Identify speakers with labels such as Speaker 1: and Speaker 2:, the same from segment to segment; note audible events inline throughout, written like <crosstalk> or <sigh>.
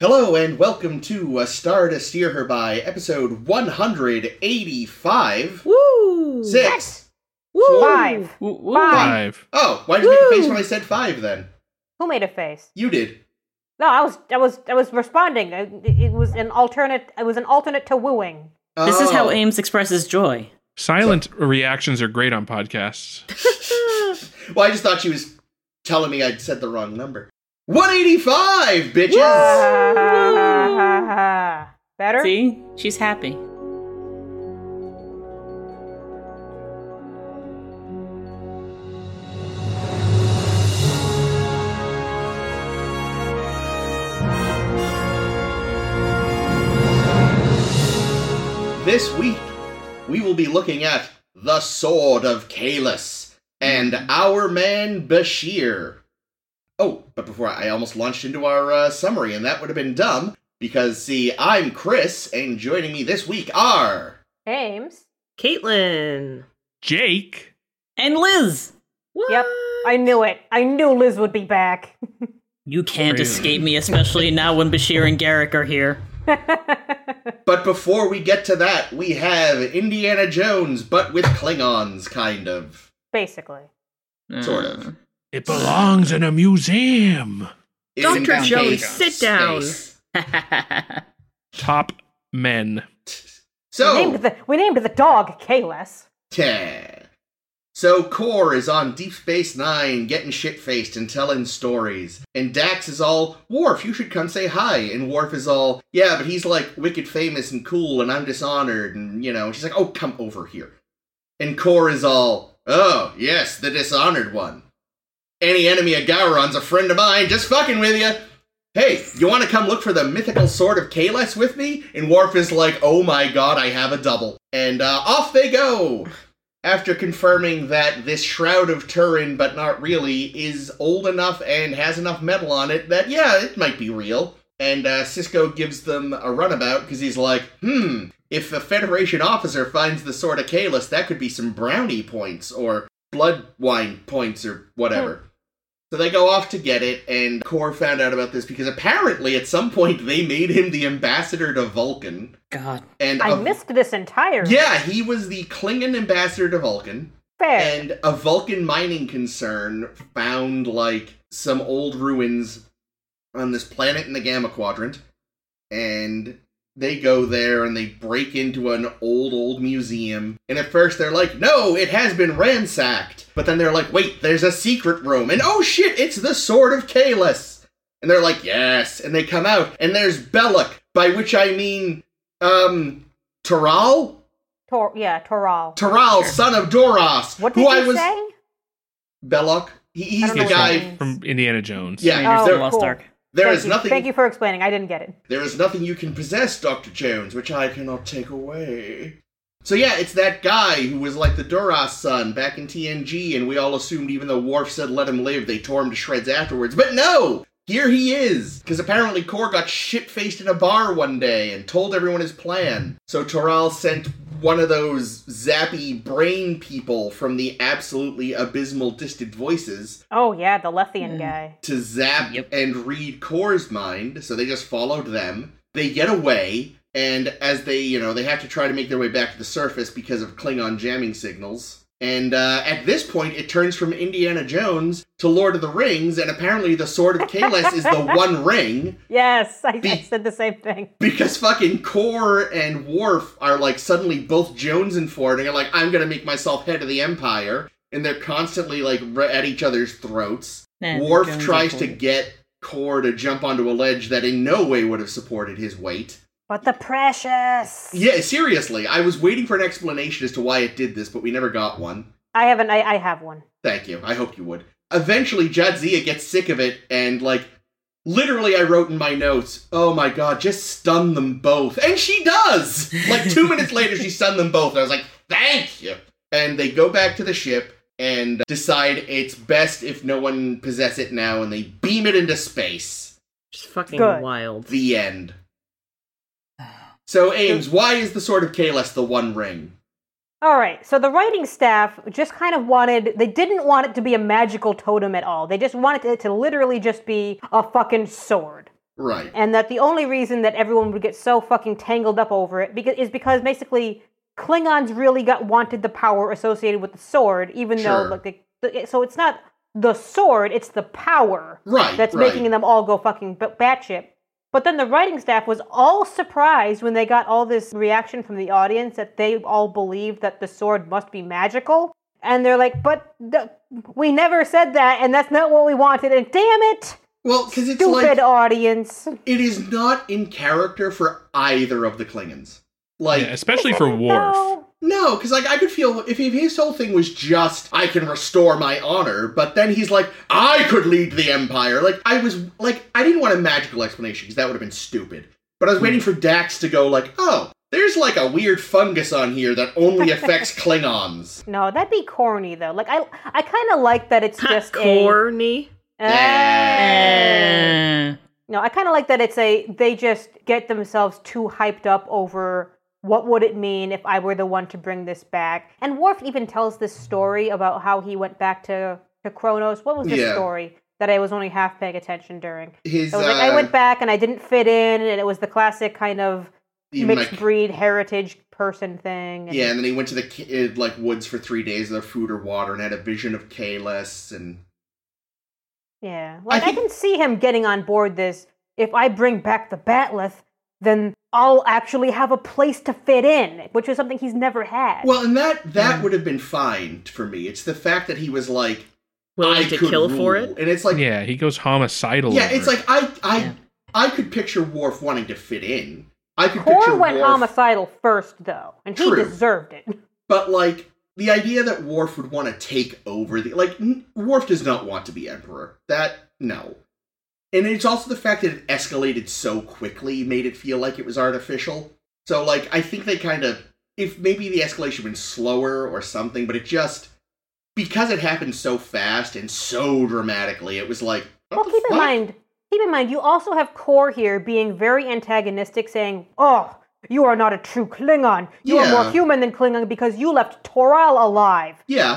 Speaker 1: Hello and welcome to A Star to Steer Her By, episode 185.
Speaker 2: Woo!
Speaker 1: Six.
Speaker 2: Woo!
Speaker 3: Five. Five.
Speaker 4: Five.
Speaker 1: Oh, why did you make a face
Speaker 2: Woo!
Speaker 1: when I said five then?
Speaker 3: Who made a face?
Speaker 1: You did.
Speaker 3: No, I was, I was, I was responding. I, it was an alternate. It was an alternate to wooing.
Speaker 2: This is how
Speaker 1: Oh.
Speaker 2: Ames expresses joy.
Speaker 4: Silent reactions are great on podcasts.
Speaker 1: Well, I just thought she was telling me I'd said the wrong number. 185, bitches!
Speaker 3: Better.
Speaker 2: See? She's happy.
Speaker 1: This week, we will be looking at The Sword of Kalis and
Speaker 5: Hmm.
Speaker 1: Our Man Bashir. Oh, but before I almost launched into our uh, summary, and that would have been dumb, because, see, I'm Chris, and joining me this week are.
Speaker 3: Ames.
Speaker 5: Caitlin.
Speaker 4: Jake.
Speaker 2: And Liz!
Speaker 3: Yep. I knew it. I knew Liz would be back. <laughs>
Speaker 2: You can't
Speaker 4: Really?
Speaker 2: escape me, especially now when Bashir and Garrick are here.
Speaker 1: But before we get to that, we have Indiana Jones, but with Klingons, kind of.
Speaker 3: Basically.
Speaker 1: Sort of.
Speaker 4: It belongs in a museum.
Speaker 1: It's
Speaker 5: Dr.
Speaker 1: in space.
Speaker 5: Jones, sit down.
Speaker 4: Top men.
Speaker 3: We named
Speaker 1: So,
Speaker 3: the we named the dog Kalis.
Speaker 1: yeah. So Core is on Deep Space Nine, getting shit faced and telling stories. And Dax is all, Worf, you should come say hi. And Worf is all, yeah, but he's like wicked famous and cool, and I'm dishonored. And you know, she's like, oh, come over here. And Core is all, oh yes, the dishonored one. Any enemy of Gowron's a friend of mine, just fucking with you. Hey, you want to come look for the mythical sword of Kalis with me? And Worf is like, oh my god, I have a double. And uh, off they go! After confirming that this Shroud of Turin, but not really, is old enough and has enough metal on it that, yeah, it might be real. And uh, Cisco gives them a runabout because he's like, hmm, if a Federation officer finds the sword of Kalis, that could be some brownie points or blood wine points or whatever.
Speaker 3: Hmm.
Speaker 1: So they go off to get it, and Kor found out about this because apparently at some point they made him the ambassador to Vulcan.
Speaker 2: <laughs> God.
Speaker 1: And
Speaker 3: I
Speaker 1: a-
Speaker 3: missed this entirely.
Speaker 1: Oh. Yeah, he was the Klingon ambassador to Vulcan,
Speaker 3: Fair.
Speaker 1: and a Vulcan mining concern found like some old ruins on this planet in the Gamma Quadrant, and they go there and they break into an old old museum. And at first they're like, "No, it has been ransacked," but then they're like, "Wait, there's a secret room," and oh shit, it's the Sword of Kalis. And they're like, "Yes," and they come out, and there's Belloc, by which I mean, um, Taral.
Speaker 3: Tor- yeah. Toral.
Speaker 1: Taral, son of Doros,
Speaker 3: What did
Speaker 1: who
Speaker 3: you
Speaker 1: I was
Speaker 3: say?
Speaker 1: Belloc. He, he's the
Speaker 3: don't know what that
Speaker 1: guy.
Speaker 3: means.
Speaker 4: From Indiana Jones.
Speaker 1: Yeah,
Speaker 2: Rangers of
Speaker 3: Oh,
Speaker 2: the Lost
Speaker 3: cool.
Speaker 2: Ark.
Speaker 1: There
Speaker 3: Thank
Speaker 1: is
Speaker 3: you-
Speaker 1: nothing.
Speaker 3: Thank you for explaining. I didn't get it.
Speaker 1: There is nothing you can possess, Doctor Jones, which I cannot take away. So yeah, it's that guy who was like the Duras son back in TNG, and we all assumed even though Worf said let him live, they tore him to shreds afterwards. But no! Here he is! Because apparently Kor got shit faced in a bar one day and told everyone his plan. So Toral sent one of those zappy brain people from the absolutely abysmal distant voices
Speaker 3: Oh yeah, the Lethian
Speaker 1: Hmm.
Speaker 3: guy.
Speaker 1: to zap
Speaker 2: Yep.
Speaker 1: and read Kor's mind, so they just followed them. They get away, and as they, you know, they have to try to make their way back to the surface because of Klingon jamming signals. And uh, at this point, it turns from Indiana Jones to Lord of the Rings, and apparently the Sword of Kalis is the One Ring
Speaker 3: Yes, I, I
Speaker 1: Be-
Speaker 3: said the same thing.
Speaker 1: because fucking Kor and Worf are like suddenly both Jones and Ford, and are like, I'm gonna make myself head of the Empire, and they're constantly like re- at each other's throats.
Speaker 2: And
Speaker 1: Worf
Speaker 2: Jones
Speaker 1: tries
Speaker 2: are
Speaker 1: to
Speaker 2: cool.
Speaker 1: get Kor to jump onto a ledge that in no way would have supported his weight.
Speaker 3: But the precious.
Speaker 1: Yeah, seriously, I was waiting for an explanation as to why it did this, but we never got one.
Speaker 3: I have an. I, I have one.
Speaker 1: Thank you. I hope you would. Eventually, Jadzia gets sick of it, and like, literally, I wrote in my notes, "Oh my god, just stun them both," and she does. Like two minutes later, she stunned them both. I was like, "Thank you." And they go back to the ship and decide it's best if no one possess it now, and they beam it into space.
Speaker 5: Just fucking
Speaker 3: Good.
Speaker 5: wild.
Speaker 1: the end. So, Ames, why is the Sword of Kalis the One Ring?
Speaker 3: All right. So the writing staff just kind of wanted. They didn't want it to be a magical totem at all. They just wanted it to literally just be a fucking sword.
Speaker 1: Right.
Speaker 3: and that the only reason that everyone would get so fucking tangled up over it because is because basically Klingons really got wanted the power associated with the sword, even
Speaker 1: Sure.
Speaker 3: though like they, the- so it's not the sword, it's the power
Speaker 1: Right.
Speaker 3: that's
Speaker 1: right.
Speaker 3: making them all go fucking b- batshit. But then the writing staff was all surprised when they got all this reaction from the audience that they all believed that the sword must be magical. And they're like, but th- we never said that, and that's not what we wanted. And damn it,
Speaker 1: Well, because it's
Speaker 3: stupid
Speaker 1: like
Speaker 3: audience.
Speaker 1: it is not in character for either of the Klingons. Like
Speaker 4: Yeah, especially for Worf.
Speaker 3: No.
Speaker 1: No, because like I could feel if if his whole thing was just I can restore my honor, but then he's like I could lead the empire. Like I was like I didn't want a magical explanation because that would have been stupid. But I was waiting for Dax to go like, oh, there's like a weird fungus on here that
Speaker 3: <laughs>
Speaker 1: only affects Klingons.
Speaker 3: No, that'd be corny though. Like I, I kind of like that
Speaker 1: <laughs>
Speaker 3: it's just a.
Speaker 5: corny.
Speaker 3: Eh.
Speaker 2: Eh.
Speaker 3: No, I kind of like that it's a. They just get themselves too hyped up over what would it mean if I were the one to bring this back. And Worf even tells this story about how he went back to to Kronos. What was this
Speaker 1: Yeah.
Speaker 3: story that I was only half paying attention during?
Speaker 1: His
Speaker 3: It was like I
Speaker 1: uh,
Speaker 3: went back and I didn't fit in, and it was the classic kind of
Speaker 1: even,
Speaker 3: mixed
Speaker 1: like-
Speaker 3: breed heritage person thing. and-
Speaker 1: yeah, and then he went to the ki- uh, like woods for three days without food or water and had a vision of Kalis and
Speaker 3: Yeah. Like I,
Speaker 1: think-
Speaker 3: can see him getting on board this. If I bring back the Batleth, then I'll actually have a place to fit in, which is something he's never had.
Speaker 1: well, and that that would have been fine for me. It's the fact that he was like
Speaker 5: Willing
Speaker 1: I
Speaker 5: to
Speaker 1: could
Speaker 5: kill for
Speaker 1: rule.
Speaker 5: it.
Speaker 1: and it's like
Speaker 4: yeah, he goes homicidal.
Speaker 1: Yeah,
Speaker 4: over
Speaker 1: it's
Speaker 4: it.
Speaker 1: like I I
Speaker 2: Yeah.
Speaker 1: I could picture Worf wanting to fit in. I could picture
Speaker 3: Kor went
Speaker 1: Worf,
Speaker 3: homicidal first, though, and he
Speaker 1: True.
Speaker 3: deserved it.
Speaker 1: but like the idea that Worf would want to take over the like n- Worf does not want to be emperor. That no. And it's also the fact that it escalated so quickly made it feel like it was artificial. So like I think they kind of if maybe the escalation had been slower or something, but it just because it happened so fast and so dramatically, it was like what
Speaker 3: well,
Speaker 1: the
Speaker 3: keep in
Speaker 1: fuck?
Speaker 3: mind, keep in mind, you also have Kor here being very antagonistic, saying, "Oh, you are not a true Klingon. You are
Speaker 1: Yeah.
Speaker 3: more human than Klingon because you left Toral alive."
Speaker 1: Yeah,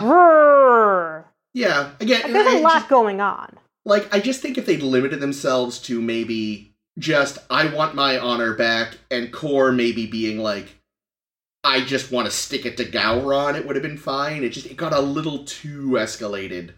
Speaker 3: Brrr.
Speaker 1: yeah. Again,
Speaker 3: Like, there's
Speaker 1: it
Speaker 3: a lot
Speaker 1: just-
Speaker 3: going on.
Speaker 1: like I just think if they limited themselves to maybe just I want my honor back and Core maybe being like I just want to stick it to Gowron, it would have been fine. It just it got a little too escalated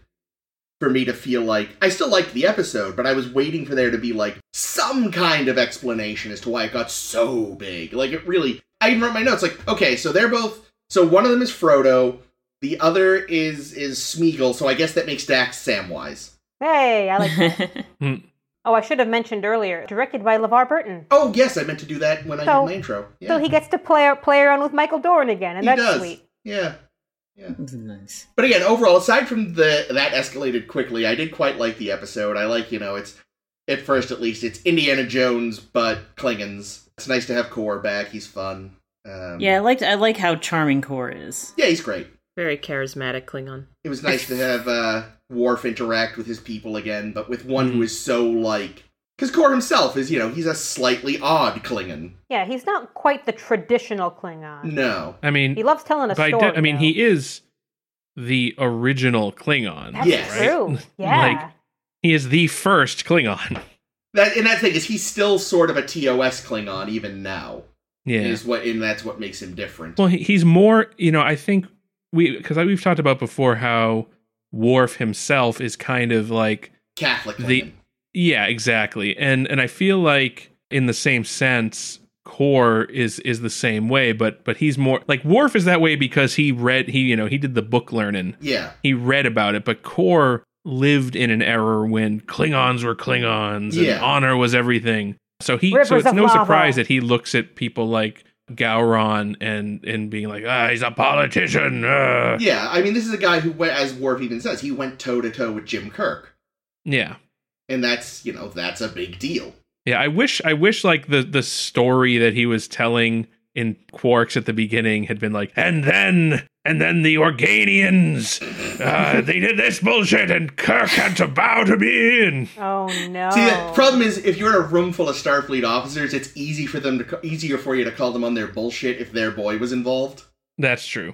Speaker 1: for me to feel like I still liked the episode, but I was waiting for there to be like some kind of explanation as to why it got so big. Like it really I even wrote my notes like, okay, so they're both so one of them is Frodo, the other is is Smeagol, so I guess that makes Dax Samwise.
Speaker 3: Hey, I like
Speaker 1: <laughs>
Speaker 3: Oh, I should have mentioned earlier, directed by LeVar Burton.
Speaker 1: Oh yes, I meant to do that when I
Speaker 3: So-
Speaker 1: did my intro. Yeah.
Speaker 3: So he gets to play play around with Michael Doran again, and
Speaker 1: He
Speaker 3: that's
Speaker 1: does.
Speaker 3: sweet.
Speaker 1: Yeah.
Speaker 2: nice.
Speaker 1: But again, overall, aside from the that escalated quickly, I did quite like the episode. I like, you know, it's at first at least it's Indiana Jones but Klingons. It's nice to have Core back. He's fun. Um,
Speaker 2: Yeah, I liked I like how charming Core is.
Speaker 1: Yeah, he's great.
Speaker 5: Very charismatic Klingon.
Speaker 1: It was nice to have uh, Worf interact with his people again, but with one who is so like because Core himself is, you know, he's a slightly odd Klingon.
Speaker 3: Yeah, he's not quite the traditional Klingon.
Speaker 1: No.
Speaker 4: I mean,
Speaker 3: He loves telling a
Speaker 4: by
Speaker 3: story.
Speaker 4: de- I mean,
Speaker 3: though.
Speaker 4: he is the original Klingon.
Speaker 3: That's
Speaker 1: Yes.
Speaker 4: right?
Speaker 3: true. Yeah.
Speaker 4: <laughs> Like, He is the first Klingon. <laughs>
Speaker 1: That and that thing is he's still sort of a TOS Klingon even now.
Speaker 4: yeah.
Speaker 1: is what and that's what makes him different.
Speaker 4: Well, he, he's more, you know, I think we, because we've talked about before how Worf himself is kind of like,
Speaker 1: Catholic.
Speaker 4: The-
Speaker 1: Klingon.
Speaker 4: yeah, exactly. And, and I feel like in the same sense, core is is the same way but but he's more like Worf is that way because he read he you know he did the book learning
Speaker 1: yeah,
Speaker 4: he read about it, but Kor lived in an era when Klingons were Klingons
Speaker 1: Yeah.
Speaker 4: and honor was everything. So he so
Speaker 3: Rivers
Speaker 4: it's
Speaker 3: of
Speaker 4: no
Speaker 3: lava.
Speaker 4: surprise that he looks at people like Gowron and and being like, ah, he's a politician. uh."
Speaker 1: yeah. I mean, this is a guy who went, as Worf even says, he went toe to toe with Jim Kirk,
Speaker 4: Yeah.
Speaker 1: and that's you know that's a big deal.
Speaker 4: Yeah. I wish I wish like the the story that he was telling in Quarks at the beginning had been like, and then and then the Organians uh, they did this bullshit and Kirk had to bow to me and
Speaker 3: Oh no.
Speaker 1: See, the problem is if you're in a room full of Starfleet officers, it's easy for them to ca- easier for you to call them on their bullshit if their boy was involved.
Speaker 4: That's true.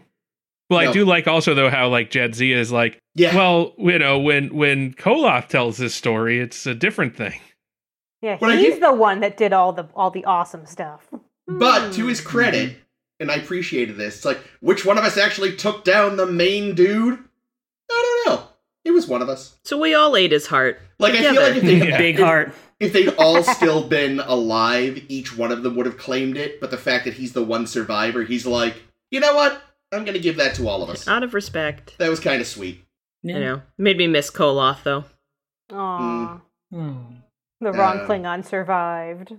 Speaker 4: Well,
Speaker 1: No.
Speaker 4: I do like also though how like Jadzia is like,
Speaker 1: Yeah,
Speaker 4: well, you know, when when Koloth tells this story, it's a different thing.
Speaker 3: Yeah,
Speaker 1: When I
Speaker 3: he's
Speaker 1: get-
Speaker 3: the one that did all the all the awesome stuff.
Speaker 1: But
Speaker 3: Hmm.
Speaker 1: to his credit, and I appreciated this, it's like, which one of us actually took down the main dude? I don't know. It was one of us.
Speaker 5: So we all ate his heart.
Speaker 1: Like I feel
Speaker 5: Together.
Speaker 1: like
Speaker 4: <laughs>
Speaker 1: if they
Speaker 2: Big heart.
Speaker 1: if they'd all still been alive, each one of them would have claimed it. But the fact that he's the one survivor, he's like, you know what? I'm gonna give that to all of us.
Speaker 5: Out of respect.
Speaker 1: That was kind of sweet.
Speaker 2: Yeah.
Speaker 5: You know, made me miss Koloth though.
Speaker 3: Aw,
Speaker 2: Oh.
Speaker 3: the wrong
Speaker 1: Um,
Speaker 3: Klingon survived.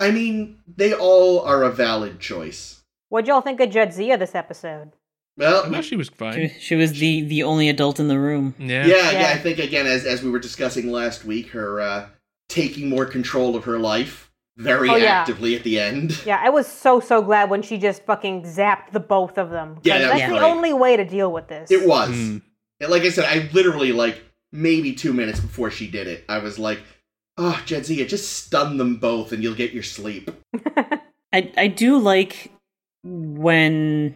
Speaker 1: I mean, they all are a valid choice.
Speaker 3: What'd y'all think of Jedzia this episode?
Speaker 4: I
Speaker 1: Well,
Speaker 4: thought she was fine.
Speaker 2: She, she was the the only adult in the room.
Speaker 1: yeah,
Speaker 4: Yeah.
Speaker 1: yeah,
Speaker 3: Yeah.
Speaker 1: I think again, as as we were discussing last week, her uh, taking more control of her life very
Speaker 3: Oh, yeah.
Speaker 1: actively at the end.
Speaker 3: Yeah, I was so so glad when she just fucking zapped the both of them. 'Cause
Speaker 1: Yeah, that
Speaker 3: that's
Speaker 2: was
Speaker 3: the
Speaker 1: great.
Speaker 3: only way to deal with this.
Speaker 1: It was.
Speaker 4: Mm.
Speaker 1: And like I said, I literally like maybe two minutes before she did it, I was like, "Oh, Jedzia, just stun them both, and you'll get your sleep."
Speaker 2: I I do like when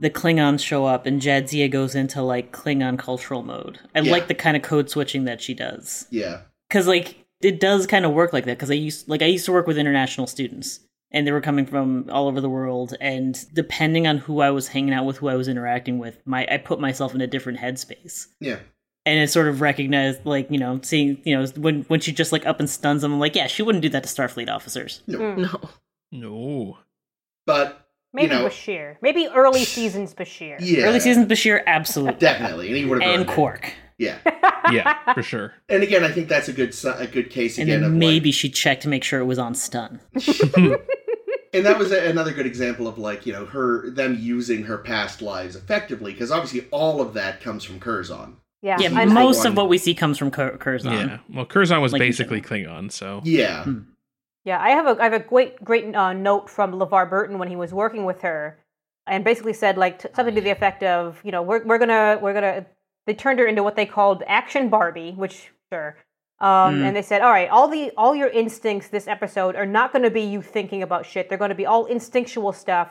Speaker 2: the Klingons show up and Jadzia goes into like Klingon cultural mode. I
Speaker 1: Yeah.
Speaker 2: like the kind of code switching that she does.
Speaker 1: Yeah,
Speaker 2: because like it does kind of work like that because i used like i used to work with international students and they were coming from all over the world and depending on who i was hanging out with who i was interacting with my i put myself in a different headspace
Speaker 1: yeah,
Speaker 2: and it sort of recognized like you know seeing you know when when she just like up and stuns them I'm like yeah she wouldn't do that to starfleet officers
Speaker 3: Mm.
Speaker 5: No.
Speaker 4: No.
Speaker 1: but
Speaker 3: Maybe
Speaker 1: know-
Speaker 3: Bashir. Maybe early seasons Bashir. <laughs>
Speaker 1: yeah,
Speaker 2: early season bashir absolutely
Speaker 1: definitely, and he would have
Speaker 2: and quark
Speaker 1: Yeah,
Speaker 4: Yeah, for sure.
Speaker 1: and again, I think that's a good si- a good case
Speaker 2: and
Speaker 1: again of
Speaker 2: then
Speaker 1: like-
Speaker 2: maybe she checked to make sure it was on stun
Speaker 1: and that was a, another good example of like you know her them using her past lives effectively because obviously all of that comes from Curzon.
Speaker 3: yeah.
Speaker 2: yeah
Speaker 1: I-
Speaker 2: most
Speaker 1: One.
Speaker 2: of what we see comes from Kur- kurzon
Speaker 4: Yeah. Well, Curzon was
Speaker 2: Like in
Speaker 4: basically Klingon, so
Speaker 1: Yeah,
Speaker 2: Hmm.
Speaker 3: Yeah, I have a I have a great great uh, note from LeVar Burton when he was working with her, and basically said like t- something to
Speaker 1: Oh,
Speaker 3: the effect of you know we're we're gonna we're gonna they turned her into what they called action Barbie, which sure, um,
Speaker 2: Mm.
Speaker 3: and they said all right all the all your instincts this episode are not going to be you thinking about shit they're going to be all instinctual stuff.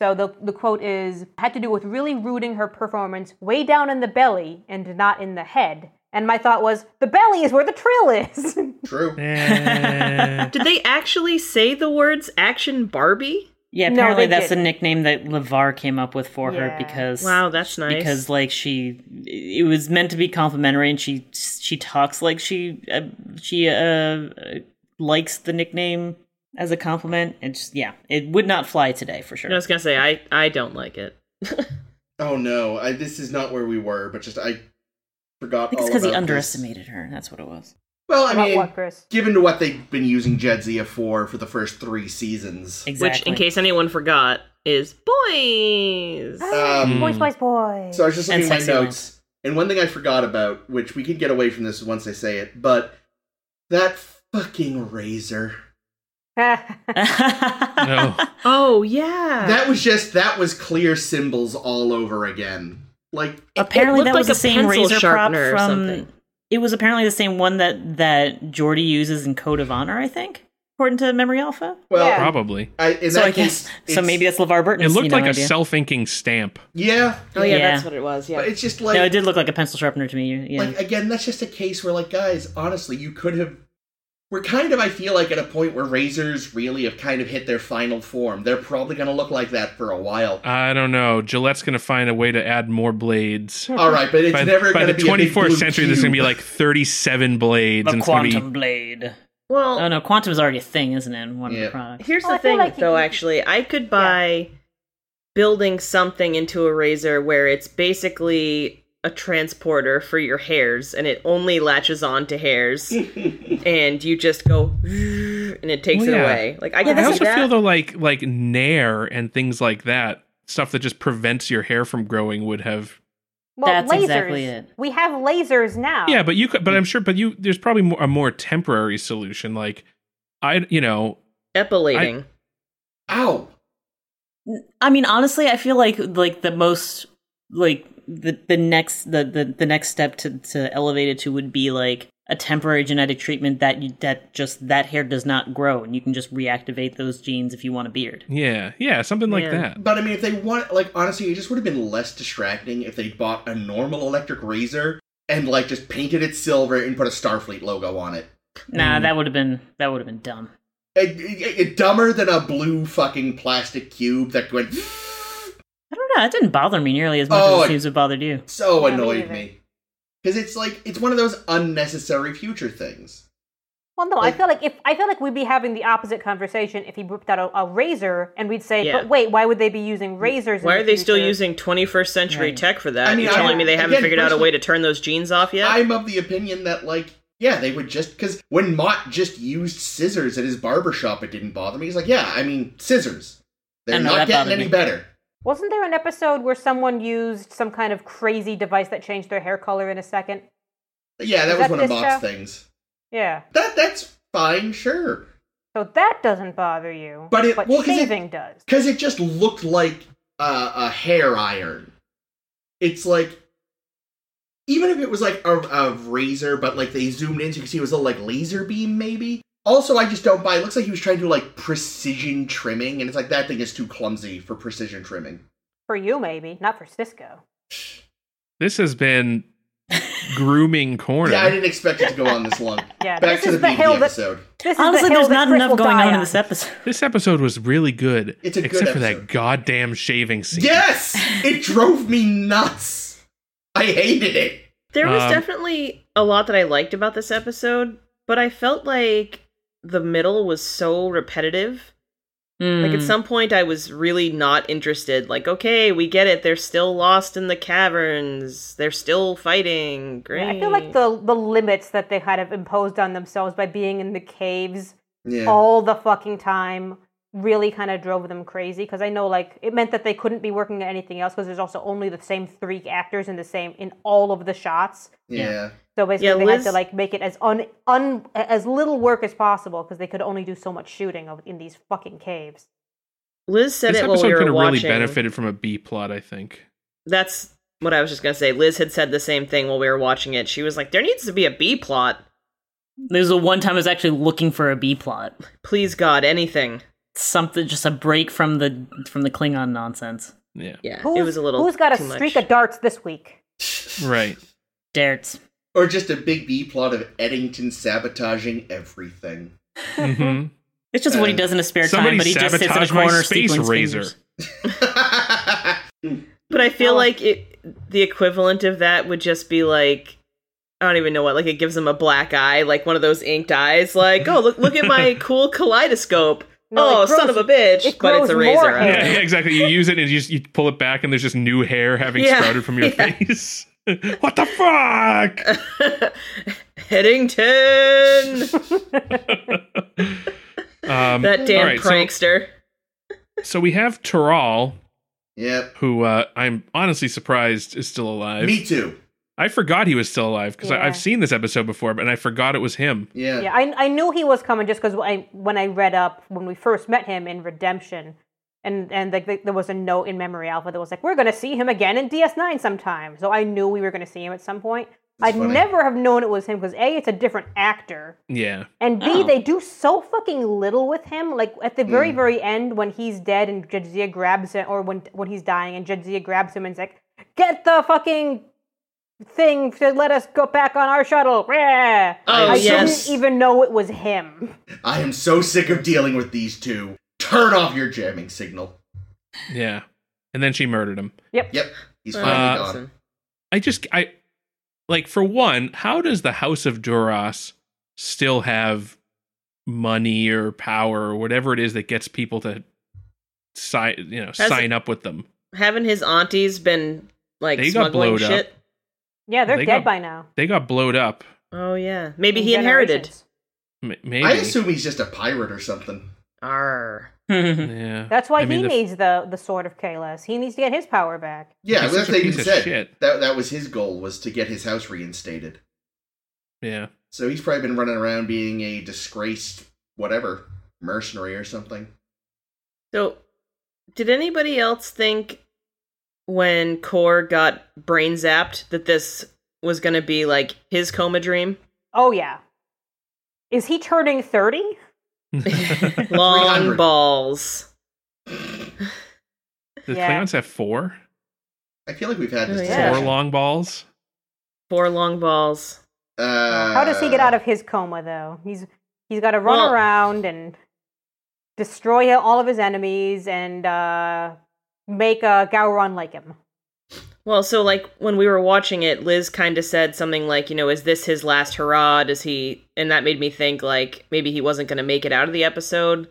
Speaker 3: So the the quote is had to do with really rooting her performance way down in the belly and not in the head. And my thought was the belly is where the trill is. <laughs>
Speaker 1: true.
Speaker 4: Eh.
Speaker 5: Did they actually say the words action Barbie?
Speaker 2: Yeah,
Speaker 3: No,
Speaker 2: apparently
Speaker 3: they
Speaker 2: that's the
Speaker 3: didn't.
Speaker 2: nickname that Levar came up with for
Speaker 3: Yeah.
Speaker 2: her because
Speaker 5: Wow, that's nice.
Speaker 2: because like she it was meant to be complimentary and she she talks like she uh, she uh, uh, likes the nickname as a compliment. It's just, yeah, it would not fly today for sure.
Speaker 5: I was gonna say I I don't like it.
Speaker 1: Oh no, I, this is not where we were, but just I
Speaker 2: I
Speaker 1: forgot.
Speaker 2: think it's
Speaker 1: all
Speaker 2: because he
Speaker 1: about this.
Speaker 2: underestimated her. That's what it was.
Speaker 1: Well, I
Speaker 3: About
Speaker 1: mean,
Speaker 3: what, Chris?
Speaker 1: given to what they've been using Jedzia for for the first three seasons.
Speaker 2: Exactly.
Speaker 5: Which, in
Speaker 2: <laughs>
Speaker 5: case anyone forgot, is boys.
Speaker 1: Um,
Speaker 3: boys, boys, boys.
Speaker 1: So I was just
Speaker 2: And
Speaker 1: looking at my
Speaker 2: sexy
Speaker 1: notes, and one thing I forgot about, which we can get away from this once I say it, but that fucking razor.
Speaker 4: No.
Speaker 5: Oh yeah.
Speaker 1: That was just that was clear symbols all over again. Like
Speaker 5: It- it
Speaker 2: apparently
Speaker 5: looked
Speaker 2: that was
Speaker 5: like
Speaker 2: the
Speaker 5: a
Speaker 2: same
Speaker 5: pencil
Speaker 2: razor prop
Speaker 5: sharpener or
Speaker 2: from
Speaker 5: something.
Speaker 2: it was apparently the same one that that Jordy uses in Code of Honor, I think, according to Memory Alpha.
Speaker 1: well,
Speaker 3: Yeah.
Speaker 4: probably.
Speaker 1: I, in
Speaker 2: so
Speaker 1: that
Speaker 2: I
Speaker 1: case,
Speaker 2: guess so.
Speaker 1: it's-
Speaker 2: Maybe that's LeVar Burton's.
Speaker 4: It looked
Speaker 2: you know,
Speaker 4: like a
Speaker 2: idea.
Speaker 4: self-inking stamp.
Speaker 1: yeah,
Speaker 5: oh yeah,
Speaker 2: Yeah.
Speaker 5: that's what it was. Yeah.
Speaker 1: but it's just like
Speaker 2: No, it did look like a pencil sharpener to me. Yeah,
Speaker 1: like again, that's just a case where like guys, honestly, you could have. We're kind of, I feel like, at a point where razors really have kind of hit their final form. They're probably going to look like that for a while.
Speaker 4: I don't know. Gillette's gonna find a way to add more blades.
Speaker 1: All right, but it's
Speaker 4: by,
Speaker 1: never
Speaker 4: by
Speaker 1: going to
Speaker 4: the
Speaker 1: be twenty
Speaker 4: 24th
Speaker 1: fourth
Speaker 4: century, there's gonna be like 37 blades,
Speaker 2: a
Speaker 4: and it's gonna
Speaker 2: quantum
Speaker 4: be
Speaker 2: blade.
Speaker 5: well,
Speaker 2: Oh no, quantum is already a thing, isn't it? in One of
Speaker 1: Yeah.
Speaker 2: the products.
Speaker 5: here's
Speaker 3: Well, I
Speaker 5: the
Speaker 3: feel
Speaker 5: thing,
Speaker 3: like you
Speaker 5: though.
Speaker 3: can-
Speaker 5: Actually, I could buy building something into a razor where it's basically a transporter for your hairs, and it only latches on to hairs, and you just go, and it takes
Speaker 4: Well,
Speaker 5: it
Speaker 4: yeah.
Speaker 5: away. Like I
Speaker 2: Yeah,
Speaker 5: can
Speaker 4: I
Speaker 2: that's
Speaker 5: see
Speaker 4: also
Speaker 5: that.
Speaker 4: feel though like like Nair and things like that, stuff that just prevents your hair from growing would have.
Speaker 3: <laughs> well,
Speaker 2: That's
Speaker 3: lasers.
Speaker 2: exactly it.
Speaker 3: We have lasers now.
Speaker 4: Yeah, but you could, but I'm sure, but you there's probably more, a more temporary solution. Like I, you know,
Speaker 5: epilating.
Speaker 1: Ow!
Speaker 2: I mean, honestly, I feel like like the most like the the next the the, the next step to to elevate it to would be like a temporary genetic treatment that you, that just that hair does not grow and you can just reactivate those genes if you want a beard.
Speaker 4: yeah, yeah, something like
Speaker 5: Yeah.
Speaker 4: that.
Speaker 1: But I mean, if they want, like, honestly, it just would have been less distracting if they bought a normal electric razor and, like, just painted it silver and put a Starfleet logo on it.
Speaker 2: Nah, that would have been that would have been dumb.
Speaker 1: It, it- it- dumber than a blue fucking plastic cube that went
Speaker 2: <laughs> I don't know. It didn't bother me nearly as much
Speaker 1: Oh,
Speaker 2: as
Speaker 1: I-
Speaker 2: it seems to have bothered you.
Speaker 1: so
Speaker 3: Yeah, me
Speaker 1: annoyed
Speaker 3: neither.
Speaker 1: me. Because it's like, it's one of those unnecessary future things.
Speaker 3: Well, no,
Speaker 1: Like-
Speaker 3: I feel like if I feel like we'd be having the opposite conversation if he ripped out a, a razor and we'd say,
Speaker 5: Yeah.
Speaker 3: "But wait, why would they be using razors?" in
Speaker 5: Why
Speaker 3: the
Speaker 5: are they still
Speaker 3: future?"
Speaker 5: using 21st century
Speaker 2: Right.
Speaker 5: tech for that?
Speaker 1: I mean,
Speaker 5: You're
Speaker 1: I-
Speaker 5: telling me they haven't
Speaker 1: again,
Speaker 5: figured out a
Speaker 1: personally-
Speaker 5: way to turn those jeans off yet?
Speaker 1: I'm of the opinion that, like, yeah, they would just. Because when Mott just used scissors at his barber shop, it didn't bother me. He's like, yeah, I mean, scissors. They're
Speaker 2: I know,
Speaker 1: not
Speaker 2: that
Speaker 1: getting
Speaker 2: bothered
Speaker 1: any
Speaker 2: me.
Speaker 1: better.
Speaker 3: Wasn't there an episode where someone used some kind of crazy device that changed their hair color in a second?
Speaker 1: But yeah, that was
Speaker 3: Is that
Speaker 1: one of
Speaker 3: this
Speaker 1: Mott's
Speaker 3: show?
Speaker 1: things.
Speaker 3: Yeah.
Speaker 1: That That's fine, sure.
Speaker 3: So that doesn't bother you,
Speaker 1: But it- well, 'cause it-
Speaker 3: shaving does.
Speaker 1: Because it just looked like uh, a hair iron. It's like. Even if it was like a, a razor, but like they zoomed in so you could see it was a like laser beam, maybe. Also, I just don't buy. It looks like he was trying to do like precision trimming, and it's like that thing is too clumsy for precision trimming.
Speaker 3: For you, maybe not for Cisco.
Speaker 4: This has been
Speaker 2: <laughs>
Speaker 4: grooming corner.
Speaker 1: Yeah, I didn't expect it to go on this long.
Speaker 3: <laughs> Yeah,
Speaker 1: Back
Speaker 3: this
Speaker 1: to
Speaker 3: is
Speaker 1: the,
Speaker 3: the
Speaker 1: beat
Speaker 3: hill
Speaker 1: of the
Speaker 3: that.
Speaker 1: episode.
Speaker 3: This is
Speaker 2: Honestly,
Speaker 3: the hill
Speaker 2: there's
Speaker 3: that
Speaker 2: not
Speaker 3: Chris
Speaker 2: enough
Speaker 3: will
Speaker 2: going
Speaker 3: die
Speaker 2: on
Speaker 3: on.
Speaker 2: in this episode.
Speaker 4: This episode was really good,
Speaker 1: It's a good
Speaker 4: except for
Speaker 1: episode.
Speaker 4: that goddamn shaving scene.
Speaker 1: Yes, it drove me nuts. I hated it.
Speaker 5: There was
Speaker 4: Um,
Speaker 5: definitely a lot that I liked about this episode, but I felt like the middle was so repetitive. Like at
Speaker 4: Hmm.
Speaker 2: Mm.
Speaker 5: some point I was really not interested. Like, okay, we get it. They're still lost in the caverns. They're still fighting. Great.
Speaker 3: Yeah, I feel like the the limits that they kind of imposed on themselves by being in the caves
Speaker 1: Yeah.
Speaker 3: all the fucking time really kind of drove them crazy because I know like it meant that they couldn't be working on anything else because there's also only the same three actors in the same in all of the shots.
Speaker 1: yeah.
Speaker 3: So basically,
Speaker 5: Yeah,
Speaker 3: they had
Speaker 5: Liz-
Speaker 3: to like make it as un, un as little work as possible because they could only do so much shooting of, in these fucking caves.
Speaker 5: Liz said
Speaker 4: This
Speaker 5: it while
Speaker 4: episode
Speaker 5: we
Speaker 4: could
Speaker 5: were
Speaker 4: have
Speaker 5: watching.
Speaker 4: really benefited from a B plot, I think.
Speaker 5: That's what I was just gonna say. Liz had said the same thing while we were watching it. She was like, "There needs to be a B plot.
Speaker 2: There's a one time I was actually looking for a B plot,
Speaker 5: Please, God, anything."
Speaker 2: something just a break from the from the Klingon nonsense.
Speaker 1: <laughs>
Speaker 4: Yeah.
Speaker 5: Yeah,
Speaker 3: Who's,
Speaker 5: it was a little.
Speaker 3: Who's got a
Speaker 5: too much.
Speaker 3: streak of darts this week?
Speaker 4: Right.
Speaker 2: Darts.
Speaker 1: Or just a big B plot of Eddington sabotaging
Speaker 3: <laughs>
Speaker 1: everything.
Speaker 4: hmm
Speaker 5: <laughs>
Speaker 2: It's just what he
Speaker 1: Uh,
Speaker 2: does in his spare time,
Speaker 4: somebody
Speaker 2: but he just sits in a
Speaker 4: sabotaged my
Speaker 2: corner
Speaker 4: space
Speaker 2: steepling his
Speaker 4: razor.
Speaker 2: fingers.
Speaker 5: But I feel
Speaker 3: Oh.
Speaker 5: like it, the equivalent of that would just be like I don't even know what. Like it gives them a black eye, like one of those inked eyes. Like, oh look, look at
Speaker 4: <laughs>
Speaker 5: my cool kaleidoscope.
Speaker 3: No,
Speaker 5: oh,
Speaker 3: it grows-
Speaker 5: son of a
Speaker 3: it
Speaker 5: bitch! but it's
Speaker 3: grows
Speaker 5: a
Speaker 3: more
Speaker 4: Yeah,
Speaker 5: razor. I don't
Speaker 3: hair.
Speaker 5: know.
Speaker 4: yeah, exactly. You use it and you, just, you pull it back, and there's just new hair having
Speaker 5: Yeah.
Speaker 4: sprouted from your
Speaker 5: Yeah.
Speaker 4: face. <laughs> what the
Speaker 5: <laughs>
Speaker 4: fuck?
Speaker 5: Headington,
Speaker 4: Um,
Speaker 5: that
Speaker 4: all
Speaker 5: damn
Speaker 4: right, so- uh,
Speaker 5: prankster.
Speaker 4: So, we have Tyrol,
Speaker 1: yep.
Speaker 4: who uh, I'm honestly surprised is still alive.
Speaker 1: Me too.
Speaker 4: I forgot he was still alive because
Speaker 3: Yeah.
Speaker 4: I've seen this episode before, but and I forgot it was him.
Speaker 1: Yeah.
Speaker 3: Yeah, I, I knew he was coming just because I, when I read up when we first met him in Redemption, and and like there was a note in Memory Alpha that was like, "We're going to see him again in DS9 sometime." So I knew we were going to see him at some point.
Speaker 1: That's
Speaker 3: I'd
Speaker 1: funny.
Speaker 3: never have known it was him because a it's a different actor,
Speaker 4: Yeah.
Speaker 3: and b
Speaker 2: Oh.
Speaker 3: they do so fucking little with him. Like at the very
Speaker 1: Mm.
Speaker 3: very end when he's dead and Jadzia grabs him, or when when he's dying and Jadzia grabs him and's like, "Get the fucking." Thing to let us go back on our shuttle. Yeah.
Speaker 5: Oh,
Speaker 3: I
Speaker 5: yes.
Speaker 3: didn't even know it was him.
Speaker 1: I am so sick of dealing with these two. Turn off your jamming signal.
Speaker 4: Yeah. And then she murdered him.
Speaker 1: Yep. He's
Speaker 5: Oh,
Speaker 1: finally
Speaker 4: Uh,
Speaker 1: gone.
Speaker 5: awesome.
Speaker 4: I just I like for one, how does the House of Duras still have money or power or whatever it is that gets people to sign you know
Speaker 5: it-
Speaker 4: sign up with them?
Speaker 5: Haven't his aunties been like
Speaker 4: They got
Speaker 5: smuggling
Speaker 4: blowed up.
Speaker 5: shit?
Speaker 3: Yeah, they're
Speaker 4: They
Speaker 3: dead
Speaker 4: got-
Speaker 3: by now.
Speaker 4: They got blowed up.
Speaker 5: Oh yeah, maybe
Speaker 3: In
Speaker 5: he inherited.
Speaker 3: generations.
Speaker 4: M- maybe.
Speaker 1: I assume he's just a pirate or something.
Speaker 5: Arr.
Speaker 4: Yeah.
Speaker 3: That's why
Speaker 4: I mean,
Speaker 3: he
Speaker 4: the-
Speaker 3: needs the the sword of Kalas. He needs to get his power back.
Speaker 1: Yeah,
Speaker 4: He's
Speaker 1: that's
Speaker 4: such a
Speaker 1: what they even
Speaker 4: piece of
Speaker 1: said.
Speaker 4: shit.
Speaker 1: That that was his goal was to get his house reinstated.
Speaker 4: Yeah.
Speaker 5: <laughs>
Speaker 4: <laughs>
Speaker 1: So he's probably been running around being a disgraced whatever mercenary or something.
Speaker 5: So, did anybody else think when Core got brain zapped that this was going to be like his
Speaker 4: <laughs>
Speaker 5: coma dream?
Speaker 3: Oh yeah. Is he turning 30?
Speaker 4: the
Speaker 5: Long
Speaker 1: 300.
Speaker 5: balls.
Speaker 3: Yeah.
Speaker 4: Klingons have four?
Speaker 1: I feel like we've had
Speaker 5: Oh,
Speaker 1: this.
Speaker 5: yeah.
Speaker 4: Four
Speaker 1: discussion.
Speaker 4: long balls?
Speaker 5: Four long balls.
Speaker 1: Uh,
Speaker 3: How does he get out of his coma though? He's he's got to run
Speaker 5: Well-
Speaker 3: around and destroy all of his enemies and uh, make uh, Gowron like him.
Speaker 5: Well, so like when we were watching it, Liz kind of said something like, you know, is this his last hurrah? Does he? And that made me think like maybe he wasn't going to make it out of the episode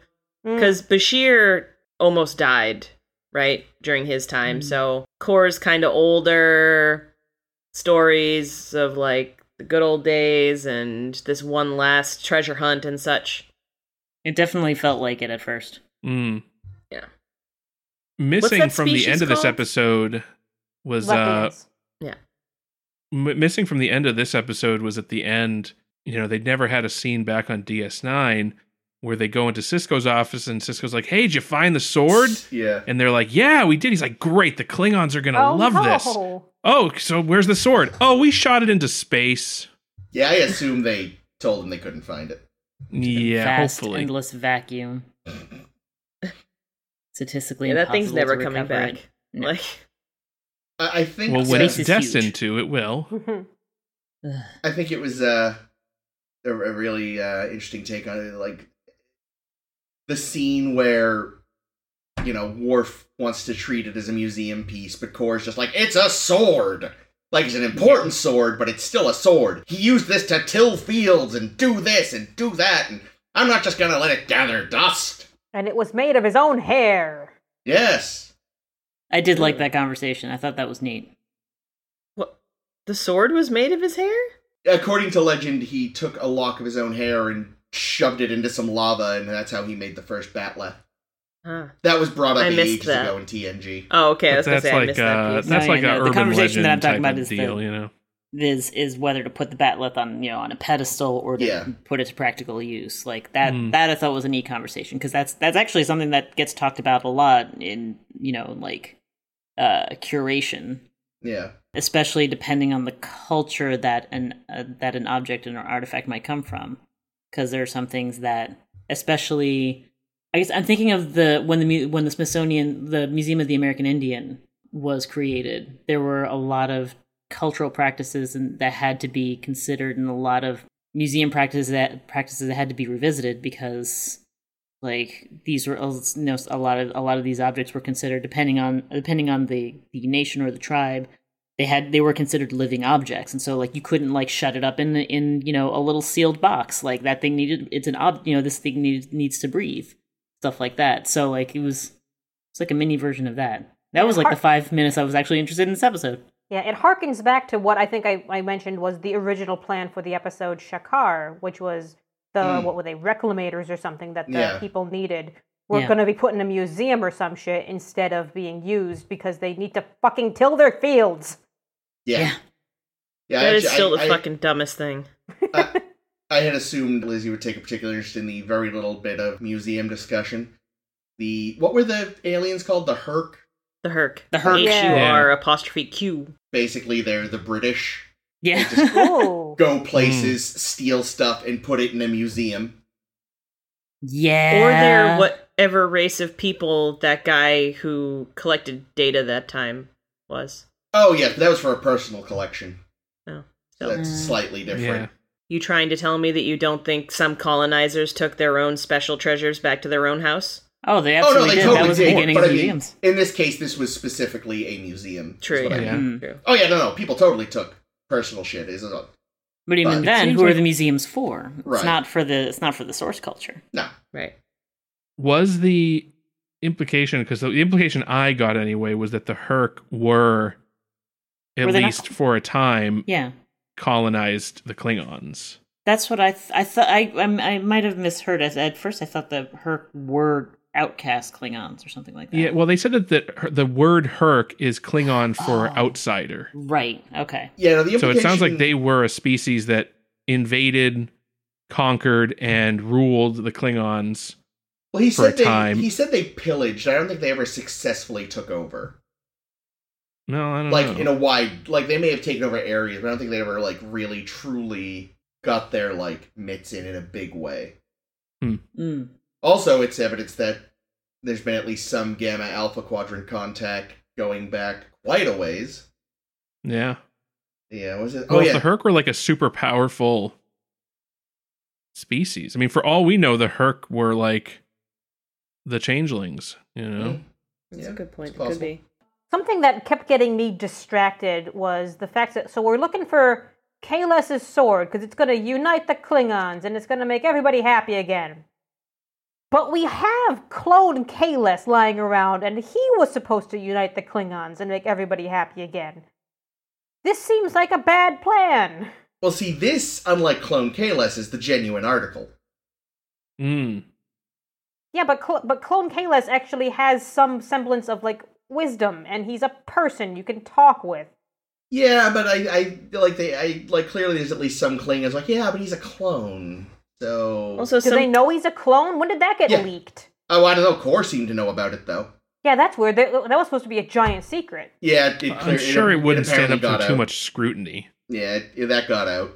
Speaker 3: Mm.
Speaker 5: because Bashir almost died right during his time. So Core's kind of older stories of like the good old days and this one last treasure hunt and such.
Speaker 2: <laughs> It definitely felt like it at first.
Speaker 4: Mm.
Speaker 5: Yeah.
Speaker 4: Missing
Speaker 5: that
Speaker 4: from the
Speaker 5: species
Speaker 4: end of this
Speaker 5: called?
Speaker 4: episode was uh,
Speaker 3: Ruffians.
Speaker 4: m- missing from the end of this episode was at the end. You know, they'd never had a scene back on DS9 where they go into Cisco's office and Cisco's like, "Hey, did you find the sword?"
Speaker 1: Yeah.
Speaker 4: And they're like, "Yeah, we did." He's like, "Great, the Klingons are gonna
Speaker 5: Oh,
Speaker 4: love this."
Speaker 3: no.
Speaker 4: Oh, so where's the sword? Oh, we shot it into space.
Speaker 1: Yeah, I assume they told him they couldn't find it.
Speaker 4: Yeah,
Speaker 2: Vast,
Speaker 4: hopefully.
Speaker 2: endless vacuum. Statistically,
Speaker 5: Yeah, that thing's
Speaker 2: impossible to
Speaker 5: never coming
Speaker 2: recover
Speaker 5: back.
Speaker 2: it. No.
Speaker 5: Like
Speaker 1: I, I think.
Speaker 4: well, when
Speaker 1: uh,
Speaker 4: it's
Speaker 2: Space is
Speaker 4: destined
Speaker 2: huge.
Speaker 4: to, it will.
Speaker 1: I think it was uh, a, a really uh, interesting take on it. Like the scene where you know Worf wants to treat it as a museum piece, but Kor's just like it's a sword. Like it's an important sword, but it's still a sword. He used this to till fields and do this and do that, and I'm not just gonna let it gather dust.
Speaker 3: <laughs> and it was made of his own hair.
Speaker 1: Yes.
Speaker 2: I did like that conversation. I thought that was neat.
Speaker 5: what? The sword was made of his hair.
Speaker 1: According to legend, he took a lock of his own hair and shoved it into some lava, and that's how he made the first batlet.
Speaker 5: Ah.
Speaker 1: That was brought up
Speaker 5: I missed
Speaker 1: ages
Speaker 5: that.
Speaker 1: ago in TNG.
Speaker 5: Oh, okay. I was
Speaker 4: But
Speaker 5: gonna
Speaker 4: that's
Speaker 5: say I
Speaker 4: like
Speaker 5: missed that
Speaker 4: uh,
Speaker 5: piece.
Speaker 2: No,
Speaker 4: that's
Speaker 2: you
Speaker 4: like
Speaker 2: know,
Speaker 4: a
Speaker 2: the
Speaker 4: urban
Speaker 2: conversation that I'm
Speaker 4: legend
Speaker 2: talking
Speaker 4: type
Speaker 2: about
Speaker 4: of
Speaker 2: is the-
Speaker 4: deal, you know.
Speaker 2: Is is whether to put the batleth on you know on a pedestal or to
Speaker 1: Yeah.
Speaker 2: put it to practical use. Like that
Speaker 4: Mm.
Speaker 2: that I thought was a neat conversation because that's that's actually something that gets talked about a lot in you know like uh curation
Speaker 1: Yeah.
Speaker 2: especially depending on the culture that an uh, that an object and or artifact might come from because there are some things that especially I guess I'm thinking of the when the mu- when the Smithsonian the Museum of the American Indian was created there were a lot of cultural practices and that had to be considered and a lot of museum practices that practices that had to be revisited because like these were you know, a lot of a lot of these objects were considered depending on depending on the the nation or the tribe they had they were considered living objects and so like you couldn't like shut it up in in you know a little sealed box like that thing needed it's an ob you know this thing needs needs to breathe stuff like that so like it was it's like a mini version of that that was like the five minutes i was actually interested in this episode
Speaker 3: Yeah, it harkens back to what I think I, I mentioned was the original plan for the episode Shakar, which was the
Speaker 1: Mm.
Speaker 3: what were they reclamators or something that the
Speaker 1: Yeah.
Speaker 3: people needed were
Speaker 2: Yeah.
Speaker 3: going to be put in a museum or some shit instead of being used because they need to fucking till their fields.
Speaker 1: Yeah. Yeah.
Speaker 5: That is
Speaker 1: actually,
Speaker 5: still the
Speaker 1: I, I-
Speaker 5: fucking dumbest thing.
Speaker 1: I, had assumed Lizzie would take a particular interest in the very little bit of museum discussion. The what were the aliens called? The Herc.
Speaker 5: The Herc.
Speaker 2: The Herc.
Speaker 5: H U
Speaker 4: Yeah.
Speaker 5: R apostrophe Q.
Speaker 1: Basically, they're the British.
Speaker 2: yeah
Speaker 3: Ooh.
Speaker 1: Go places, steal stuff, and put it in a museum.
Speaker 2: <laughs> yeah
Speaker 5: Or they're whatever race of people that guy who collected data that time was.
Speaker 1: Oh yeah, that was for a personal collection.
Speaker 5: Oh,
Speaker 1: So that's slightly different.
Speaker 5: You trying to tell me that you don't think some colonizers took their own special treasures back to their own house?
Speaker 2: oh they
Speaker 1: Oh no,
Speaker 2: absolutely
Speaker 1: they
Speaker 2: did
Speaker 1: totally
Speaker 2: that was
Speaker 1: did.
Speaker 2: the beginning
Speaker 1: but
Speaker 2: of
Speaker 1: I mean,
Speaker 2: museums
Speaker 1: in this case, this was specifically a museum. is
Speaker 5: True.
Speaker 1: what I
Speaker 5: Yeah.
Speaker 1: mean.
Speaker 4: Yeah.
Speaker 2: Mm.
Speaker 5: True.
Speaker 1: Oh yeah, no, no, people totally took personal shit. Is
Speaker 2: but even
Speaker 1: But it
Speaker 2: then
Speaker 4: seems
Speaker 2: who are
Speaker 4: like-
Speaker 2: the museums for
Speaker 1: Right.
Speaker 2: it's not for the it's not for the source culture
Speaker 1: no.
Speaker 5: Right.
Speaker 4: Was the implication because the, the implication I got anyway was that the Herc were at
Speaker 2: Were they not-
Speaker 4: least for a time
Speaker 2: yeah
Speaker 4: colonized the Klingons.
Speaker 2: That's what I th- I thought I, I I might have misheard. At, at first, I thought the her were outcast Klingons or something like that.
Speaker 4: Yeah, well, they said that the her- the word Herc is Klingon for
Speaker 2: Oh.
Speaker 4: outsider.
Speaker 2: right. Okay.
Speaker 1: Yeah, no, the
Speaker 4: So it sounds like
Speaker 1: implication-
Speaker 4: they were a species that invaded, conquered, and ruled the Klingons.
Speaker 1: Well, he
Speaker 4: for
Speaker 1: said
Speaker 4: a
Speaker 1: they,
Speaker 4: time.
Speaker 1: He said they pillaged. I don't think they ever successfully took over.
Speaker 4: Oh, No, I don't
Speaker 1: Like
Speaker 4: know.
Speaker 1: in a wide, like they may have taken over areas, but I don't think they ever like really truly got their like mitts in in a big way.
Speaker 2: Mm.
Speaker 1: Also, it's evidence that there's been at least some Gamma Alpha Quadrant contact going back quite a ways.
Speaker 4: yeah.
Speaker 1: Yeah, was it?
Speaker 4: Well,
Speaker 1: oh
Speaker 4: if
Speaker 1: yeah,
Speaker 4: the Herc were like a super powerful species, I mean, for all we know, the Herc were like the changelings, you know?
Speaker 1: Mhm.
Speaker 5: That's
Speaker 1: Yeah,
Speaker 5: a good point.
Speaker 1: it's
Speaker 5: It could
Speaker 1: possible.
Speaker 5: be.
Speaker 3: Something that kept getting me distracted was the fact that so we're looking for Kales's sword because it's going to unite the Klingons and it's going to make everybody happy again. But we have clone Kales lying around, and he was supposed to unite the Klingons and make everybody happy again. This seems like a bad plan.
Speaker 1: Well, see, this, unlike Clone Kales, is the genuine article.
Speaker 4: Mm.
Speaker 3: Yeah, but cl- but clone Kales actually has some semblance of like wisdom, and he's a person you can talk with.
Speaker 1: Yeah, but I, I like they, I like clearly there's at least some Klingons like, yeah, but he's a clone. So,
Speaker 5: Also,
Speaker 3: Do they
Speaker 5: some,
Speaker 3: know he's a clone? When did that get
Speaker 1: Yeah.
Speaker 3: leaked?
Speaker 1: oh, I don't know. Core seemed to know about it though.
Speaker 3: Yeah, that's weird. That, that was supposed to be a giant secret.
Speaker 1: Yeah, it, it
Speaker 4: I'm
Speaker 1: clear-
Speaker 4: sure it wouldn't stand
Speaker 1: apparently
Speaker 4: up to
Speaker 1: got
Speaker 4: too
Speaker 1: out.
Speaker 4: much scrutiny.
Speaker 1: Yeah, it, that got out.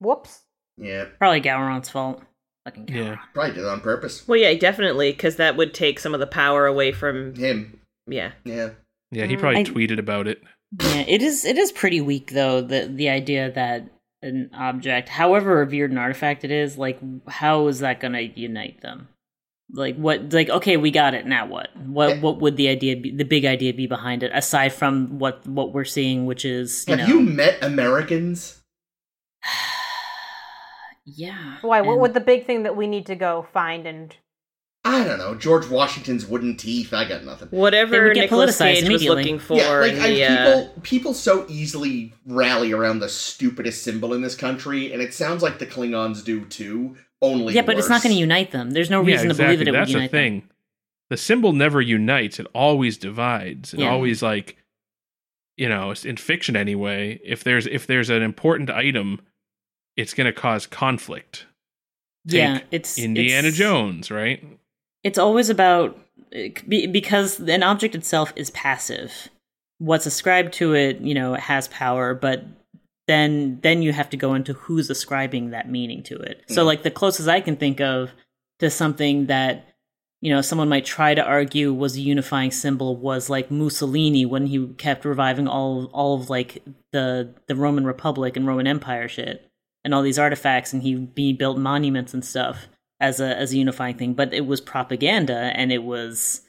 Speaker 3: Whoops.
Speaker 1: Yeah,
Speaker 2: Probably Gowron's fault. Fucking Gowron.
Speaker 4: Yeah.
Speaker 1: probably did it on purpose.
Speaker 5: well, yeah, definitely, because that would take some of the power away from.
Speaker 1: Him.
Speaker 5: Yeah.
Speaker 1: Yeah.
Speaker 4: Yeah, he
Speaker 3: Mm,
Speaker 4: probably
Speaker 2: I-
Speaker 4: tweeted about it.
Speaker 2: Yeah, it is. It is pretty weak, though. The the idea that an object, however revered an artifact it is, like how is that going to unite them? Like what? Like okay, we got it. Now what?
Speaker 1: Eh.
Speaker 2: What? What would the idea be? The big idea be behind it, aside from what what we're seeing, which is you
Speaker 1: Have
Speaker 2: know,
Speaker 1: you met Americans?
Speaker 2: <sighs> yeah.
Speaker 3: Why? What
Speaker 2: and-
Speaker 3: would the big thing that we need to go find and?
Speaker 1: I don't know. George Washington's wooden teeth. I got nothing.
Speaker 2: They
Speaker 5: Whatever
Speaker 2: would get
Speaker 5: Nicholas
Speaker 2: politicized
Speaker 5: Cage was
Speaker 2: immediately.
Speaker 5: looking for.
Speaker 1: yeah, like
Speaker 5: in
Speaker 1: I,
Speaker 5: the, uh,
Speaker 1: people, people so easily rally around the stupidest symbol in this country, and it sounds like the Klingons do too. Only
Speaker 2: yeah, but it's not
Speaker 1: worse.
Speaker 2: going to unite them. There's no
Speaker 4: Yeah,
Speaker 2: reason to
Speaker 4: exactly.
Speaker 2: believe that it
Speaker 4: That's
Speaker 2: would
Speaker 4: the
Speaker 2: unite them.
Speaker 4: thing. The symbol never unites; it always divides. It
Speaker 2: Yeah.
Speaker 4: always like, you know, in fiction anyway. If there's if there's an important item, it's going to cause conflict. Take
Speaker 2: yeah, it's
Speaker 4: Indiana
Speaker 2: it's-
Speaker 4: Jones, right?
Speaker 2: it's always about it be- because an object itself is passive what's ascribed to it you know it has power but then then you have to go into who's ascribing that meaning to it so
Speaker 1: Mm.
Speaker 2: like the closest i can think of to something that you know someone might try to argue was a unifying symbol was like mussolini when he kept reviving all all of like the the roman republic and roman empire shit and all these artifacts and he, he built monuments and stuff as a as a unifying thing, but it was propaganda and it was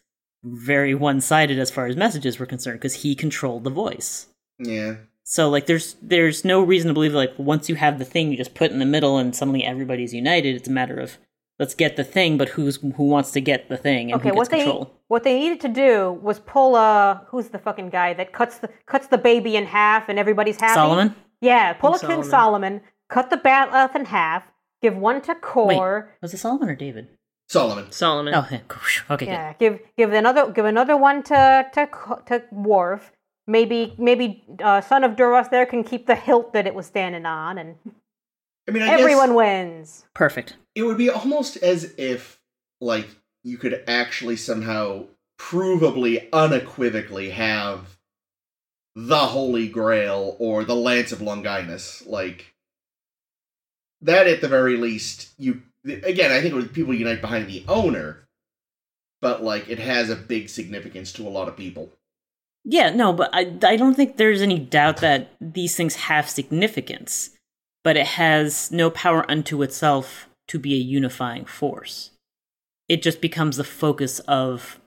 Speaker 2: very one sided as far as messages were concerned because he controlled the voice.
Speaker 1: Yeah,
Speaker 2: So like there's there's no reason to believe like once you have the thing you just put in the middle and suddenly everybody's united. It's a matter of let's get the thing, but who's who wants to get the thing and
Speaker 3: Okay,
Speaker 2: who gets
Speaker 3: what they
Speaker 2: control.
Speaker 3: what they needed to do was pull uh who's the fucking guy that cuts the cuts the baby in half and everybody's happy.
Speaker 2: Solomon?
Speaker 3: Yeah, pull a
Speaker 5: King
Speaker 3: King Solomon, cut the batleth in half, give one to Core.
Speaker 2: Was it Solomon or David?
Speaker 1: Solomon.
Speaker 5: Solomon.
Speaker 2: Oh, yeah. <laughs> okay, good.
Speaker 3: Yeah, give give another give another one to to Co- to Worf. Maybe maybe uh, son of Duras there can keep the hilt that it was standing on, and
Speaker 1: I mean, I
Speaker 3: everyone
Speaker 1: guess
Speaker 3: wins.
Speaker 2: Perfect.
Speaker 1: it would be almost as if like you could actually somehow provably, unequivocally have the Holy Grail or the Lance of Longinus. Like that, at the very least, you again. I think it would, people unite behind the owner, but like it has a big significance to a lot of people.
Speaker 2: Yeah, no, but I, I don't think there's any doubt that these things have significance, but it has no power unto itself to be a unifying force. It just becomes the focus of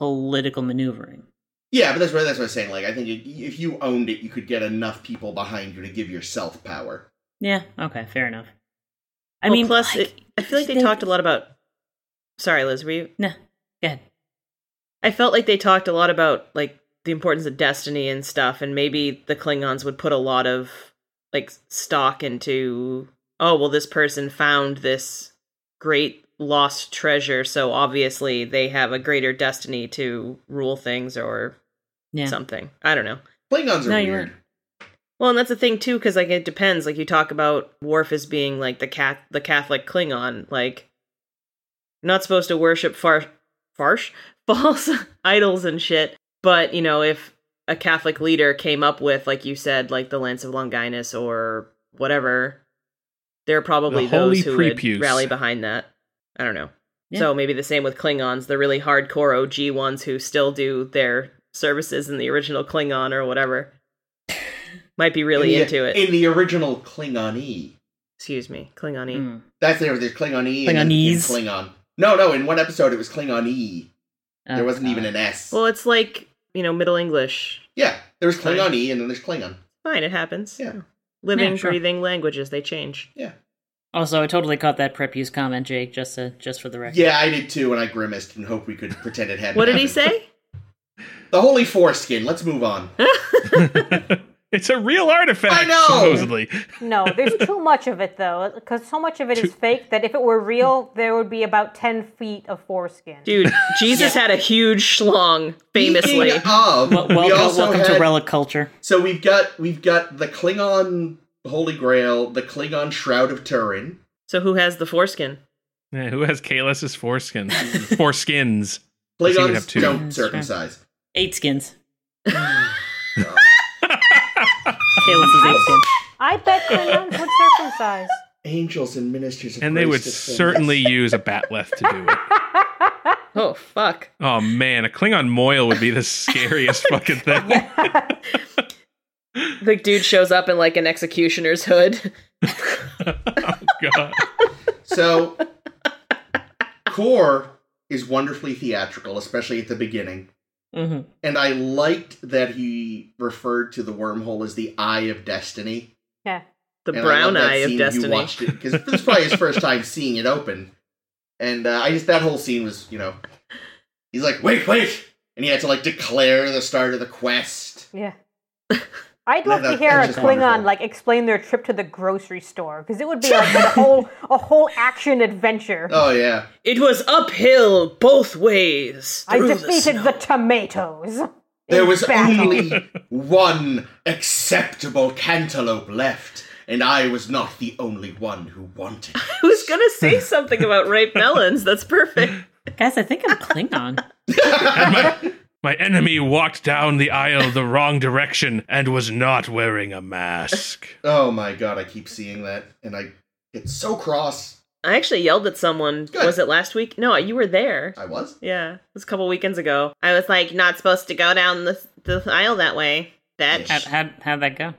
Speaker 2: political maneuvering.
Speaker 1: Yeah, but that's what that's what I'm saying. Like, I think if you owned it, you could get enough people behind you to give yourself power.
Speaker 2: Yeah, okay, fair enough. I
Speaker 5: Well,
Speaker 2: mean,
Speaker 5: plus,
Speaker 2: like,
Speaker 5: it, I feel like they,
Speaker 2: they-
Speaker 5: talked a lot about. Sorry, Liz. Were you?
Speaker 2: nah, go ahead.
Speaker 5: I felt like they talked a lot about like the importance of destiny and stuff, and maybe the Klingons would put a lot of like stock into. Oh well, this person found this great lost treasure, so obviously they have a greater destiny to rule things or
Speaker 2: Yeah.
Speaker 5: something. I don't know.
Speaker 1: Klingons are
Speaker 2: No, you're
Speaker 1: weird.
Speaker 5: Well, and that's the thing too, because like it depends. Like you talk about Worf as being like the cat, the Catholic Klingon, like not supposed to worship far, farsh, <laughs> false idols and shit. But you know, if a Catholic leader came up with, like you said, like the Lance of Longinus or whatever, there are probably
Speaker 4: The holy
Speaker 5: those who would
Speaker 4: prepuce.
Speaker 5: rally behind that. I don't know.
Speaker 2: Yeah.
Speaker 5: So maybe the same with Klingons, the really hardcore OG ones who still do their services in the original Klingon or whatever. might be really
Speaker 1: in the,
Speaker 5: into it.
Speaker 1: In the original Klingon-y.
Speaker 5: Excuse me, Klingon-y.
Speaker 1: Hmm.
Speaker 2: Mm.
Speaker 1: That's the difference. There's Klingon-y and- and
Speaker 2: Klingonese.
Speaker 1: Klingon. No, no, in one episode it was Klingon-y.
Speaker 2: Oh,
Speaker 1: There wasn't
Speaker 2: God.
Speaker 1: even an S.
Speaker 5: Well, it's like you know Middle English.
Speaker 1: yeah, there was Klingon-y and then there's Klingon.
Speaker 5: Fine, it happens.
Speaker 1: Yeah.
Speaker 5: Living,
Speaker 2: Yeah, sure.
Speaker 5: breathing languages, they change.
Speaker 1: Yeah.
Speaker 2: Also, I totally caught that prep use comment, Jake. Just to, just for the record.
Speaker 1: Yeah, I did too, and I grimaced and hoped we could <laughs> pretend it hadn't
Speaker 5: What did he
Speaker 1: happened. <laughs>
Speaker 5: say?
Speaker 1: The holy foreskin. Let's move on.
Speaker 4: <laughs> it's a real artifact,
Speaker 1: I know!
Speaker 4: supposedly.
Speaker 3: No, there's too much of it though, because so much of it is fake that if it were real, there would be about ten feet of foreskin.
Speaker 5: Dude, Jesus had a huge schlong, <laughs> famously.
Speaker 1: Speaking of, <laughs>
Speaker 2: Well,
Speaker 1: we
Speaker 2: welcome,
Speaker 1: also
Speaker 2: welcome
Speaker 1: had,
Speaker 2: to relic culture.
Speaker 1: So we've got we've got the Klingon Holy Grail, the Klingon Shroud of Turin.
Speaker 5: So who has the foreskin?
Speaker 4: Yeah, who has Kales's foreskin? Foreskins. Yes, he would have
Speaker 1: Klingons
Speaker 4: two.
Speaker 1: don't
Speaker 2: That's right.
Speaker 1: circumcise.
Speaker 2: Eight <laughs> skins.
Speaker 1: God.
Speaker 2: Kalen's is eight skins.
Speaker 3: I bet Klingons would circumcise.
Speaker 1: Angels and ministers, of
Speaker 4: And they
Speaker 1: grace
Speaker 4: would
Speaker 1: descend.
Speaker 4: certainly use a bat left to do it.
Speaker 5: Oh fuck.
Speaker 4: Oh man, a Klingon moil would be the scariest fucking thing.
Speaker 5: The dude shows up in like an executioner's hood. <laughs>
Speaker 4: oh god.
Speaker 1: So, Core is wonderfully theatrical, especially at the beginning.
Speaker 2: hmm
Speaker 1: And I liked that he referred to the wormhole as the Eye of Destiny.
Speaker 3: Yeah.
Speaker 5: The
Speaker 1: And I love
Speaker 5: brown
Speaker 1: that
Speaker 5: eye
Speaker 1: scene
Speaker 5: of
Speaker 1: you
Speaker 5: destiny.
Speaker 1: watched it because this is probably his first time seeing it open, and uh, I just that whole scene was you know, he's like wait wait, and he had to like declare the start of the quest.
Speaker 3: Yeah. I'd
Speaker 1: No,
Speaker 3: love to
Speaker 1: that-
Speaker 3: hear a
Speaker 1: that's
Speaker 3: Klingon
Speaker 1: just wonderful.
Speaker 3: like explain their trip to the grocery store because it would be like a whole a whole action adventure.
Speaker 1: Oh yeah,
Speaker 5: It was uphill both ways.
Speaker 3: I
Speaker 5: through the
Speaker 3: defeated
Speaker 5: snow.
Speaker 3: the, tomatoes. in
Speaker 1: there was
Speaker 3: battle.
Speaker 1: only <laughs> one acceptable cantaloupe left, and I was not the only one who wanted. it.
Speaker 5: I was gonna say something about ripe melons. That's perfect.
Speaker 2: Guys, I think I'm Klingon.
Speaker 4: And my, my enemy walked down the aisle the wrong direction and was not wearing a mask.
Speaker 1: Oh my god, I keep seeing that, and I get so cross.
Speaker 5: I actually yelled at someone.
Speaker 1: Good.
Speaker 5: Was it last week? No, you were there.
Speaker 1: I was.
Speaker 5: Yeah, it was a couple weekends ago. I was like, not supposed to go down the the aisle that way. That
Speaker 2: How how <laughs> how'd that go?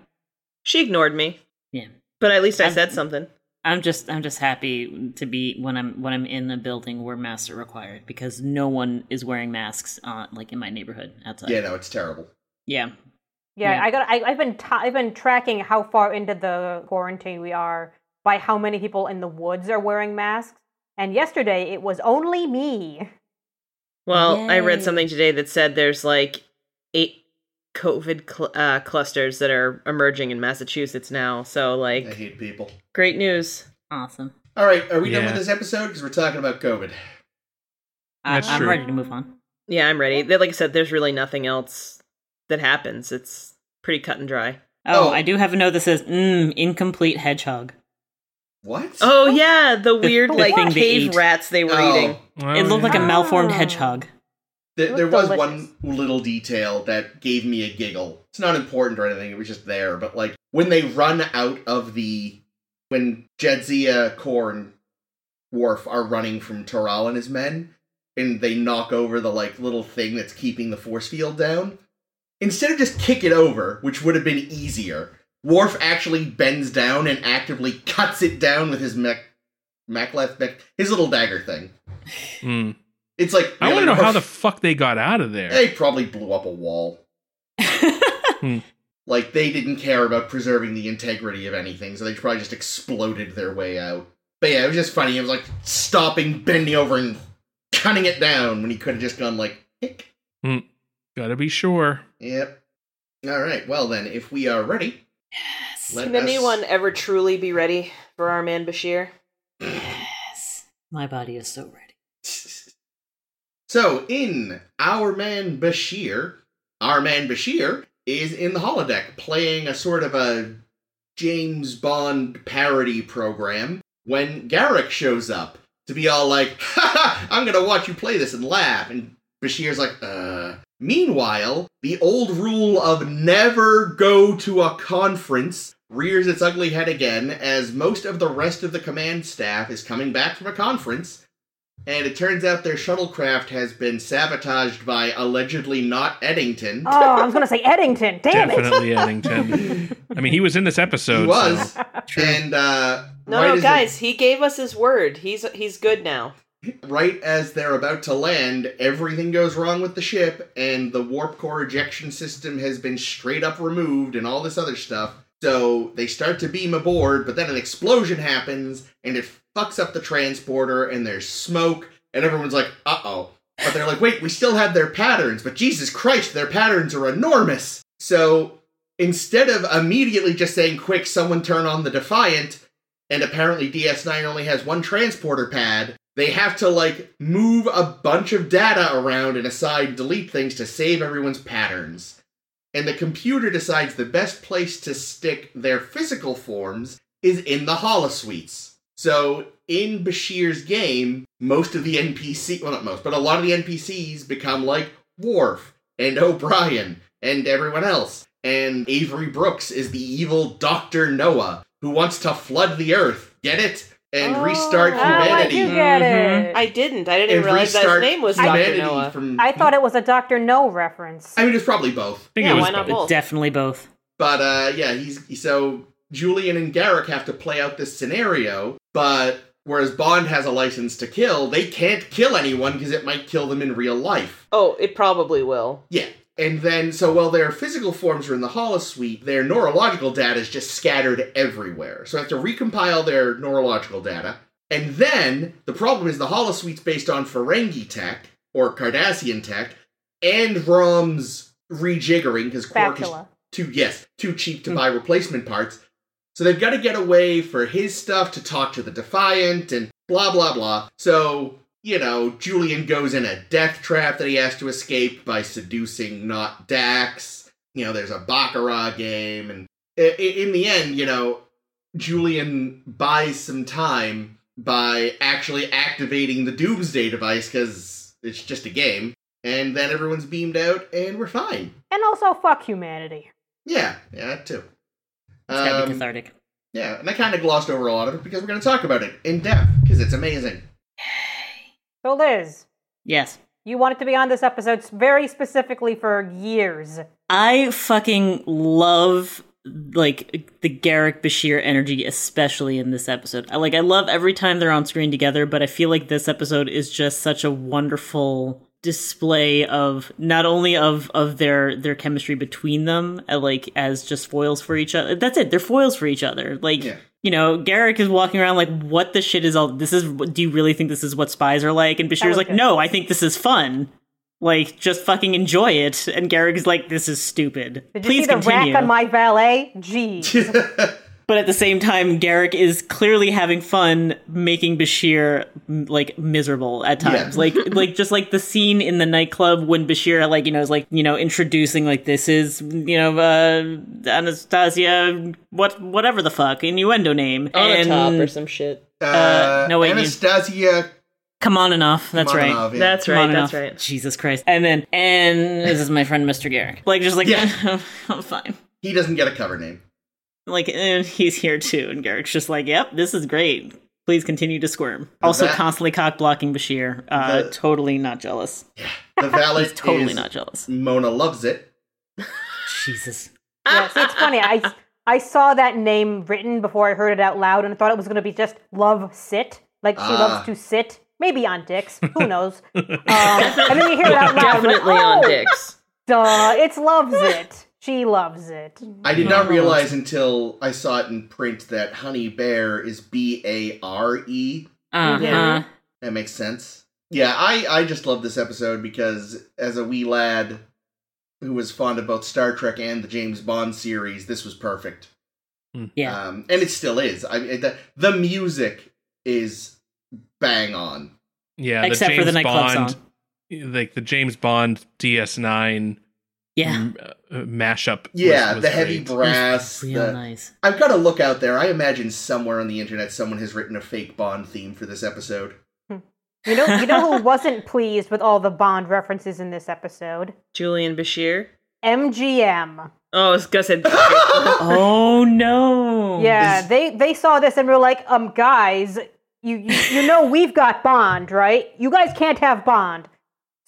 Speaker 5: she ignored me,
Speaker 2: Yeah.
Speaker 5: but at least I
Speaker 2: I'm-
Speaker 5: said something.
Speaker 2: I'm just I'm just happy to be when I'm when I'm in a building where masks are required because no one is wearing masks uh, like in my neighborhood outside.
Speaker 1: Yeah, no, it's terrible.
Speaker 2: yeah.
Speaker 3: Yeah,
Speaker 2: Yeah.
Speaker 3: I got. I, I've been. T- I've been tracking how far into the quarantine we are by how many people in the woods are wearing masks. And yesterday it was only me.
Speaker 5: Well, I read
Speaker 2: Yay.
Speaker 5: something today that said there's like eight COVID cl- uh, clusters that are emerging in Massachusetts now. So,
Speaker 1: I
Speaker 5: like,
Speaker 1: hate people.
Speaker 5: great news.
Speaker 2: Awesome.
Speaker 1: All right, are we done
Speaker 4: Yeah.
Speaker 1: with this episode? Because we're talking about COVID.
Speaker 2: I,
Speaker 4: That's
Speaker 2: I'm
Speaker 4: true.
Speaker 2: ready to move on.
Speaker 5: Yeah, I'm ready. Like I said, there's really nothing else that happens. It's pretty cut and dry.
Speaker 2: Oh,
Speaker 1: Oh.
Speaker 2: I do have a note that says mm, incomplete hedgehog.
Speaker 1: What?
Speaker 5: Oh yeah, the <laughs> weird
Speaker 2: the
Speaker 5: like
Speaker 2: thing they
Speaker 5: cave
Speaker 2: eat.
Speaker 5: rats they were
Speaker 1: Oh.
Speaker 5: eating.
Speaker 4: Oh,
Speaker 2: it looked like a
Speaker 4: yeah.
Speaker 2: malformed
Speaker 3: Ah.
Speaker 2: hedgehog.
Speaker 1: There,
Speaker 3: Looked
Speaker 1: there was
Speaker 3: delicious.
Speaker 1: one little detail that gave me a giggle. It's not important or anything, it was just there. But, like, when they run out of the. When Jedzia, Kor, and Worf are running from Toral and his men, and they knock over the, like, little thing that's keeping the force field down, instead of just kick it over, which would have been easier, Worf actually bends down and actively cuts it down with his mech. Macleth, mech, his little dagger thing.
Speaker 4: Mm.
Speaker 1: It's like
Speaker 4: I
Speaker 1: really
Speaker 4: want to know how the
Speaker 1: rough.
Speaker 4: fuck they got out of there.
Speaker 1: They probably blew up a wall. Like they didn't care about preserving the integrity of anything, so they probably just exploded their way out. But yeah, it was just funny. It was like stopping, bending over, and cutting it down when he could have just gone like, "Hick."
Speaker 4: Gotta be sure.
Speaker 1: "Yep." All right. Well then, if we are ready, yes.
Speaker 5: Can anyone ever truly be ready for our man Bashir?
Speaker 2: yes. My body is so ready.
Speaker 1: <laughs> So, in Our Man Bashir, Our Man Bashir is in the holodeck playing a sort of a James Bond parody program when Garrick shows up to be all like, "Ha ha, I'm gonna watch you play this and laugh. And Bashir's like, uh. Meanwhile, the old rule of never go to a conference rears its ugly head again as most of the rest of the command staff is coming back from a conference And it turns out their shuttlecraft has been sabotaged by allegedly not Eddington.
Speaker 3: Oh, I was gonna say Eddington. Damn it!
Speaker 4: Definitely Eddington. I mean, he was in this episode.
Speaker 1: he was.
Speaker 4: so-
Speaker 1: And uh,
Speaker 5: No,
Speaker 1: right
Speaker 5: no,
Speaker 1: as they-
Speaker 5: guys, he gave us his word. He's he's good now.
Speaker 1: right as they're about to land, everything goes wrong with the ship, and the warp core ejection system has been straight up removed, and all this other stuff. So they start to beam aboard, but then an explosion happens, and it fucks up the transporter, and there's smoke, and everyone's like, uh oh. But they're like, wait, we still have their patterns, but Jesus Christ, their patterns are enormous. So instead of immediately just saying, quick, someone turn on the Defiant, and apparently DS9 only has one transporter pad, they have to like move a bunch of data around and aside delete things to save everyone's patterns. And the computer decides the best place to stick their physical forms is in the holosuites. So in Bashir's game, most of the NPC well not most, but a lot of the NPCs become like Worf and O'Brien and everyone else. And Avery Brooks is the evil Dr. Noah who wants to flood the earth. Get it? And restart
Speaker 3: Oh, I
Speaker 1: humanity
Speaker 3: do get it.
Speaker 2: Mm-hmm.
Speaker 5: I didn't. I didn't realize that his
Speaker 1: restart
Speaker 5: name was Dr.
Speaker 1: humanity
Speaker 5: Noah.
Speaker 1: From,
Speaker 3: I thought it was a Doctor No reference.
Speaker 1: I mean, it's probably both.
Speaker 4: I think
Speaker 5: Yeah,
Speaker 4: it was
Speaker 5: why not
Speaker 4: both.
Speaker 5: both?
Speaker 2: Definitely both.
Speaker 1: But uh, yeah, he's so Julian and Garrick have to play out this scenario. But whereas Bond has a license to kill, they can't kill anyone because it might kill them in real life.
Speaker 5: Oh, it probably will.
Speaker 1: Yeah. And then, so while their physical forms are in the holosuite, their neurological data is just scattered everywhere. So I have to recompile their neurological data. And then, the problem is the holosuite's based on Ferengi tech, or Cardassian tech, and Rom's rejiggering, because Quark is
Speaker 3: Spatula.
Speaker 1: too, yes, too cheap to buy replacement parts. So they've got to get away for his stuff to talk to the Defiant and blah, blah, blah. So you know, Julian goes in a death trap that he has to escape by seducing not Dax. You know, there's a Baccarat game, and i- i- in the end, you know, Julian buys some time by actually activating the Doomsday device because it's just a game, and then everyone's beamed out, and we're fine.
Speaker 3: And also, fuck humanity.
Speaker 1: Yeah, yeah, that too.
Speaker 2: It's gotta be
Speaker 1: Um,
Speaker 2: cathartic.
Speaker 1: yeah, and I kind of glossed over a lot of it because we're going to talk about it in depth because it's amazing.
Speaker 3: So, Liz,
Speaker 2: Yes.
Speaker 3: you wanted to be on this episode very specifically for years.
Speaker 2: I fucking love like the Garrick Bashir energy, especially in this episode. I like I love every time they're on screen together, but I feel like this episode is just such a wonderful display of not only of of their their chemistry between them uh, like as just foils for each other that's it they're foils for each other like
Speaker 1: Yeah.
Speaker 2: you know garrick is walking around like what the shit is all this is do you really think this is what spies are like and bashir's
Speaker 3: was
Speaker 2: like
Speaker 3: good.
Speaker 2: no i think this is fun like, just fucking enjoy it. And Garrick's like, this is stupid.
Speaker 3: Did you
Speaker 2: Please
Speaker 3: see the
Speaker 2: continue.
Speaker 3: rack on my valet? Jeez.
Speaker 2: but at the same time, Garrick is clearly having fun making Bashir m- like miserable at times.
Speaker 1: Yeah.
Speaker 2: <laughs> Like, like just like the scene in the nightclub when Bashir like you know is like you know introducing like this is you know uh, Anastasia what whatever the fuck innuendo name
Speaker 5: On
Speaker 2: and
Speaker 5: a top or some shit.
Speaker 1: <laughs>
Speaker 2: Uh, no, wait, you-
Speaker 1: Anastasia
Speaker 2: come on and off. That's right.
Speaker 1: Romanov, yeah.
Speaker 5: That's right. That's
Speaker 2: Romanov.
Speaker 5: right.
Speaker 2: Jesus Christ. And then, and this is my friend Mr. Garrick. Like, just like,
Speaker 1: Yeah.
Speaker 2: <laughs> I'm fine.
Speaker 1: He doesn't get a cover name.
Speaker 2: Like, eh, he's here too. And Garrick's just like, yep, this is great. Please continue to squirm. Also,
Speaker 1: that-
Speaker 2: constantly cock blocking Bashir. Uh,
Speaker 1: The-
Speaker 2: totally not jealous.
Speaker 1: The valet
Speaker 2: <laughs> He's totally
Speaker 1: is
Speaker 2: not jealous.
Speaker 1: Mona loves it.
Speaker 2: Jesus.
Speaker 3: yes, it's funny.
Speaker 5: <laughs>
Speaker 3: I I saw that name written before I heard it out loud, and I thought it was going to be just love sit, like she
Speaker 1: Ah.
Speaker 3: loves to sit, maybe on
Speaker 5: <laughs>
Speaker 3: dicks. Who knows? um, and then you hear it out loud, like,
Speaker 5: Definitely on
Speaker 3: "Oh,
Speaker 5: dicks.
Speaker 3: Duh, it's loves it. She loves it.
Speaker 1: I did not
Speaker 2: Mona
Speaker 1: realize until I saw it in print that honey bear is B A R E.
Speaker 2: Uh huh.
Speaker 5: Yeah.
Speaker 1: That makes sense. Yeah, I, I just love this episode because as a wee lad who was fond of both Star Trek and the James Bond series, this was perfect.
Speaker 4: Hmm.
Speaker 2: Yeah.
Speaker 1: Um, and it still is. I the, the music is bang on.
Speaker 4: Yeah,
Speaker 2: Except for the nightclub
Speaker 4: Bond,
Speaker 2: song.
Speaker 4: like the James Bond DS9
Speaker 2: Yeah.
Speaker 4: m- uh, mashup. was-
Speaker 1: Yeah,
Speaker 4: was
Speaker 1: the heavy
Speaker 4: great.
Speaker 1: brass.
Speaker 2: Real
Speaker 1: the-
Speaker 2: nice.
Speaker 1: I've got to look out there. I imagine somewhere on the internet someone has written a fake Bond theme for this episode.
Speaker 3: You know, you know who wasn't pleased with all the Bond references in this episode?
Speaker 5: Julian Bashir.
Speaker 3: MGM.
Speaker 5: Oh, I was gonna say
Speaker 2: <laughs> Oh no.
Speaker 3: Yeah, they they saw this and were like, um, guys, You, you you know we've got Bond, right? You guys can't have Bond.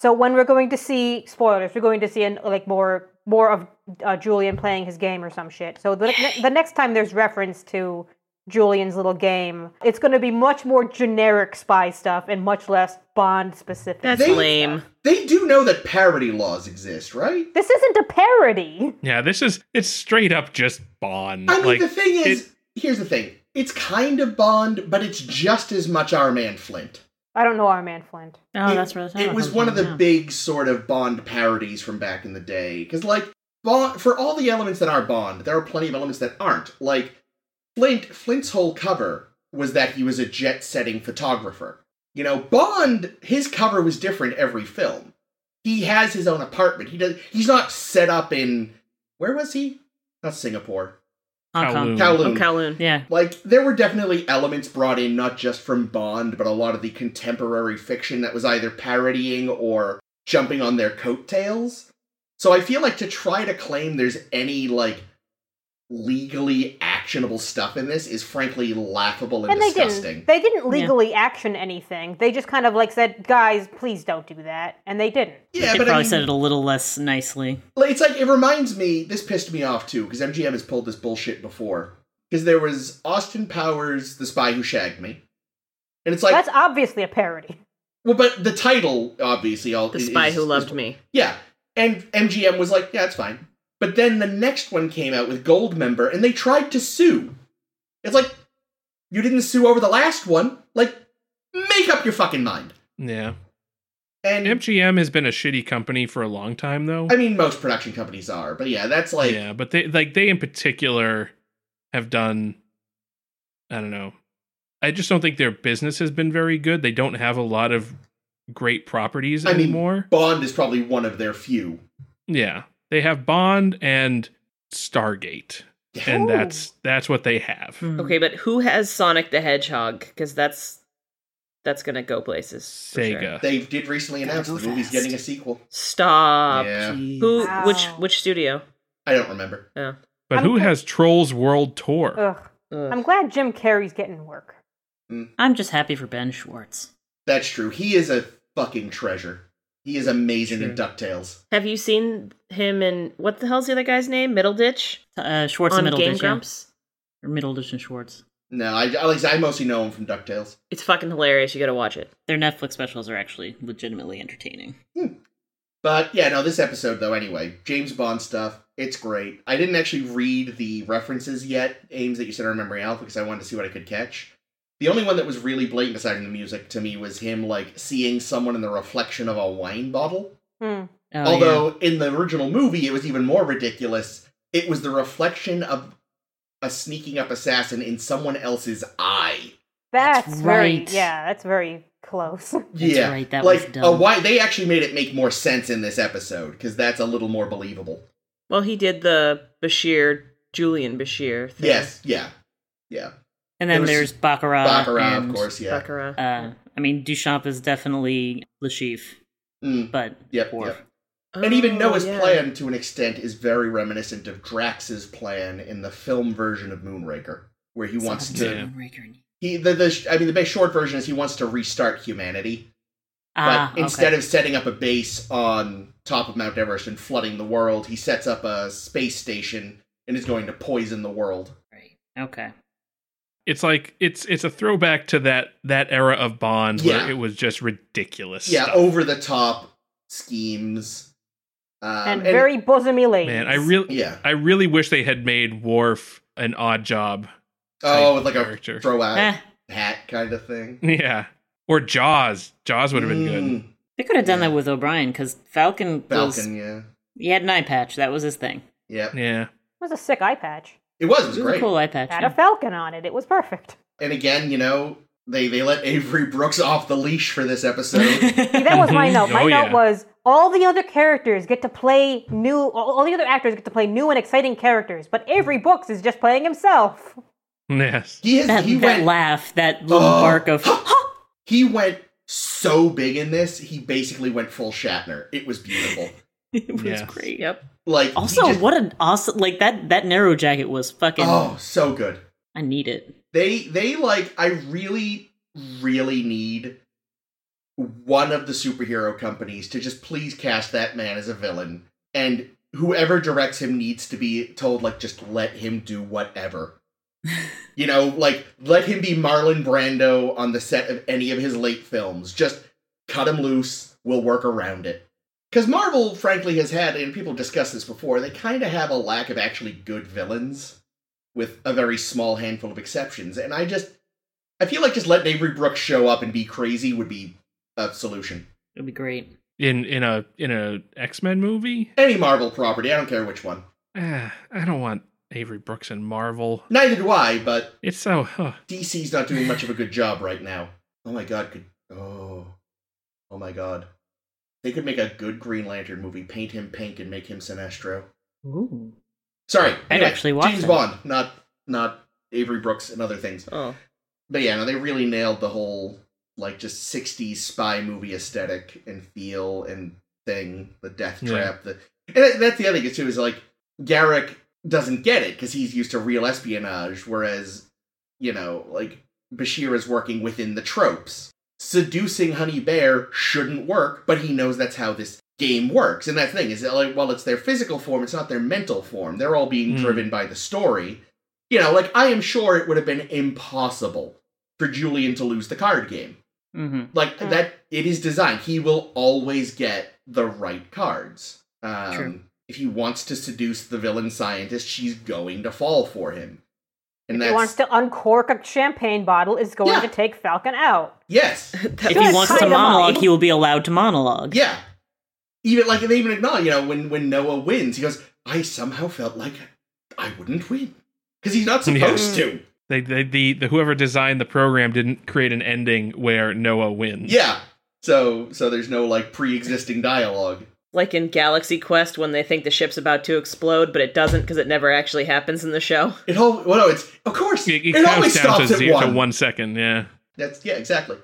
Speaker 3: So when we're going to see spoilers, we're going to see an, like more more of uh, Julian playing his game or some shit. So the ne- the next time there's reference to Julian's little game, it's going to be much more generic spy stuff and much less Bond specific.
Speaker 5: That's
Speaker 1: They-
Speaker 5: lame.
Speaker 1: They do know that parody laws exist, right?
Speaker 3: this isn't a parody.
Speaker 4: Yeah, this is it's straight up just Bond.
Speaker 1: I mean,
Speaker 4: like
Speaker 1: the thing is,
Speaker 4: it-
Speaker 1: here's the thing. It's kind of Bond, but it's just as much our man Flint.
Speaker 3: I don't know our man Flint.
Speaker 2: Oh,
Speaker 1: it,
Speaker 2: that's what I was talking
Speaker 1: It was
Speaker 2: about.
Speaker 1: one of the
Speaker 2: Yeah.
Speaker 1: big sort of Bond parodies from back in the day. Because, like, Bond, for all the elements that are Bond, there are plenty of elements that aren't. Like, Flint, Flint's whole cover was that he was a jet setting photographer. You know, Bond, his cover was different every film. He has his own apartment. He does. He's not set up in where was he? Not Singapore.
Speaker 2: Hong Kong.
Speaker 4: Kowloon.
Speaker 5: Oh, Kowloon.
Speaker 2: Yeah.
Speaker 1: Like, there were definitely elements brought in not just from Bond, but a lot of the contemporary fiction that was either parodying or jumping on their coattails. So I feel like to try to claim there's any, like, legally actionable stuff in this is frankly laughable and,
Speaker 3: And they
Speaker 1: disgusting.
Speaker 3: didn't. They didn't legally action anything. They just kind of like said, "Guys, please don't do that," and they didn't.
Speaker 1: Yeah,
Speaker 2: they
Speaker 1: but
Speaker 2: probably
Speaker 1: I mean,
Speaker 2: said it a little less nicely.
Speaker 1: Like, It's like it reminds me. This pissed me off too because MGM has pulled this bullshit before. Because there was Austin Powers, the spy who shagged me, and it's like,
Speaker 3: That's obviously a parody.
Speaker 1: well, but the title obviously all
Speaker 5: The
Speaker 1: is-
Speaker 5: spy
Speaker 1: is-
Speaker 5: who
Speaker 1: is-
Speaker 5: loved me.
Speaker 1: Yeah, and MGM was like, yeah, it's fine. But then the next one came out with Goldmember, and they tried to sue. It's like you didn't sue over the last one. Like, make up your fucking mind.
Speaker 4: yeah.
Speaker 1: And
Speaker 4: MGM has been a shitty company for a long time though.
Speaker 1: I mean, most production companies are, but yeah, that's like
Speaker 4: yeah, but they like they in particular have done I don't know. I just don't think their business has been very good. They don't have a lot of great properties
Speaker 1: I mean,
Speaker 4: anymore.
Speaker 1: Bond is probably one of their few.
Speaker 4: yeah. They have Bond and Stargate. And
Speaker 3: Ooh.
Speaker 4: that's that's what they
Speaker 2: Hmm.
Speaker 4: have.
Speaker 1: Mm-hmm.
Speaker 5: Okay, but who has Sonic the Hedgehog? Because that's that's gonna go places. for sure.
Speaker 4: Sega.
Speaker 1: They did recently announce the
Speaker 2: go
Speaker 1: movie's
Speaker 2: fast.
Speaker 1: getting a sequel.
Speaker 5: Stop.
Speaker 1: yeah,
Speaker 5: Who?
Speaker 3: Wow.
Speaker 5: Which which studio?
Speaker 1: I don't remember.
Speaker 4: But
Speaker 3: I'm
Speaker 4: who
Speaker 3: co-
Speaker 4: has Trolls World Tour?
Speaker 3: Ugh.
Speaker 5: Ugh.
Speaker 3: I'm glad Jim Carrey's getting work.
Speaker 2: I'm just happy for Ben Schwartz.
Speaker 1: That's true. He is a fucking treasure. He is amazing in Ducktales.
Speaker 5: Have you seen him in what the hell's the other guy's name? Middle Ditch
Speaker 2: Uh, Schwartz
Speaker 5: on
Speaker 2: and Middleditch.
Speaker 5: Game
Speaker 2: Yeah.
Speaker 5: Grumps.
Speaker 2: Or Middleditch and Schwartz.
Speaker 1: No, I at least I mostly know him from Ducktales.
Speaker 5: It's fucking hilarious. You gotta watch it.
Speaker 2: Their Netflix specials are actually legitimately entertaining.
Speaker 1: But yeah, no, this episode though. Anyway, James Bond stuff. It's great. I didn't actually read the references yet, Ames, that you sent our memory alpha, because I wanted to see what I could catch. The only one that was really blatant, aside from the music, to me was him like seeing someone in the reflection of a wine bottle.
Speaker 3: Hmm.
Speaker 2: Oh, yeah.
Speaker 1: Although in the original movie, it was even more ridiculous. It was the reflection of a sneaking up assassin in someone else's eye.
Speaker 3: That's,
Speaker 2: That's
Speaker 3: very
Speaker 2: right.
Speaker 3: yeah. That's very close.
Speaker 1: Um,
Speaker 2: That's
Speaker 1: yeah,
Speaker 2: right, that
Speaker 1: like
Speaker 2: was dumb.
Speaker 1: a why they actually made it make more sense in this episode because that's a little more believable.
Speaker 5: Well, he did the Bashir Julian Bashir. Thing.
Speaker 1: Yes, yeah, yeah.
Speaker 2: and
Speaker 1: there
Speaker 2: then
Speaker 1: was
Speaker 2: there's Baccarat.
Speaker 1: Baccarat,
Speaker 2: Uh, and,
Speaker 1: of course, yeah.
Speaker 5: Baccarat.
Speaker 2: Uh, I mean, Duchamp is definitely Le Chiffre,
Speaker 1: Mm,
Speaker 2: but
Speaker 1: yep,
Speaker 2: or-
Speaker 1: yep. And even
Speaker 5: Oh,
Speaker 1: Noah's
Speaker 5: yeah.
Speaker 1: plan, to an extent, is very reminiscent of Drax's plan in the film version of Moonraker, where he wants
Speaker 2: Something's
Speaker 1: to.
Speaker 4: Yeah.
Speaker 2: wrong, Riker.
Speaker 1: He the, the I mean the best short version is he wants to restart humanity.
Speaker 2: Ah,
Speaker 1: but instead
Speaker 2: okay.
Speaker 1: of setting up a base on top of Mount Everest and flooding the world, he sets up a space station and is going to poison the world.
Speaker 2: Right. Okay.
Speaker 4: It's like it's it's a throwback to that that era of Bond
Speaker 1: Yeah.
Speaker 4: where it was just ridiculous.
Speaker 1: Yeah,
Speaker 4: stuff.
Speaker 1: over the top schemes. Um,
Speaker 3: and, very bosomy ladies.
Speaker 4: man, I really
Speaker 1: yeah.
Speaker 4: I really wish they had made Worf an odd job. <laughs>
Speaker 1: Oh, with like a
Speaker 4: character.
Speaker 1: throw out
Speaker 2: Eh,
Speaker 1: hat kind of thing.
Speaker 4: Yeah. Or Jaws. Jaws would have been good.
Speaker 1: Mm,
Speaker 2: they could have done that with O'Brien because Falcon, was
Speaker 1: Falcon, yeah,
Speaker 2: he had an eye patch. That was his thing.
Speaker 1: yeah.
Speaker 4: Yeah.
Speaker 3: It was a sick eye patch.
Speaker 1: It was, it
Speaker 2: It
Speaker 1: was
Speaker 2: was a
Speaker 1: great.
Speaker 2: cool eye patch.
Speaker 3: Had
Speaker 2: yeah. <laughs>
Speaker 3: a falcon on it. It was perfect.
Speaker 1: And again, you know, they they let Avery <laughs> Brooks off the leash for this
Speaker 2: <laughs>
Speaker 1: episode.
Speaker 3: See, that was my
Speaker 4: <laughs> Mhm.
Speaker 3: note. My
Speaker 4: Oh,
Speaker 3: note
Speaker 4: yeah.
Speaker 3: was all the other characters get to play new. All, all the other actors get to play new and exciting characters, but Avery
Speaker 4: Hmm.
Speaker 3: Brooks is just playing himself.
Speaker 4: Yes.
Speaker 1: He has
Speaker 2: that,
Speaker 1: he
Speaker 2: that
Speaker 1: went
Speaker 2: laugh, that little
Speaker 1: Oh. <laughs>
Speaker 2: bark of. <laughs>
Speaker 1: he went so big in this. He basically went full Shatner. It was beautiful.
Speaker 2: it was
Speaker 4: Yes.
Speaker 2: great.
Speaker 5: Yep.
Speaker 1: Like he
Speaker 2: Also,
Speaker 1: just-
Speaker 2: what an awesome like that that narrow jacket was fucking.
Speaker 1: Oh, so good.
Speaker 2: I need it.
Speaker 1: They they like I really really need one of the superhero companies to just please cast that man as a villain and whoever directs him needs to be told like just let him do whatever you know like let him be marlon brando on the set of any of his late films just cut him loose we'll work around it because marvel frankly has had and people discussed this before they kind of have a lack of actually good villains with a very small handful of exceptions and i just i feel like just let avery brooks show up and be crazy would be a solution
Speaker 2: It'd be great.
Speaker 4: in in a in a X Men movie.
Speaker 1: any marvel property i don't care which one
Speaker 4: Ah, I don't want Avery Brooks and Marvel.
Speaker 1: neither do i but
Speaker 4: It's so huh.
Speaker 1: DC's not doing much of a good job right now. Oh my god, could oh, oh my god, they could make a good Green Lantern movie, paint him pink and make him Sinestro.
Speaker 2: Ooh.
Speaker 1: Sorry,
Speaker 2: I'd
Speaker 1: yeah,
Speaker 2: actually watch
Speaker 1: James
Speaker 2: that.
Speaker 1: Bond, not not Avery Brooks and other things.
Speaker 5: Oh,
Speaker 1: But yeah, no, they really nailed the whole like just '60s spy movie aesthetic and feel and thing, the death
Speaker 4: Yeah.
Speaker 1: trap. The and that- that's the other thing too is like Garrick doesn't get it because he's used to real espionage, whereas you know like Bashir is working within the tropes. Seducing Honey Bear shouldn't work, but he knows that's how this game works. And that thing is that like while it's their physical form, it's not their mental form. They're all being
Speaker 4: Mm.
Speaker 1: driven by the story. You know, like I am sure it would have been impossible for Julian to lose the card game.
Speaker 2: Mm-hmm.
Speaker 1: Like
Speaker 3: Mm.
Speaker 1: that, it is designed. He will always get the right cards. Um,
Speaker 2: True.
Speaker 1: If he wants to seduce the villain scientist, she's going to fall for him. And
Speaker 3: If he
Speaker 1: that's
Speaker 3: wants to uncork a champagne bottle, it's going
Speaker 1: Yeah.
Speaker 3: to take Falcon out.
Speaker 1: yes,
Speaker 5: that
Speaker 2: If
Speaker 3: Good
Speaker 2: he wants to
Speaker 3: kind of
Speaker 2: monologue,
Speaker 3: money.
Speaker 2: he will be allowed to monologue.
Speaker 1: yeah. Even like they even acknowledge, you know, when when Noah wins, he goes, "I somehow felt like I wouldn't win because he's not
Speaker 4: Yeah.
Speaker 1: supposed to."
Speaker 4: They, they the, the whoever designed the program didn't create an ending where Noah wins.
Speaker 1: Yeah. So so there's no like pre-existing dialogue.
Speaker 5: like in Galaxy Quest when they think the ship's about to explode, but it doesn't because it never actually happens in the show.
Speaker 1: It all well, no, it's of course
Speaker 4: It,
Speaker 1: it,
Speaker 4: it counts
Speaker 1: always
Speaker 4: down to,
Speaker 1: stops at
Speaker 4: zero,
Speaker 1: one.
Speaker 4: to one second. Yeah. <laughs>
Speaker 1: That's yeah, exactly.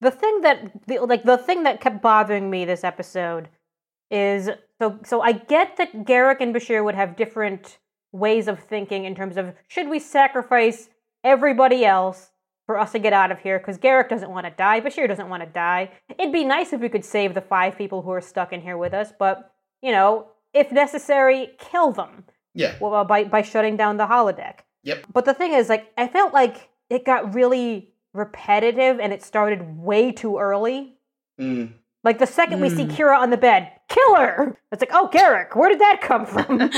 Speaker 3: The thing that the, like the thing that kept bothering me this episode is so so I get that Garrick and Bashir would have different ways of thinking in terms of should we sacrifice everybody else for us to get out of here because Garrick doesn't want to die, Bashir doesn't want to die. It'd be nice if we could save the five people who are stuck in here with us, but you know, if necessary, kill them.
Speaker 1: Yeah.
Speaker 3: well, by by shutting down the holodeck.
Speaker 1: Yep.
Speaker 3: But the thing is, like, I felt like it got really repetitive, and it started way too early.
Speaker 1: Mm.
Speaker 3: Like the second we see Kira on the bed, kill her. It's like, oh, Garrick, where did that come from?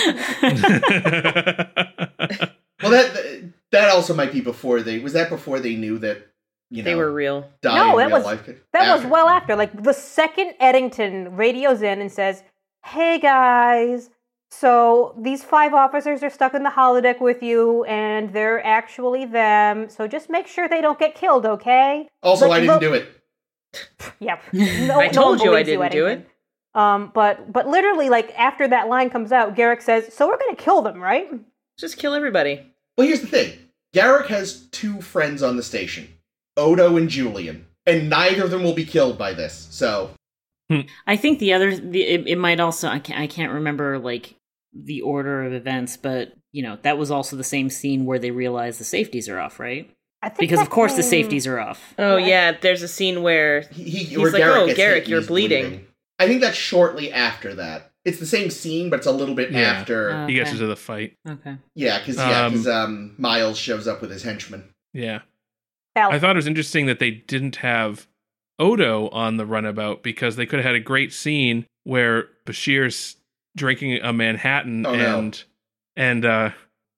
Speaker 1: Well, that that also might be before they was that before they knew that you know
Speaker 5: They were real.
Speaker 1: die in
Speaker 3: No, that
Speaker 1: real
Speaker 3: was-
Speaker 1: life.
Speaker 3: that was
Speaker 1: After.
Speaker 3: well after. Like the second Eddington radios in and says, "Hey guys." So these five officers are stuck in the holodeck with you, and they're actually them. So just make sure they don't get killed, okay?
Speaker 1: Also,
Speaker 3: Look,
Speaker 1: I didn't
Speaker 3: look-
Speaker 1: do it.
Speaker 3: Yep. No,
Speaker 5: I told
Speaker 3: no one
Speaker 5: you I
Speaker 3: believes
Speaker 5: didn't do
Speaker 3: Eddington. Um, but but literally, like after that line comes out, Garrick says, "So we're gonna kill them, right?"
Speaker 5: Just kill everybody.
Speaker 1: Well, here's the thing. Garrick has two friends on the station, Odo and Julian, and neither of them will be killed by this. So
Speaker 2: I think the other the, it, it might also I can't I can't remember like the order of events, but you know that was also the same scene where they realize the safeties are off, right?
Speaker 3: I think
Speaker 2: Because of
Speaker 3: that's
Speaker 2: course the
Speaker 3: when-
Speaker 2: safeties are off.
Speaker 5: Oh
Speaker 3: Yeah.
Speaker 5: yeah, there's a scene where
Speaker 1: he, he
Speaker 5: He's
Speaker 1: where
Speaker 5: like, "Oh,
Speaker 1: gets hit
Speaker 5: Garrick,
Speaker 1: and
Speaker 5: you're
Speaker 1: he's
Speaker 5: bleeding."
Speaker 1: I think that's shortly after that. It's the same scene, but it's a little bit
Speaker 4: Yeah.
Speaker 1: after.
Speaker 2: Uh,
Speaker 4: He gets
Speaker 2: Okay.
Speaker 4: into the fight.
Speaker 2: Okay.
Speaker 1: yeah, because yeah,
Speaker 4: um,
Speaker 1: 'cause, um, Miles shows up with his henchmen.
Speaker 4: Yeah.
Speaker 3: Fal-
Speaker 4: I thought it was interesting that they didn't have Odo on the runabout because they could have had a great scene where Bashir's drinking a Manhattan
Speaker 1: Oh, no.
Speaker 4: and and uh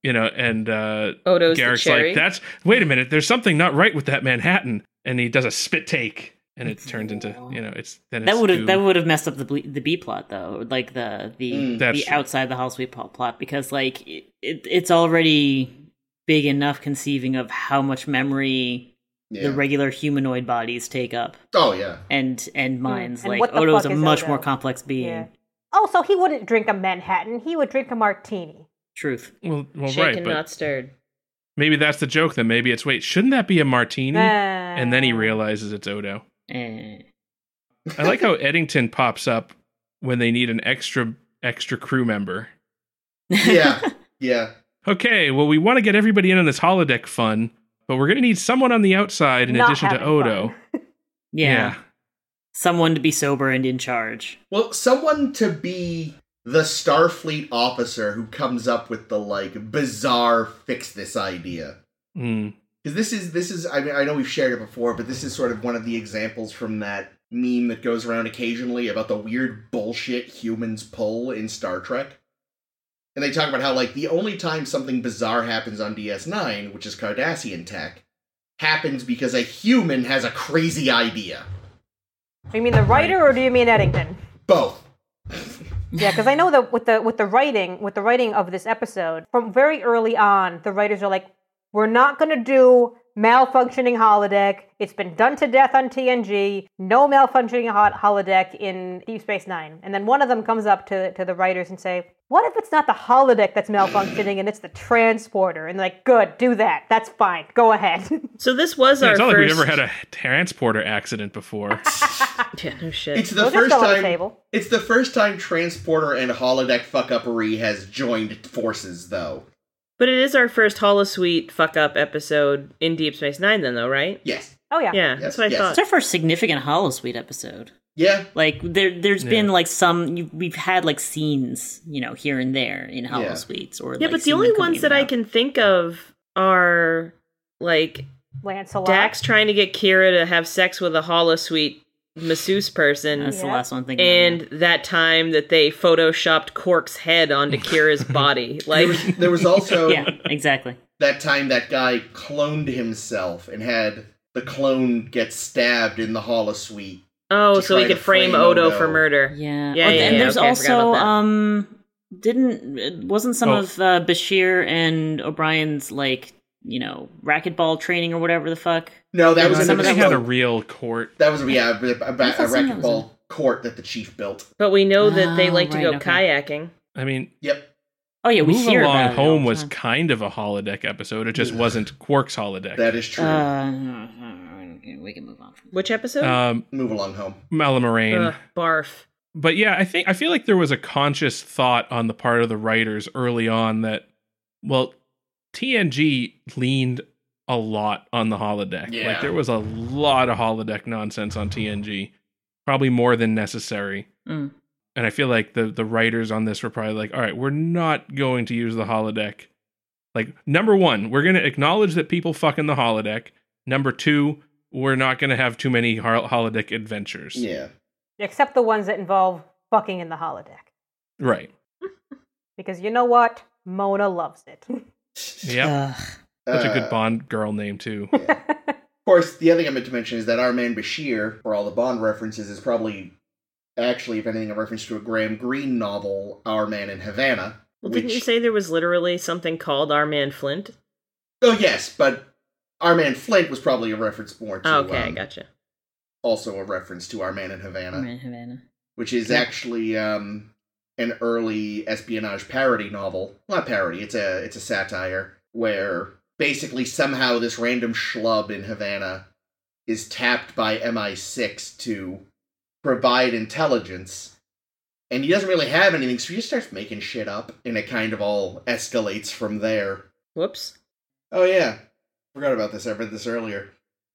Speaker 4: you know and uh
Speaker 5: Odo's
Speaker 4: Garrick's
Speaker 5: the cherry.
Speaker 4: like that's wait a minute there's something not right with that Manhattan and he does a spit take and it turns into you know it's then it's
Speaker 2: That would have
Speaker 4: goo.
Speaker 2: that would have messed up the ble- the B plot though, like the the
Speaker 1: Mm.
Speaker 4: That's
Speaker 2: the
Speaker 4: true.
Speaker 2: outside the house we plot plot because like it, it, it's already big enough conceiving of how much memory
Speaker 1: Yeah.
Speaker 2: the regular humanoid bodies take up
Speaker 1: oh yeah.
Speaker 2: and and minds
Speaker 3: and
Speaker 2: like
Speaker 3: what the
Speaker 2: Odo's
Speaker 3: fuck
Speaker 2: a
Speaker 3: is
Speaker 2: much
Speaker 3: Odo?
Speaker 2: more complex being.
Speaker 3: Yeah. Also, Oh, he wouldn't drink a Manhattan. He would drink a martini.
Speaker 2: Truth.
Speaker 4: well, well
Speaker 5: shaken
Speaker 4: right but
Speaker 5: not stirred.
Speaker 4: maybe that's the joke then maybe it's wait shouldn't that be a martini and then he
Speaker 3: realized.
Speaker 4: realizes it's Odo
Speaker 2: Eh.
Speaker 4: I like <laughs> how Eddington pops up when they need an extra extra crew member.
Speaker 1: <laughs> Yeah. Yeah.
Speaker 4: Okay, well we want to get everybody in on this holodeck fun, But we're going to need someone on the outside in
Speaker 3: Not
Speaker 4: addition to
Speaker 3: having
Speaker 4: Odo.
Speaker 3: fun.
Speaker 2: Yeah. Someone to be sober and in charge.
Speaker 1: Well, someone to be the Starfleet officer who comes up with the like bizarre fix this idea.
Speaker 4: Yeah. Mm.
Speaker 1: Because this is this is I mean I know we've shared it before, but this is sort of one of the examples from that meme that goes around occasionally about the weird bullshit humans pull in Star Trek. And they talk about how like the only time something bizarre happens on DS9, which is Cardassian tech, happens because a human has a crazy idea.
Speaker 3: Do you mean the writer or do you mean Eddington?
Speaker 1: Both.
Speaker 3: Yeah, because I know that with the with the writing with the writing of this episode from very early on, the writers are like, "We're not going to do malfunctioning holodeck. It's been done to death on TNG. No malfunctioning ho- holodeck in Deep Space Nine. And then one of them comes up to to the writers and say, "What if it's not the holodeck that's malfunctioning and it's the transporter?" And they're like, "Good, do that. That's fine. Go ahead." <laughs>
Speaker 5: So this was
Speaker 4: Yeah,
Speaker 5: our
Speaker 4: it's not like
Speaker 5: first.
Speaker 4: we've ever had a transporter accident before.
Speaker 5: <laughs> Yeah, no shit.
Speaker 1: It's the
Speaker 3: We'll just
Speaker 1: first
Speaker 3: go on the
Speaker 1: time
Speaker 3: table.
Speaker 1: It's the first time Transporter and Holodeck fuckupery has joined forces though.
Speaker 5: but it is our first Holosuite fuck up episode in Deep Space Nine, then though, right?
Speaker 1: Yes.
Speaker 3: oh yeah.
Speaker 5: Yeah, that's what I
Speaker 1: yes.
Speaker 5: thought.
Speaker 2: It's our first significant Holosuite episode.
Speaker 1: Yeah.
Speaker 2: Like there, there's
Speaker 4: Yeah.
Speaker 2: been like some you, we've had like scenes, you know, here and there in Holosuites or
Speaker 5: yeah,
Speaker 2: like,
Speaker 5: but the
Speaker 2: seen
Speaker 5: only
Speaker 2: them coming
Speaker 5: ones
Speaker 2: in
Speaker 5: that I
Speaker 2: and out.
Speaker 5: can think of are like
Speaker 3: Lancelot.
Speaker 5: Dax trying to get Kira to have sex with a holosuite masseuse person.
Speaker 2: That's the
Speaker 3: Yeah.
Speaker 2: last one thing.
Speaker 5: And that time that they photoshopped Cork's head
Speaker 4: <laughs>
Speaker 5: onto Kira's
Speaker 1: There
Speaker 5: body, like
Speaker 1: was, there was also
Speaker 2: yeah, exactly.
Speaker 1: that time that guy cloned himself and had the clone get stabbed in the holosuite.
Speaker 5: oh,
Speaker 1: To
Speaker 5: so we
Speaker 1: try
Speaker 5: could
Speaker 1: to
Speaker 5: frame,
Speaker 1: frame
Speaker 5: Odo,
Speaker 1: Odo.
Speaker 5: for murder.
Speaker 2: Yeah.
Speaker 5: Yeah,
Speaker 2: Oh,
Speaker 5: yeah,
Speaker 2: and
Speaker 5: yeah,
Speaker 2: there's
Speaker 5: okay, I forgot
Speaker 2: also
Speaker 5: about that.
Speaker 2: um didn't it wasn't some
Speaker 4: Oh.
Speaker 2: of uh, Bashir and O'Brien's like, you know, racquetball training or whatever the fuck.
Speaker 1: No, that
Speaker 2: Yeah,
Speaker 1: was an
Speaker 2: some of
Speaker 4: they
Speaker 2: that
Speaker 4: had a
Speaker 1: episode.
Speaker 4: real court.
Speaker 1: That was yeah, a, a, a,
Speaker 2: I thought some of that was
Speaker 1: racquetball court that the chief built.
Speaker 5: But we know that they
Speaker 2: Oh,
Speaker 5: like to
Speaker 2: right,
Speaker 5: go
Speaker 2: okay.
Speaker 5: kayaking.
Speaker 4: I mean,
Speaker 1: Yep.
Speaker 2: Oh yeah, we
Speaker 4: Move
Speaker 2: hear
Speaker 4: Along
Speaker 2: about it all
Speaker 4: Home
Speaker 2: the
Speaker 4: was
Speaker 2: time.
Speaker 4: kind of a holodeck episode. It just
Speaker 1: Ugh.
Speaker 4: wasn't Quark's holodeck.
Speaker 1: That is true.
Speaker 2: Uh, we can move on. From
Speaker 5: Which episode?
Speaker 1: Uh,
Speaker 4: um,
Speaker 1: Move along home.
Speaker 4: Malamarain.
Speaker 5: Ugh, barf.
Speaker 4: but yeah, I think I feel like there was a conscious thought on the part of the writers early on that well, TNG leaned a lot on the holodeck.
Speaker 1: Yeah.
Speaker 4: Like there was a lot of holodeck nonsense on TNG, probably more than necessary.
Speaker 2: Mm.
Speaker 4: And I feel like the the writers on this were probably like, "All right, we're not going to use the holodeck." Like number 1, we're going to acknowledge that people fuck in the holodeck. Number 2, we're not going to have too many hol- holodeck adventures.
Speaker 1: Yeah.
Speaker 3: except the ones that involve fucking in the holodeck.
Speaker 4: Right.
Speaker 3: Because you know what? Mona loves it.
Speaker 4: Yeah.
Speaker 2: Ugh.
Speaker 4: Such a
Speaker 1: Uh,
Speaker 4: good Bond girl name too.
Speaker 3: <laughs>
Speaker 1: Of course, the other thing I meant to mention is that our man Bashir, for all the Bond references, is probably actually, if anything, a reference to a Graham Greene novel, Our Man in Havana.
Speaker 5: Well,
Speaker 1: which,
Speaker 5: didn't you say there was literally something called Our Man Flint?
Speaker 1: Oh yes, but Our Man Flint was probably a reference more to.
Speaker 5: Oh, okay,
Speaker 1: um,
Speaker 5: I gotcha.
Speaker 1: Also, a reference to Our Man in Havana,
Speaker 2: I'm in Havana.
Speaker 1: which is
Speaker 2: Yeah.
Speaker 1: actually um, an early espionage parody novel. Not parody. It's a it's a satire where basically somehow this random schlub in Havana is tapped by MI6 to provide intelligence. And he doesn't really have anything, so he just starts making shit up, and it kind of all escalates from there.
Speaker 5: Whoops.
Speaker 1: Oh yeah, forgot about this. I read this earlier.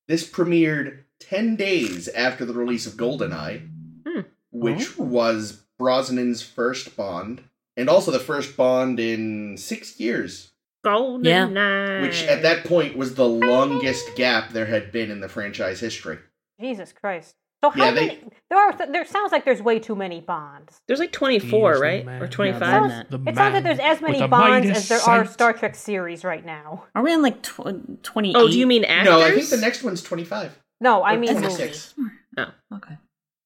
Speaker 1: This premiered ten days after the release of GoldenEye,
Speaker 5: Hmm.
Speaker 3: Oh.
Speaker 1: which was Brosnan's first Bond, and also the first Bond in six years,
Speaker 5: Golden
Speaker 2: Yeah.
Speaker 5: Eye.
Speaker 1: which
Speaker 3: Hmm.
Speaker 1: at that point was the longest gap there had been in the franchise history.
Speaker 3: Jesus Christ. So how
Speaker 1: Yeah, they-
Speaker 3: many? There are. There sounds like there's way too many Bonds.
Speaker 5: There's like 24,
Speaker 4: He's the
Speaker 5: right?
Speaker 4: man.
Speaker 5: Or
Speaker 3: It
Speaker 5: 25?
Speaker 2: Five.
Speaker 3: sounds,
Speaker 2: Yeah.
Speaker 4: The
Speaker 3: it sounds like
Speaker 4: man
Speaker 3: there's as
Speaker 4: with
Speaker 3: many
Speaker 4: the
Speaker 3: Bonds
Speaker 4: Midas
Speaker 3: as there are
Speaker 4: sight.
Speaker 3: Star Trek series right now.
Speaker 2: Are we on like tw- 28?
Speaker 5: Oh, do you mean actors?
Speaker 1: No, I think the next one's twenty-five.
Speaker 3: No, I
Speaker 1: Or
Speaker 3: mean movies.
Speaker 1: 26.
Speaker 5: No.
Speaker 2: Okay.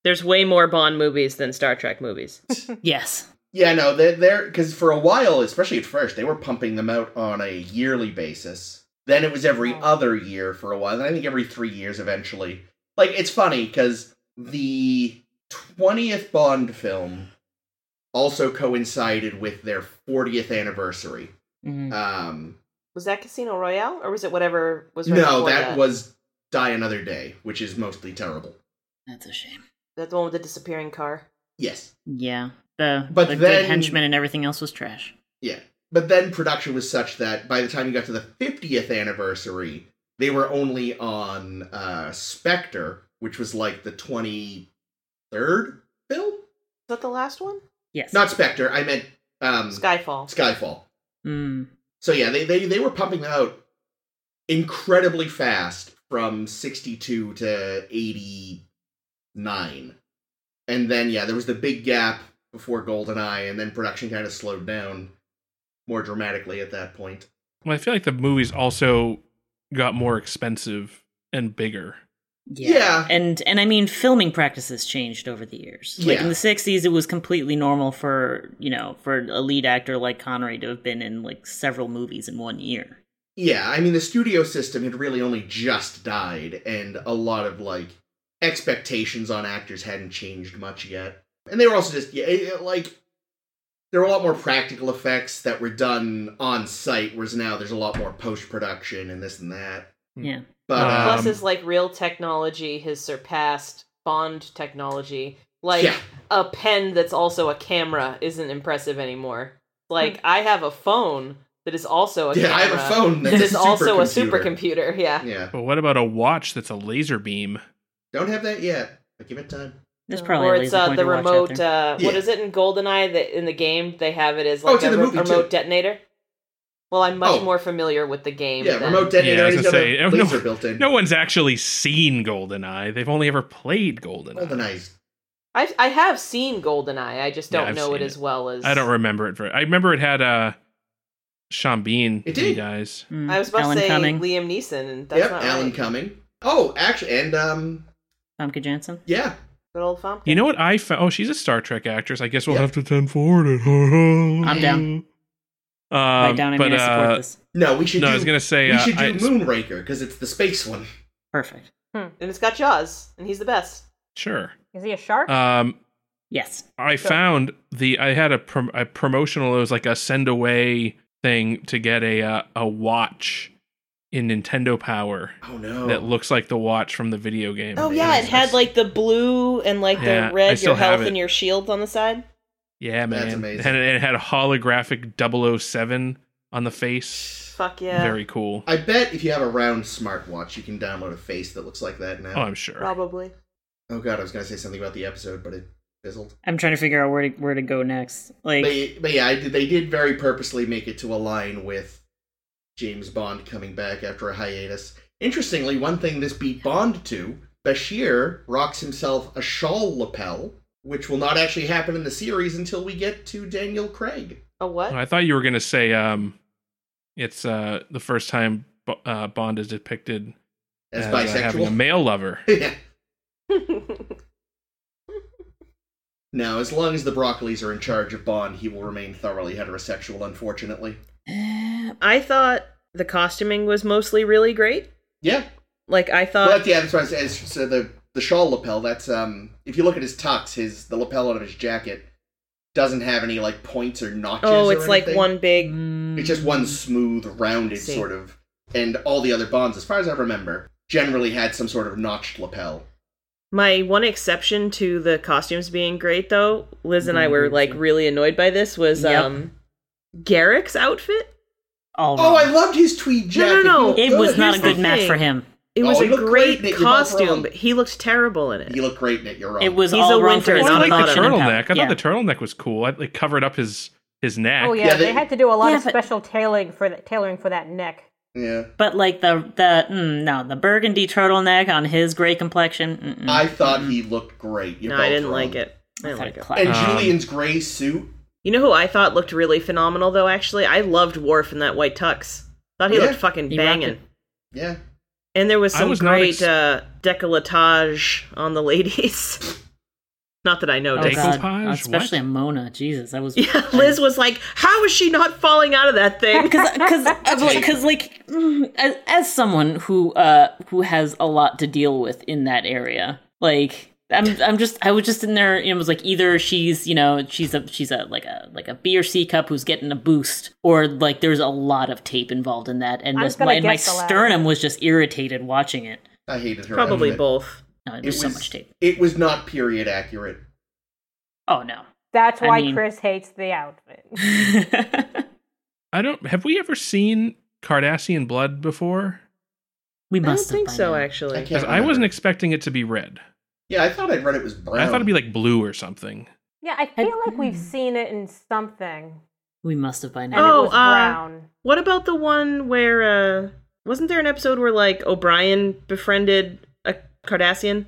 Speaker 5: There's way more Bond movies than Star Trek movies.
Speaker 2: Yes.
Speaker 1: Yeah, no, they're they're because for a while, especially at first, they were pumping them out on a yearly basis. Then it was every
Speaker 3: Oh.
Speaker 1: other year for a while. Then I think every three years eventually. Like it's funny because the twentieth Bond film also coincided with their fortieth anniversary.
Speaker 6: Mm.
Speaker 2: Mhm.
Speaker 1: Um,
Speaker 6: Was that Casino Royale or was it whatever was right
Speaker 1: no,
Speaker 6: before
Speaker 1: that was Die Another Day, which is mostly terrible.
Speaker 2: That's a shame.
Speaker 6: that the one with the disappearing car?
Speaker 1: Yes,
Speaker 2: Yeah. The,
Speaker 1: But
Speaker 2: the
Speaker 1: then-
Speaker 2: good henchman and everything else was trash.
Speaker 1: yeah. But then production was such that by the time you got to the fiftieth anniversary, They were only on uh, Spectre, which was like the 23rd film?
Speaker 6: that the last one?
Speaker 2: Yes.
Speaker 1: Not Spectre, I meant um,
Speaker 6: Skyfall.
Speaker 1: Skyfall.
Speaker 2: Mm.
Speaker 1: So yeah, they, they, they were pumping them out incredibly fast from 62 to 89. And then, yeah, there was the big gap before GoldenEye, and then production kind of slowed down more dramatically at that point.
Speaker 4: Well, I feel like the movies also got more expensive and bigger.
Speaker 1: Yeah.
Speaker 2: And and I mean filming practices changed over the years. Like
Speaker 1: Yeah.
Speaker 2: in the 60s it was completely normal for, you know, for a lead actor like Connery to have been in like several movies in one year.
Speaker 1: Yeah, I mean the studio system had really only just died, and a lot of like expectations on actors hadn't changed much yet. And they were also just yeah, it- it, like there were a lot more practical effects that were done on site, whereas now there's a lot more post production and this and that.
Speaker 4: Hmm.
Speaker 2: Yeah.
Speaker 1: But uh,
Speaker 6: Plus, his like real technology has surpassed Bond technology. Like
Speaker 1: yeah,
Speaker 6: a pen that's also a camera isn't impressive anymore. Like I have a phone that is also a
Speaker 1: Hmm. yeah, I
Speaker 6: camera.
Speaker 1: have
Speaker 6: <laughs>
Speaker 1: a phone that's
Speaker 6: That is
Speaker 1: a
Speaker 6: also a
Speaker 1: supercomputer.
Speaker 6: supercomputer. Yeah.
Speaker 1: Yeah,
Speaker 4: But what about a watch that's a laser beam?
Speaker 1: don't have that yet. But give it time.
Speaker 2: There's probably
Speaker 6: or
Speaker 2: a
Speaker 6: it's
Speaker 2: laser
Speaker 6: uh,
Speaker 2: pointer
Speaker 6: the
Speaker 2: watch out
Speaker 6: remote.
Speaker 2: there.
Speaker 6: Uh, What
Speaker 1: Yeah.
Speaker 6: is it in Goldeneye that in the game they have it as
Speaker 1: Oh,
Speaker 6: like
Speaker 1: it's
Speaker 6: a
Speaker 1: in the
Speaker 6: re-
Speaker 1: movie, too.
Speaker 6: remote detonator? Well, I'm much
Speaker 1: Oh.
Speaker 6: more familiar with the game.
Speaker 1: Yeah,
Speaker 6: than-
Speaker 1: remote detonator.
Speaker 4: Yeah, I was
Speaker 1: and
Speaker 4: gonna
Speaker 1: he's got
Speaker 4: say, <laughs>
Speaker 1: a
Speaker 4: no-
Speaker 1: laser built in.
Speaker 4: No one's actually seen GoldenEye. They've only ever played GoldenEye.
Speaker 1: GoldenEye's
Speaker 6: I've, I have seen Goldeneye. I just
Speaker 4: Yeah,
Speaker 6: don't
Speaker 4: I've
Speaker 6: know it
Speaker 4: seen
Speaker 6: as
Speaker 4: it.
Speaker 6: well as
Speaker 4: I don't remember it very. I remember it had uh, Sean Bean.
Speaker 1: It
Speaker 4: when He
Speaker 1: did.
Speaker 4: dies.
Speaker 2: Mm.
Speaker 6: I was about
Speaker 2: Alan
Speaker 6: to say
Speaker 2: Cumming,
Speaker 6: Liam Neeson, and that's
Speaker 1: yep,
Speaker 6: not
Speaker 1: Alan
Speaker 6: right.
Speaker 1: Cumming. Oh, actually, and um,
Speaker 2: Famke Janssen.
Speaker 1: yeah,
Speaker 6: Good old Fomka.
Speaker 4: You know what I found? Oh, she's a Star Trek actress. I guess we'll
Speaker 1: Yeah.
Speaker 4: have to ten forward it. I'm
Speaker 2: down.
Speaker 4: Um,
Speaker 2: By down I
Speaker 4: but,
Speaker 2: mean I support
Speaker 4: uh,
Speaker 2: this.
Speaker 1: no, we should.
Speaker 4: No,
Speaker 1: do,
Speaker 4: I was gonna say
Speaker 1: We
Speaker 4: uh,
Speaker 1: should do
Speaker 4: I-
Speaker 1: Moonraker because it's the space one.
Speaker 2: Perfect.
Speaker 6: and it's got Jaws, and he's the best.
Speaker 4: sure.
Speaker 3: Is he a shark?
Speaker 4: Um,
Speaker 2: Yes.
Speaker 4: I found the I had a, prom- a promotional. It was like a send away thing to get a uh, a watch in Nintendo Power
Speaker 1: Oh no!
Speaker 4: that looks like the watch from the video game.
Speaker 5: Oh yeah, it
Speaker 1: Jesus.
Speaker 5: had like the blue and like
Speaker 4: Yeah,
Speaker 5: the
Speaker 4: I
Speaker 5: red,
Speaker 4: still
Speaker 5: your
Speaker 4: have
Speaker 5: health,
Speaker 4: it.
Speaker 5: and your shield on the side.
Speaker 4: Yeah, man.
Speaker 1: That's amazing.
Speaker 4: And it had a holographic 007 on the face.
Speaker 6: Fuck yeah.
Speaker 4: Very cool.
Speaker 1: I bet if you have a round smartwatch, you can download a face that looks like that now.
Speaker 4: Oh, I'm sure.
Speaker 6: Probably.
Speaker 1: oh god, I was gonna say something about the episode, but it fizzled.
Speaker 2: I'm trying to figure out where to, where to go next. Like
Speaker 1: But, but yeah, I did, they did very purposely make it to align with James Bond coming back after a hiatus. Interestingly, one thing this beat Bond to Bashir rocks himself a shawl lapel, which will not actually happen in the series until we get to Daniel Craig.
Speaker 6: A what?
Speaker 4: Oh, I thought you were gonna say um, it's uh the first time Bo- uh, Bond is depicted
Speaker 1: As
Speaker 4: uh, having
Speaker 1: <laughs>
Speaker 4: a
Speaker 1: bisexual.
Speaker 4: male lover.
Speaker 1: yeah.
Speaker 6: <laughs>
Speaker 1: No, as long as the Broccolis are in charge of Bond, he will remain thoroughly heterosexual, unfortunately.
Speaker 2: uh,
Speaker 5: I thought the costuming was mostly really great.
Speaker 1: Yeah.
Speaker 5: Like I thought,
Speaker 1: Well, that's, yeah, that's what I said. So the, the shawl lapel, that's, um, if you look at his tux, his, the lapel of his jacket doesn't have any, like, points or notches.
Speaker 5: oh,
Speaker 1: or
Speaker 5: it's like
Speaker 1: anything. Mm.
Speaker 5: one big.
Speaker 1: It's just
Speaker 2: Mm.
Speaker 1: one smooth, rounded
Speaker 6: See.
Speaker 1: sort of. And all the other Bonds, as far as I remember, generally had some sort of notched lapel.
Speaker 5: My one exception to the costumes being great, though, Liz and I
Speaker 1: Mm-hmm.
Speaker 5: were like really annoyed by this was
Speaker 2: Yep.
Speaker 5: um Garrick's outfit.
Speaker 2: all
Speaker 1: Oh, I Oh,
Speaker 2: wrong.
Speaker 1: loved his tweed jacket. He
Speaker 5: No, no, no.
Speaker 1: looked
Speaker 2: it was not a
Speaker 5: Here's the
Speaker 2: good match
Speaker 5: thing.
Speaker 2: for him.
Speaker 5: It
Speaker 1: Oh,
Speaker 5: was
Speaker 1: he
Speaker 5: a
Speaker 1: looked
Speaker 5: great,
Speaker 1: great, Nick, you're not wrong.
Speaker 5: costume, but he looks terrible in it.
Speaker 1: You look great in it. You're wrong.
Speaker 2: It was
Speaker 5: He's
Speaker 2: all
Speaker 5: a
Speaker 2: wrong
Speaker 5: winter,
Speaker 2: for his
Speaker 5: not
Speaker 4: I
Speaker 5: a
Speaker 4: like the
Speaker 5: bottom
Speaker 2: production
Speaker 4: turtleneck. I
Speaker 2: Yeah.
Speaker 4: thought the turtleneck was cool. I like covered up his his neck.
Speaker 3: Oh yeah,
Speaker 1: Yeah,
Speaker 3: they,
Speaker 1: they-
Speaker 3: had to do a lot
Speaker 2: Yeah,
Speaker 3: of
Speaker 2: but-
Speaker 3: special tailoring for that tailoring for that neck.
Speaker 1: yeah.
Speaker 2: But like the the mm, no the burgundy turtleneck on his gray complexion. Mm-mm.
Speaker 1: I thought he looked great. You're
Speaker 5: no, I
Speaker 1: both
Speaker 5: didn't
Speaker 1: wrong.
Speaker 5: like it. I didn't
Speaker 2: thought
Speaker 5: like
Speaker 2: it
Speaker 5: it.
Speaker 2: clapped.
Speaker 1: And
Speaker 4: Um,
Speaker 1: Julian's gray suit
Speaker 5: You know who I thought looked really phenomenal though. Actually, I loved Worf in that white tux. Thought he
Speaker 1: Yeah.
Speaker 5: looked fucking
Speaker 2: He rocked
Speaker 5: banging.
Speaker 2: it.
Speaker 1: Yeah.
Speaker 5: And there was
Speaker 4: I
Speaker 5: some
Speaker 4: was not
Speaker 5: great
Speaker 4: ex-
Speaker 5: uh, decolletage on the ladies. <laughs> not that I know.
Speaker 2: Oh,
Speaker 5: Dave.
Speaker 2: God.
Speaker 4: decoupage?
Speaker 2: especially
Speaker 4: What?
Speaker 2: a Mona. Jesus, I was
Speaker 5: <laughs> Yeah, Liz was like, "How is she not falling out of
Speaker 2: <laughs>
Speaker 5: that thing?"
Speaker 2: because because like mm, as, as someone who uh who has a lot to deal with in that area like i'm i'm just i was just in there and it was like either she's you know she's a she's a like a like a b or c cup who's getting a boost or like there's a lot of tape involved in that and
Speaker 3: I'm
Speaker 2: this,
Speaker 3: gonna
Speaker 2: my, my
Speaker 3: guess the last.
Speaker 2: sternum was just irritated watching it
Speaker 1: I hated her.
Speaker 5: Probably
Speaker 1: outfit.
Speaker 5: both.
Speaker 2: no,
Speaker 1: It
Speaker 2: there's so
Speaker 1: was-
Speaker 2: much tape
Speaker 1: It was not period accurate.
Speaker 2: oh <laughs> no
Speaker 3: That's
Speaker 2: I
Speaker 3: why
Speaker 2: mean-
Speaker 3: Chris hates the outfit.
Speaker 4: I don't. Have we ever seen Cardassian blood before?
Speaker 2: We
Speaker 5: I don't
Speaker 2: must. have
Speaker 5: think
Speaker 2: by
Speaker 5: so,
Speaker 2: now.
Speaker 5: actually.
Speaker 1: can't
Speaker 4: 'Cause I wasn't
Speaker 1: remember.
Speaker 4: expecting it to be red.
Speaker 1: Yeah, I thought I'd read it was brown.
Speaker 4: I thought it'd be like blue or something.
Speaker 3: Yeah, I
Speaker 2: I- mm.
Speaker 3: feel like we've seen it in something.
Speaker 2: We must have by
Speaker 3: And
Speaker 2: now.
Speaker 5: Oh,
Speaker 3: it was
Speaker 5: uh,
Speaker 3: brown.
Speaker 5: What about the one where uh wasn't there an episode where like O'Brien befriended a Cardassian?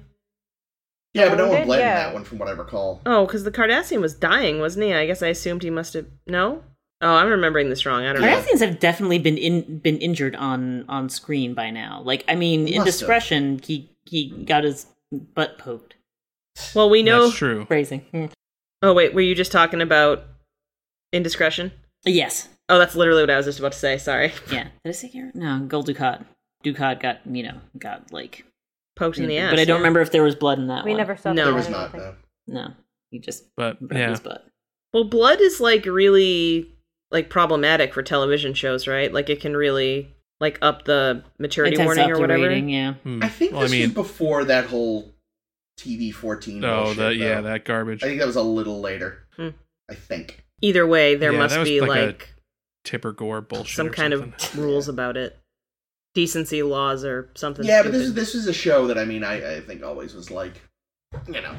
Speaker 1: yeah, but no
Speaker 3: Owned
Speaker 1: one
Speaker 3: it?
Speaker 1: bled
Speaker 3: Yeah.
Speaker 1: in that one, from what I recall.
Speaker 5: Oh, because the Cardassian was dying, wasn't he? I guess I assumed he must have no? Oh, I'm remembering this wrong. I don't know.
Speaker 2: Cardassians have definitely been in, been injured on on screen by now. Like, I mean,
Speaker 1: Must have.
Speaker 2: indiscretion. He he got his butt poked.
Speaker 5: Well we know
Speaker 4: That's true.
Speaker 2: Phrasing. Hmm.
Speaker 5: Oh wait, were you just talking about indiscretion?
Speaker 2: Yes.
Speaker 5: Oh, that's literally what I was just about to say, sorry.
Speaker 2: Yeah. Did I say Garrett? No. Gold Ducat. Ducat got you know got like.
Speaker 5: Poked in the
Speaker 4: Mm-hmm.
Speaker 5: ass.
Speaker 2: but I don't
Speaker 5: yeah.
Speaker 2: remember if there was blood in that
Speaker 3: We
Speaker 2: one.
Speaker 3: never saw that,
Speaker 5: No.
Speaker 1: there
Speaker 5: I
Speaker 1: was
Speaker 3: I don't
Speaker 1: not.
Speaker 3: think.
Speaker 1: No.
Speaker 2: No. He just
Speaker 4: But
Speaker 2: broke
Speaker 4: yeah,
Speaker 2: his butt.
Speaker 5: Well, blood is like really like problematic for television shows, right? Like it can really like up the
Speaker 2: It
Speaker 5: maturity
Speaker 2: tends to up
Speaker 5: warning or
Speaker 2: the
Speaker 5: whatever.
Speaker 2: rating, yeah.
Speaker 4: Hmm.
Speaker 1: I think
Speaker 4: well, I
Speaker 1: this
Speaker 4: mean,
Speaker 1: was before that whole TV fourteen.
Speaker 4: oh,
Speaker 1: bullshit,
Speaker 4: the, yeah,
Speaker 1: though.
Speaker 4: that garbage
Speaker 1: I think that was a little later.
Speaker 5: Hmm.
Speaker 1: I think.
Speaker 5: Either way, there
Speaker 4: Yeah, that
Speaker 5: must
Speaker 4: was
Speaker 5: be
Speaker 4: like a
Speaker 5: like
Speaker 4: Tipper Gore bullshit.
Speaker 5: some
Speaker 4: or
Speaker 5: kind
Speaker 4: something. <laughs>
Speaker 5: of rules about it, decency laws or something.
Speaker 1: yeah,
Speaker 5: stupid.
Speaker 1: but this is this is a show that I mean I, I think always was like, you know,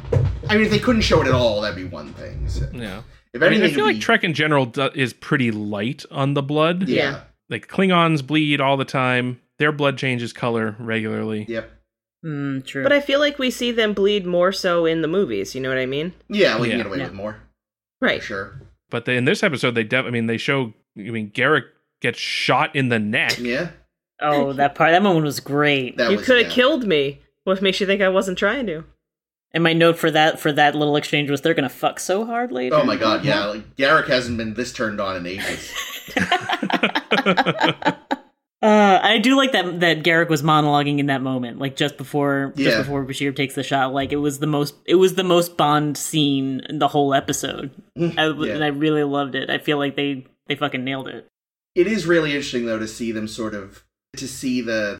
Speaker 1: I mean if they couldn't show it at all, that'd be one thing. So,
Speaker 4: yeah.
Speaker 1: If
Speaker 4: I,
Speaker 1: anything,
Speaker 4: mean, I
Speaker 1: it'd
Speaker 4: feel like
Speaker 1: be-
Speaker 4: Trek in general do- is pretty light on the blood.
Speaker 1: Yeah.
Speaker 5: Yeah.
Speaker 4: Like Klingons bleed all the time. Their blood changes color regularly.
Speaker 1: Yep.
Speaker 2: Mm, true.
Speaker 5: But I feel like we see them bleed more so in the movies. You know what I mean?
Speaker 1: Yeah, we can
Speaker 4: Yeah.
Speaker 1: get away
Speaker 2: Yeah.
Speaker 1: with more. For
Speaker 5: Right.
Speaker 1: sure.
Speaker 4: But they, in this episode, they def- I mean, they show. I mean, Garrick gets shot in the neck.
Speaker 1: Yeah.
Speaker 2: oh, that part. That moment was great.
Speaker 1: That
Speaker 5: you
Speaker 1: was
Speaker 5: could have
Speaker 1: yeah.
Speaker 5: killed me. What makes you think I wasn't trying to?
Speaker 2: And my note for that for that little exchange was they're gonna fuck so hard later.
Speaker 1: Oh my god, yeah. Like Garrick hasn't been this turned on in ages.
Speaker 2: Uh, I do like that that Garrick was monologuing in that moment, like just before
Speaker 1: Yeah.
Speaker 2: just before Bashir takes the shot. Like it was the most it was the most Bond scene in the whole episode, I, and I
Speaker 1: Mm, yeah.
Speaker 2: really loved it. I feel like they they fucking nailed it.
Speaker 1: It is really interesting though to see them sort of to see the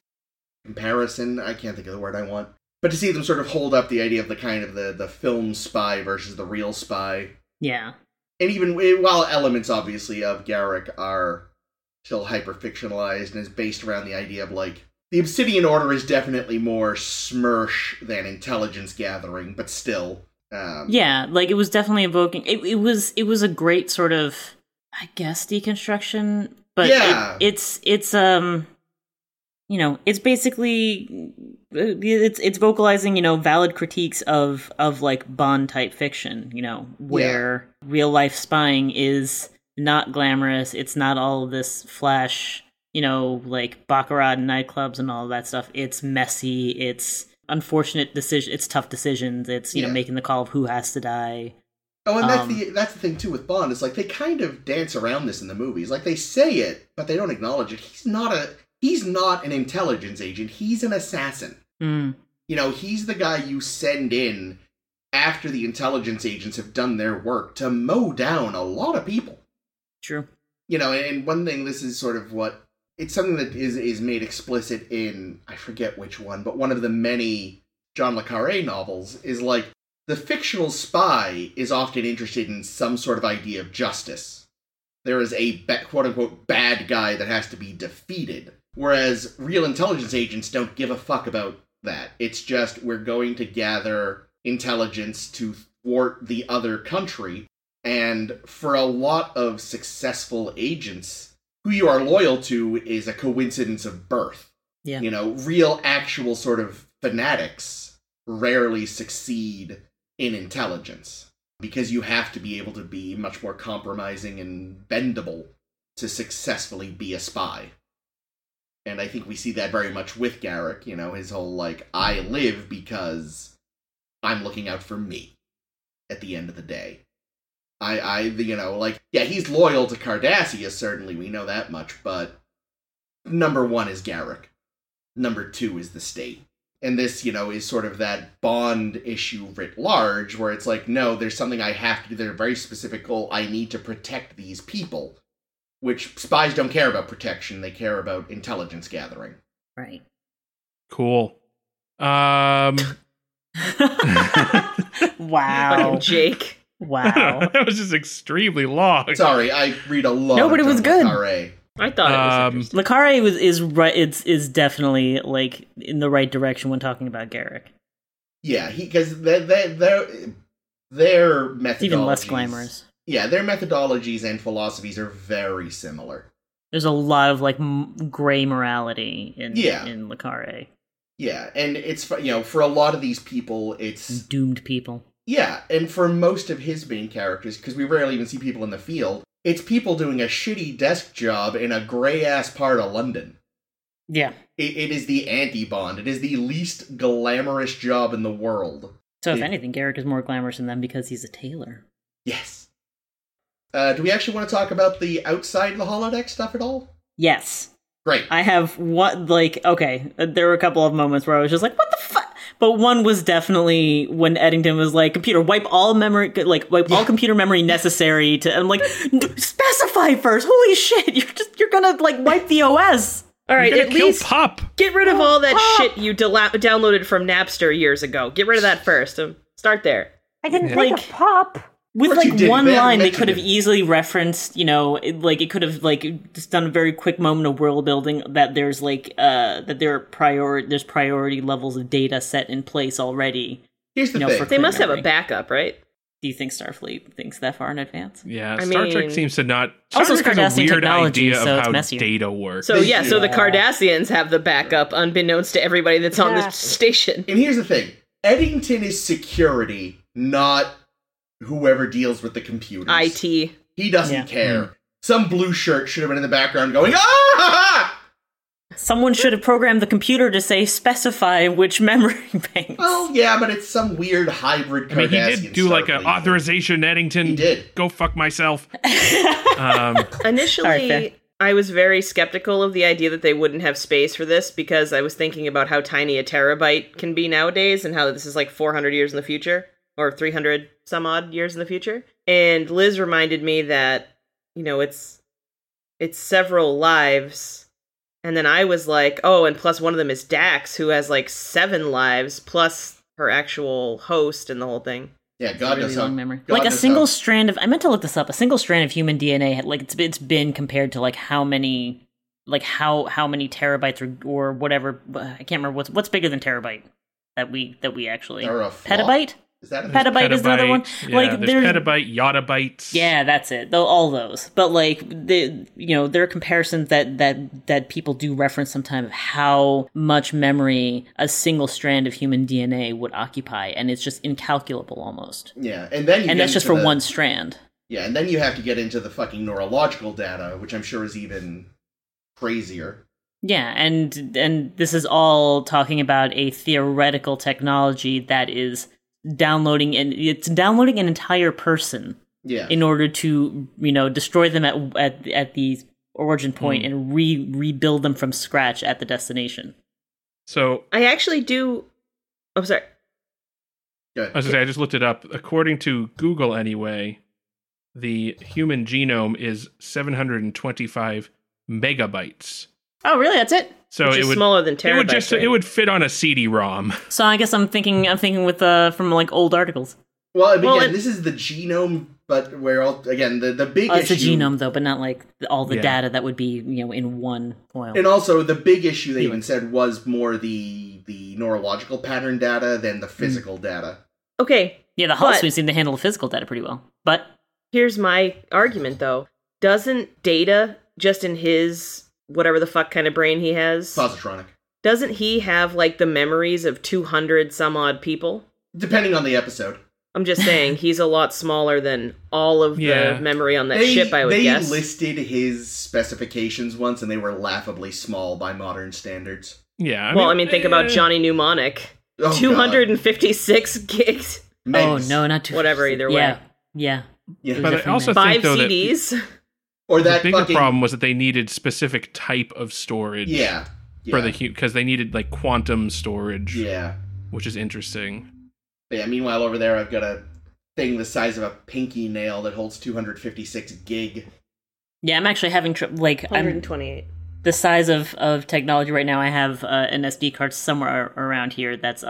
Speaker 1: comparison. I can't think of the word I want. But to see them sort of hold up the idea of the kind of the, the film spy versus the real spy.
Speaker 2: Yeah,
Speaker 1: and even while elements obviously of Garrick are still hyper fictionalized and is based around the idea of like the Obsidian Order is definitely more smirsh than intelligence gathering, but still, um,
Speaker 2: yeah, like it was definitely evoking. It, it was it was a great sort of I guess deconstruction, but it-
Speaker 1: Yeah.
Speaker 2: it's it's um you know it's basically it's it's vocalizing you know valid critiques of of like bond type fiction you know where real life spying is not glamorous it's not all this flash you know like baccarat and nightclubs and all that stuff it's messy it's unfortunate decision it's tough decisions it's you know
Speaker 1: Yeah.
Speaker 2: making the call of who has to die
Speaker 1: Oh, and that's
Speaker 2: Um,
Speaker 1: the that's the thing too with Bond is like they kind of dance around this in the movies. Like they say it, but they don't acknowledge it. He's not a he's not an intelligence agent. He's an assassin.
Speaker 2: Mm.
Speaker 1: You know, he's the guy you send in after the intelligence agents have done their work to mow down a lot of people.
Speaker 2: true
Speaker 1: you know and one thing this is sort of what it's something that is is made explicit in i forget which one but one of the many john le carre novels is like the fictional spy is often interested in some sort of idea of justice there is a ba- quote unquote bad guy that has to be defeated whereas real intelligence agents don't give a fuck about that it's just we're going to gather intelligence to thwart the other country and for a lot of successful agents, who you are loyal to is a coincidence of birth.
Speaker 2: Yeah.
Speaker 1: You know, real, actual sort of fanatics rarely succeed in intelligence because you have to be able to be much more compromising and bendable to successfully be a spy. And I think we see that very much with Garrick, you know, his whole like, I live because I'm looking out for me at the end of the day. I, I, you know, like, yeah, he's loyal to Cardassia, certainly, we know that much, but number one is Garrick. Number two is the state. And this, you know, is sort of that bond issue writ large, where it's like, no, there's something I have to do. There's a very specific goal. I need to protect these people, which spies don't care about protection, they care about intelligence gathering.
Speaker 2: <laughs> right
Speaker 4: Cool. Um,
Speaker 2: wow. <laughs>
Speaker 5: Fucking Jake.
Speaker 2: Wow.
Speaker 4: <laughs> that was just extremely long.
Speaker 1: Sorry, I read a lot.
Speaker 2: No,
Speaker 1: of
Speaker 2: but it was
Speaker 1: John le
Speaker 2: good.
Speaker 1: Carré.
Speaker 5: I thought it was
Speaker 4: Um,
Speaker 2: <laughs>
Speaker 5: interesting.
Speaker 2: Lakare was is right. It's is definitely like in the right direction when talking about Garrick.
Speaker 1: Yeah, because they, they, their their methodologies
Speaker 2: It's even less glamorous.
Speaker 1: Yeah, their methodologies and philosophies are very similar.
Speaker 2: There's a lot of like m- gray morality in
Speaker 1: Yeah.
Speaker 2: in Lakare.
Speaker 1: Yeah, and it's fu- you know for a lot of these people, it's
Speaker 2: Doomed people.
Speaker 1: yeah, and for most of his main characters, because we rarely even see people in the field, it's people doing a shitty desk job in a grey ass part of London.
Speaker 2: Yeah.
Speaker 1: It, it is the anti Bond. It is the least glamorous job in the world.
Speaker 2: So if
Speaker 1: Yeah.
Speaker 2: anything, Garrick is more glamorous than them because he's a tailor.
Speaker 1: Yes. Uh, do we actually want to talk about the outside the holodeck stuff at all?
Speaker 2: Yes.
Speaker 1: Great.
Speaker 2: I have what like okay, uh, there were a couple of moments where I was just like, what the fuck. But one was definitely when Eddington was like, "Computer, wipe all memory, like wipe all computer memory necessary to." I'm like, "N- specify first. Holy shit, <laughs> you're just you're gonna like wipe the OS.
Speaker 5: All right,
Speaker 4: You're
Speaker 5: at
Speaker 4: gonna kill
Speaker 5: least
Speaker 4: Pop.
Speaker 5: get rid of all that shit you dela- downloaded from Napster years ago. Get rid of that first. Um, start there.
Speaker 3: I didn't
Speaker 4: Yeah.
Speaker 3: think
Speaker 2: Like-
Speaker 3: of pop.
Speaker 2: With
Speaker 1: Of course you
Speaker 2: like
Speaker 1: did,
Speaker 2: one
Speaker 1: they haven't
Speaker 2: line, they
Speaker 1: mentioned
Speaker 2: could have
Speaker 1: it.
Speaker 2: easily referenced, you know, it, like it could have like just done a very quick moment of world building that there's like uh that there are prior there's priority levels of data set in place already.
Speaker 1: Here's the
Speaker 2: No,
Speaker 1: thing.
Speaker 2: for-
Speaker 5: They must have a
Speaker 2: Memory.
Speaker 5: backup, right?
Speaker 2: Do you think Starfleet thinks that far in advance?
Speaker 4: Yeah,
Speaker 5: I
Speaker 4: Star Trek
Speaker 5: mean-
Speaker 4: seems to not. Star
Speaker 2: Also, it's
Speaker 4: Trek has
Speaker 2: Cardassian
Speaker 4: a weird
Speaker 2: technology,
Speaker 4: idea
Speaker 2: so
Speaker 4: of
Speaker 2: it's
Speaker 4: how
Speaker 2: messier.
Speaker 4: data works.
Speaker 5: So
Speaker 1: They
Speaker 5: yeah,
Speaker 1: do.
Speaker 5: so the Cardassians have the backup, unbeknownst to everybody that's on
Speaker 3: Yeah.
Speaker 5: this station.
Speaker 1: And here's the thing Eddington is security, not whoever deals with the computers.
Speaker 5: It.
Speaker 1: He doesn't
Speaker 2: Yeah. Mm.
Speaker 1: care. Some blue shirt should have been in the background going, ah! ha, ha!"
Speaker 2: Someone should have programmed the computer to say specify which memory <laughs> banks.
Speaker 1: Well, yeah, but it's some weird hybrid
Speaker 4: I mean, he
Speaker 1: Cardassian
Speaker 4: did do like
Speaker 1: Starfleet
Speaker 4: an
Speaker 1: thing.
Speaker 4: authorization, Eddington.
Speaker 1: He did.
Speaker 4: Go
Speaker 2: <laughs>
Speaker 4: fuck myself. um,
Speaker 5: Initially,
Speaker 2: All right, fair.
Speaker 5: I was very skeptical of the idea that they wouldn't have space for this because I was thinking about how tiny a terabyte can be nowadays and how this is like 400 years in the future or 300 some odd years in the future. And Liz reminded me that, you know, it's it's several lives. And then I was like, oh, and plus one of them is Dax who has like seven lives plus her actual host and the whole thing.
Speaker 1: Yeah, God
Speaker 2: really
Speaker 1: knows
Speaker 2: long
Speaker 1: how.
Speaker 2: memory.
Speaker 1: God
Speaker 2: like a
Speaker 1: knows
Speaker 2: single
Speaker 1: how-
Speaker 2: strand of I meant to look this up. A single strand of human DNA had like it's it's been compared to like how many like how how many terabytes or or whatever uh, I can't remember what's what's bigger than terabyte that we that we actually
Speaker 1: Or a flop.
Speaker 2: petabyte
Speaker 1: Is that a
Speaker 4: there's
Speaker 2: Petabyte is another one.
Speaker 4: petabyte, Yeah,
Speaker 2: Like,
Speaker 4: there's
Speaker 2: there's-
Speaker 4: petabyte, yottabytes.
Speaker 2: Yeah, that's it. Though all those, but like the you know there are comparisons that that that people do reference sometimes of how much memory a single strand of human DNA would occupy, and it's just incalculable almost.
Speaker 1: Yeah, and then you get
Speaker 2: And that's just
Speaker 1: into
Speaker 2: for
Speaker 1: the-
Speaker 2: one strand.
Speaker 1: Yeah, and then you have to get into the fucking neurological data, which I'm sure is even crazier.
Speaker 2: Yeah, and and this is all talking about a theoretical technology that is downloading and it's downloading an entire person
Speaker 1: Yeah.
Speaker 2: in order to you know destroy them at at at the origin
Speaker 5: Hmm.
Speaker 2: point and re rebuild them from scratch at the destination.
Speaker 4: So
Speaker 5: I actually do. Oh, sorry.
Speaker 1: Good.
Speaker 4: I was gonna say, I just looked it up. According to Google, anyway, the human genome is 725 megabytes.
Speaker 2: Oh, really? That's it.
Speaker 4: So
Speaker 5: Which
Speaker 4: it
Speaker 5: is
Speaker 4: would
Speaker 5: smaller than terabyte.
Speaker 4: it would just
Speaker 5: right?
Speaker 4: it would fit on a CD-ROM.
Speaker 2: So I guess I'm thinking I'm thinking with uh from like old articles.
Speaker 1: Well, and
Speaker 5: Well,
Speaker 1: again,
Speaker 5: and-
Speaker 1: this is the genome, but where all again the the big
Speaker 2: Oh, it's a
Speaker 1: issue-
Speaker 2: genome though, but not like the- all the
Speaker 4: Yeah.
Speaker 2: data that would be you know in one coil.
Speaker 1: And also, the big issue they even said was more the the neurological pattern data than the physical data.
Speaker 5: okay,
Speaker 2: yeah, the host
Speaker 5: but-
Speaker 2: we seem to handle the physical data pretty well, but
Speaker 5: here's my argument though. Doesn't data just in his whatever the fuck kind of brain he has?
Speaker 1: Positronic,
Speaker 5: Doesn't he have like the memories of 200 some odd people?
Speaker 1: depending on the episode.
Speaker 5: I'm just
Speaker 1: <laughs>
Speaker 5: saying he's a lot smaller than all of
Speaker 4: Yeah.
Speaker 5: the memory on that
Speaker 1: they
Speaker 5: ship. I would
Speaker 1: they
Speaker 5: guess.
Speaker 1: listed his specifications once, and they were laughably small by modern standards.
Speaker 4: Yeah.
Speaker 5: well, I mean, think about
Speaker 4: eh.
Speaker 5: Johnny Mnemonic.
Speaker 1: Oh, God.
Speaker 5: 256 <laughs> gigs,
Speaker 2: oh
Speaker 1: Megs.
Speaker 2: no, not too
Speaker 5: Whatever, either way.
Speaker 2: Yeah, yeah.
Speaker 1: Yeah.
Speaker 4: But I
Speaker 2: Definitely
Speaker 4: also
Speaker 5: five
Speaker 4: think though that
Speaker 5: CDs. <laughs>
Speaker 1: or that
Speaker 4: the bigger
Speaker 1: fucking
Speaker 4: problem was that they needed specific type of storage.
Speaker 1: Yeah, yeah,
Speaker 4: For the because they needed like quantum storage,
Speaker 1: yeah.
Speaker 4: which is interesting.
Speaker 1: But yeah. Meanwhile, over there, I've got a thing the size of a pinky nail that holds 256 gig.
Speaker 2: Yeah, I'm actually having tr- like I'm
Speaker 5: 128.
Speaker 2: the size of of technology right now. I have uh, an SD card somewhere ar- around here that's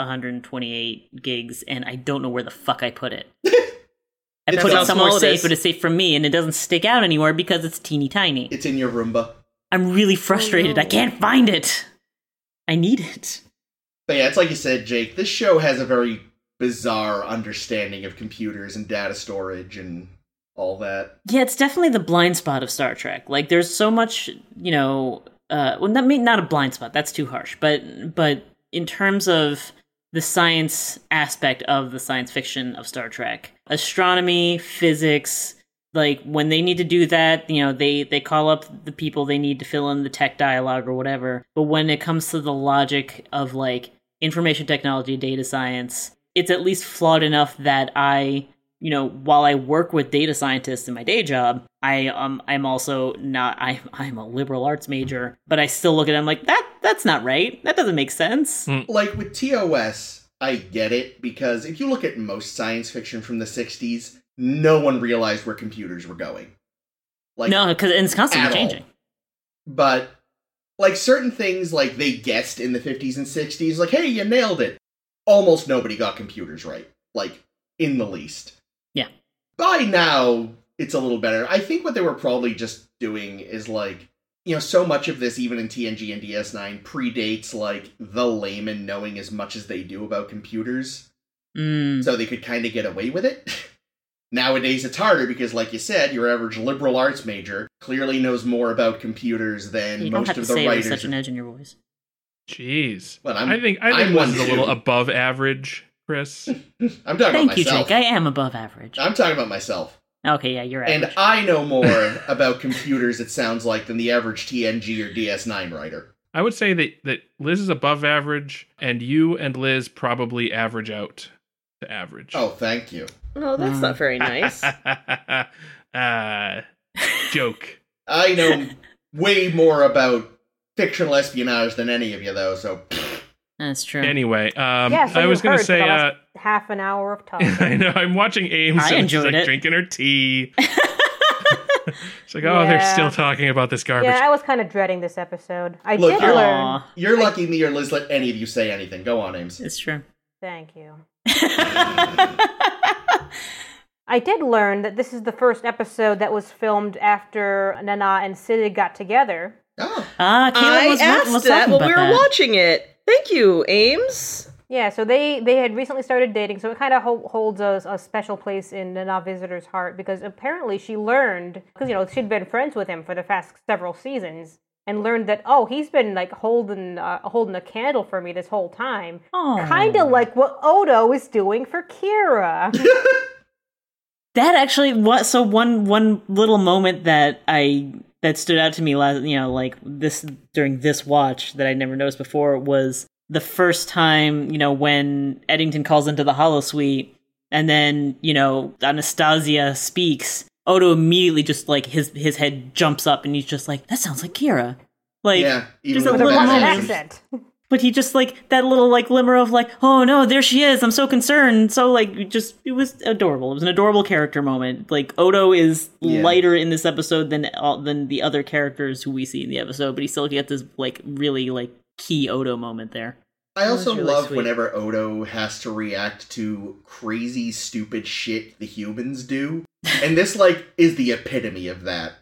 Speaker 2: 128 gigs, and I don't know where the fuck I put it. I
Speaker 1: It's
Speaker 2: put
Speaker 1: how
Speaker 2: it somewhere
Speaker 5: small it
Speaker 2: safe,
Speaker 5: is.
Speaker 2: but it's safe from me, and it doesn't stick out anywhere because it's teeny tiny.
Speaker 1: It's in your Roomba.
Speaker 2: I'm really frustrated.
Speaker 5: no.
Speaker 2: I can't find it. I need it.
Speaker 1: But yeah, it's like you said, Jake, this show has a very bizarre understanding of computers and data storage and all that.
Speaker 2: Yeah, it's definitely the blind spot of Star Trek. Like, there's so much, you know, uh, well, not, not a blind spot. That's too harsh. But but in terms of the science aspect of the science fiction of Star Trek, astronomy, physics, like when they need to do that, you know, they they call up the people they need to fill in the tech dialogue or whatever. But when it comes to the logic of like information technology, data science, it's at least flawed enough that I you know, while I work with data scientists in my day job, I um I'm also not I <laughs> I'm a liberal arts major, but I still look at it I'm like that that's not right. That doesn't make sense.
Speaker 1: Like with TOS, I get it because if you look at most science fiction from the 60s, no one realized where computers were going. Like
Speaker 2: no, because it's constantly
Speaker 1: at all.
Speaker 2: changing.
Speaker 1: but like certain things like they guessed in the 50s and 60s like hey you nailed it almost nobody got computers right like in the least
Speaker 2: Yeah.
Speaker 1: by now it's a little better i think what they were probably just doing is like you know so much of this even in tng and ds9 predates like the layman knowing as much as they do about computers
Speaker 2: Mm.
Speaker 1: so they could kind of get away with it. <laughs> Nowadays, it's harder because, like you said, your average liberal arts major clearly knows more about computers than
Speaker 2: You don't
Speaker 1: most
Speaker 2: have to
Speaker 1: of the
Speaker 2: say it with
Speaker 1: writers.
Speaker 2: such an edge in your voice.
Speaker 4: Jeez.
Speaker 1: Well, I'm-
Speaker 4: I think I think
Speaker 1: I'm
Speaker 4: this
Speaker 1: one
Speaker 4: is a little
Speaker 1: too.
Speaker 4: above average,
Speaker 1: <laughs>
Speaker 4: Chris.
Speaker 1: I'm talking
Speaker 2: Thank
Speaker 1: about
Speaker 2: you,
Speaker 1: myself.
Speaker 2: Jake. I am above average.
Speaker 1: I'm talking about myself,
Speaker 2: okay, yeah, you're average.
Speaker 1: and I know more <laughs> about computers. It sounds like than the average TNG or DS9 writer.
Speaker 4: I would say that that Liz is above average, and you and Liz probably average out to average.
Speaker 1: Oh, thank you.
Speaker 5: Oh, that's
Speaker 2: Mm.
Speaker 5: not
Speaker 2: <laughs>
Speaker 5: very nice.
Speaker 4: <laughs> uh,
Speaker 5: <laughs>
Speaker 4: joke.
Speaker 1: I
Speaker 2: <laughs>
Speaker 1: know way more about fictional espionage than any of you, though. So
Speaker 2: that's true. <laughs>
Speaker 4: Anyway, um,
Speaker 3: Yeah, so
Speaker 4: I
Speaker 3: you
Speaker 4: was going
Speaker 3: heard for
Speaker 4: to say.
Speaker 3: the
Speaker 4: Uh,
Speaker 3: last half an hour of time.
Speaker 4: <laughs> I know. I'm watching Ames.
Speaker 2: I
Speaker 4: and
Speaker 2: enjoyed
Speaker 4: she's, like,
Speaker 2: it.
Speaker 4: Drinking her tea. It's like, oh, they're
Speaker 3: Yeah.
Speaker 4: still talking about this garbage. <laughs>
Speaker 3: yeah, I was kind of dreading this episode. I
Speaker 1: Look,
Speaker 3: did
Speaker 1: you're-
Speaker 3: learn.
Speaker 2: Aw,
Speaker 1: you're lucky me or Liz let any of you say anything. Go on, Ames. <laughs>
Speaker 2: it's true. <laughs>
Speaker 3: Thank you. I did learn that this is the first episode that was filmed after Nana and Sid got together.
Speaker 1: Oh,
Speaker 2: Ah, Caitlin
Speaker 5: I
Speaker 2: was,
Speaker 5: asked
Speaker 2: was
Speaker 5: that
Speaker 2: talking
Speaker 5: while
Speaker 2: about
Speaker 5: we were
Speaker 2: that.
Speaker 5: watching it. Thank you, Ames.
Speaker 3: Yeah, so they they had recently started dating, so it kind of ho- holds a, a special place in Nana Visitor's heart because apparently she learned because you know she'd been friends with him for the past several seasons and learned that oh he's been like holding uh, holding a candle for me this whole time,
Speaker 2: Aw.
Speaker 3: kind of like what Odo is doing for Kira.
Speaker 2: That actually what so one one little moment that I that stood out to me last you know like this during this watch that I never noticed before was the first time you know when Eddington calls into the Hollow Suite and then you know Anastasia speaks Odo immediately just like his his head jumps up and he's just like that sounds like Kira like
Speaker 1: yeah. Even
Speaker 2: just a
Speaker 1: with
Speaker 3: with
Speaker 1: the
Speaker 3: a
Speaker 1: bad
Speaker 2: little
Speaker 3: Russian
Speaker 2: moment.
Speaker 1: intentions.
Speaker 3: accent.
Speaker 2: but he just like that little like glimmer of like oh no there she is i'm so concerned so like just it was adorable it was an adorable character moment like odo is
Speaker 1: Yeah.
Speaker 2: lighter in this episode than all than the other characters who we see in the episode but he still gets this like really like key odo moment there
Speaker 1: I
Speaker 2: That was
Speaker 1: also
Speaker 2: really
Speaker 1: love
Speaker 2: sweet.
Speaker 1: whenever Odo has to react to crazy, stupid shit the humans
Speaker 2: <laughs>
Speaker 1: do. And this, like, is the epitome of that.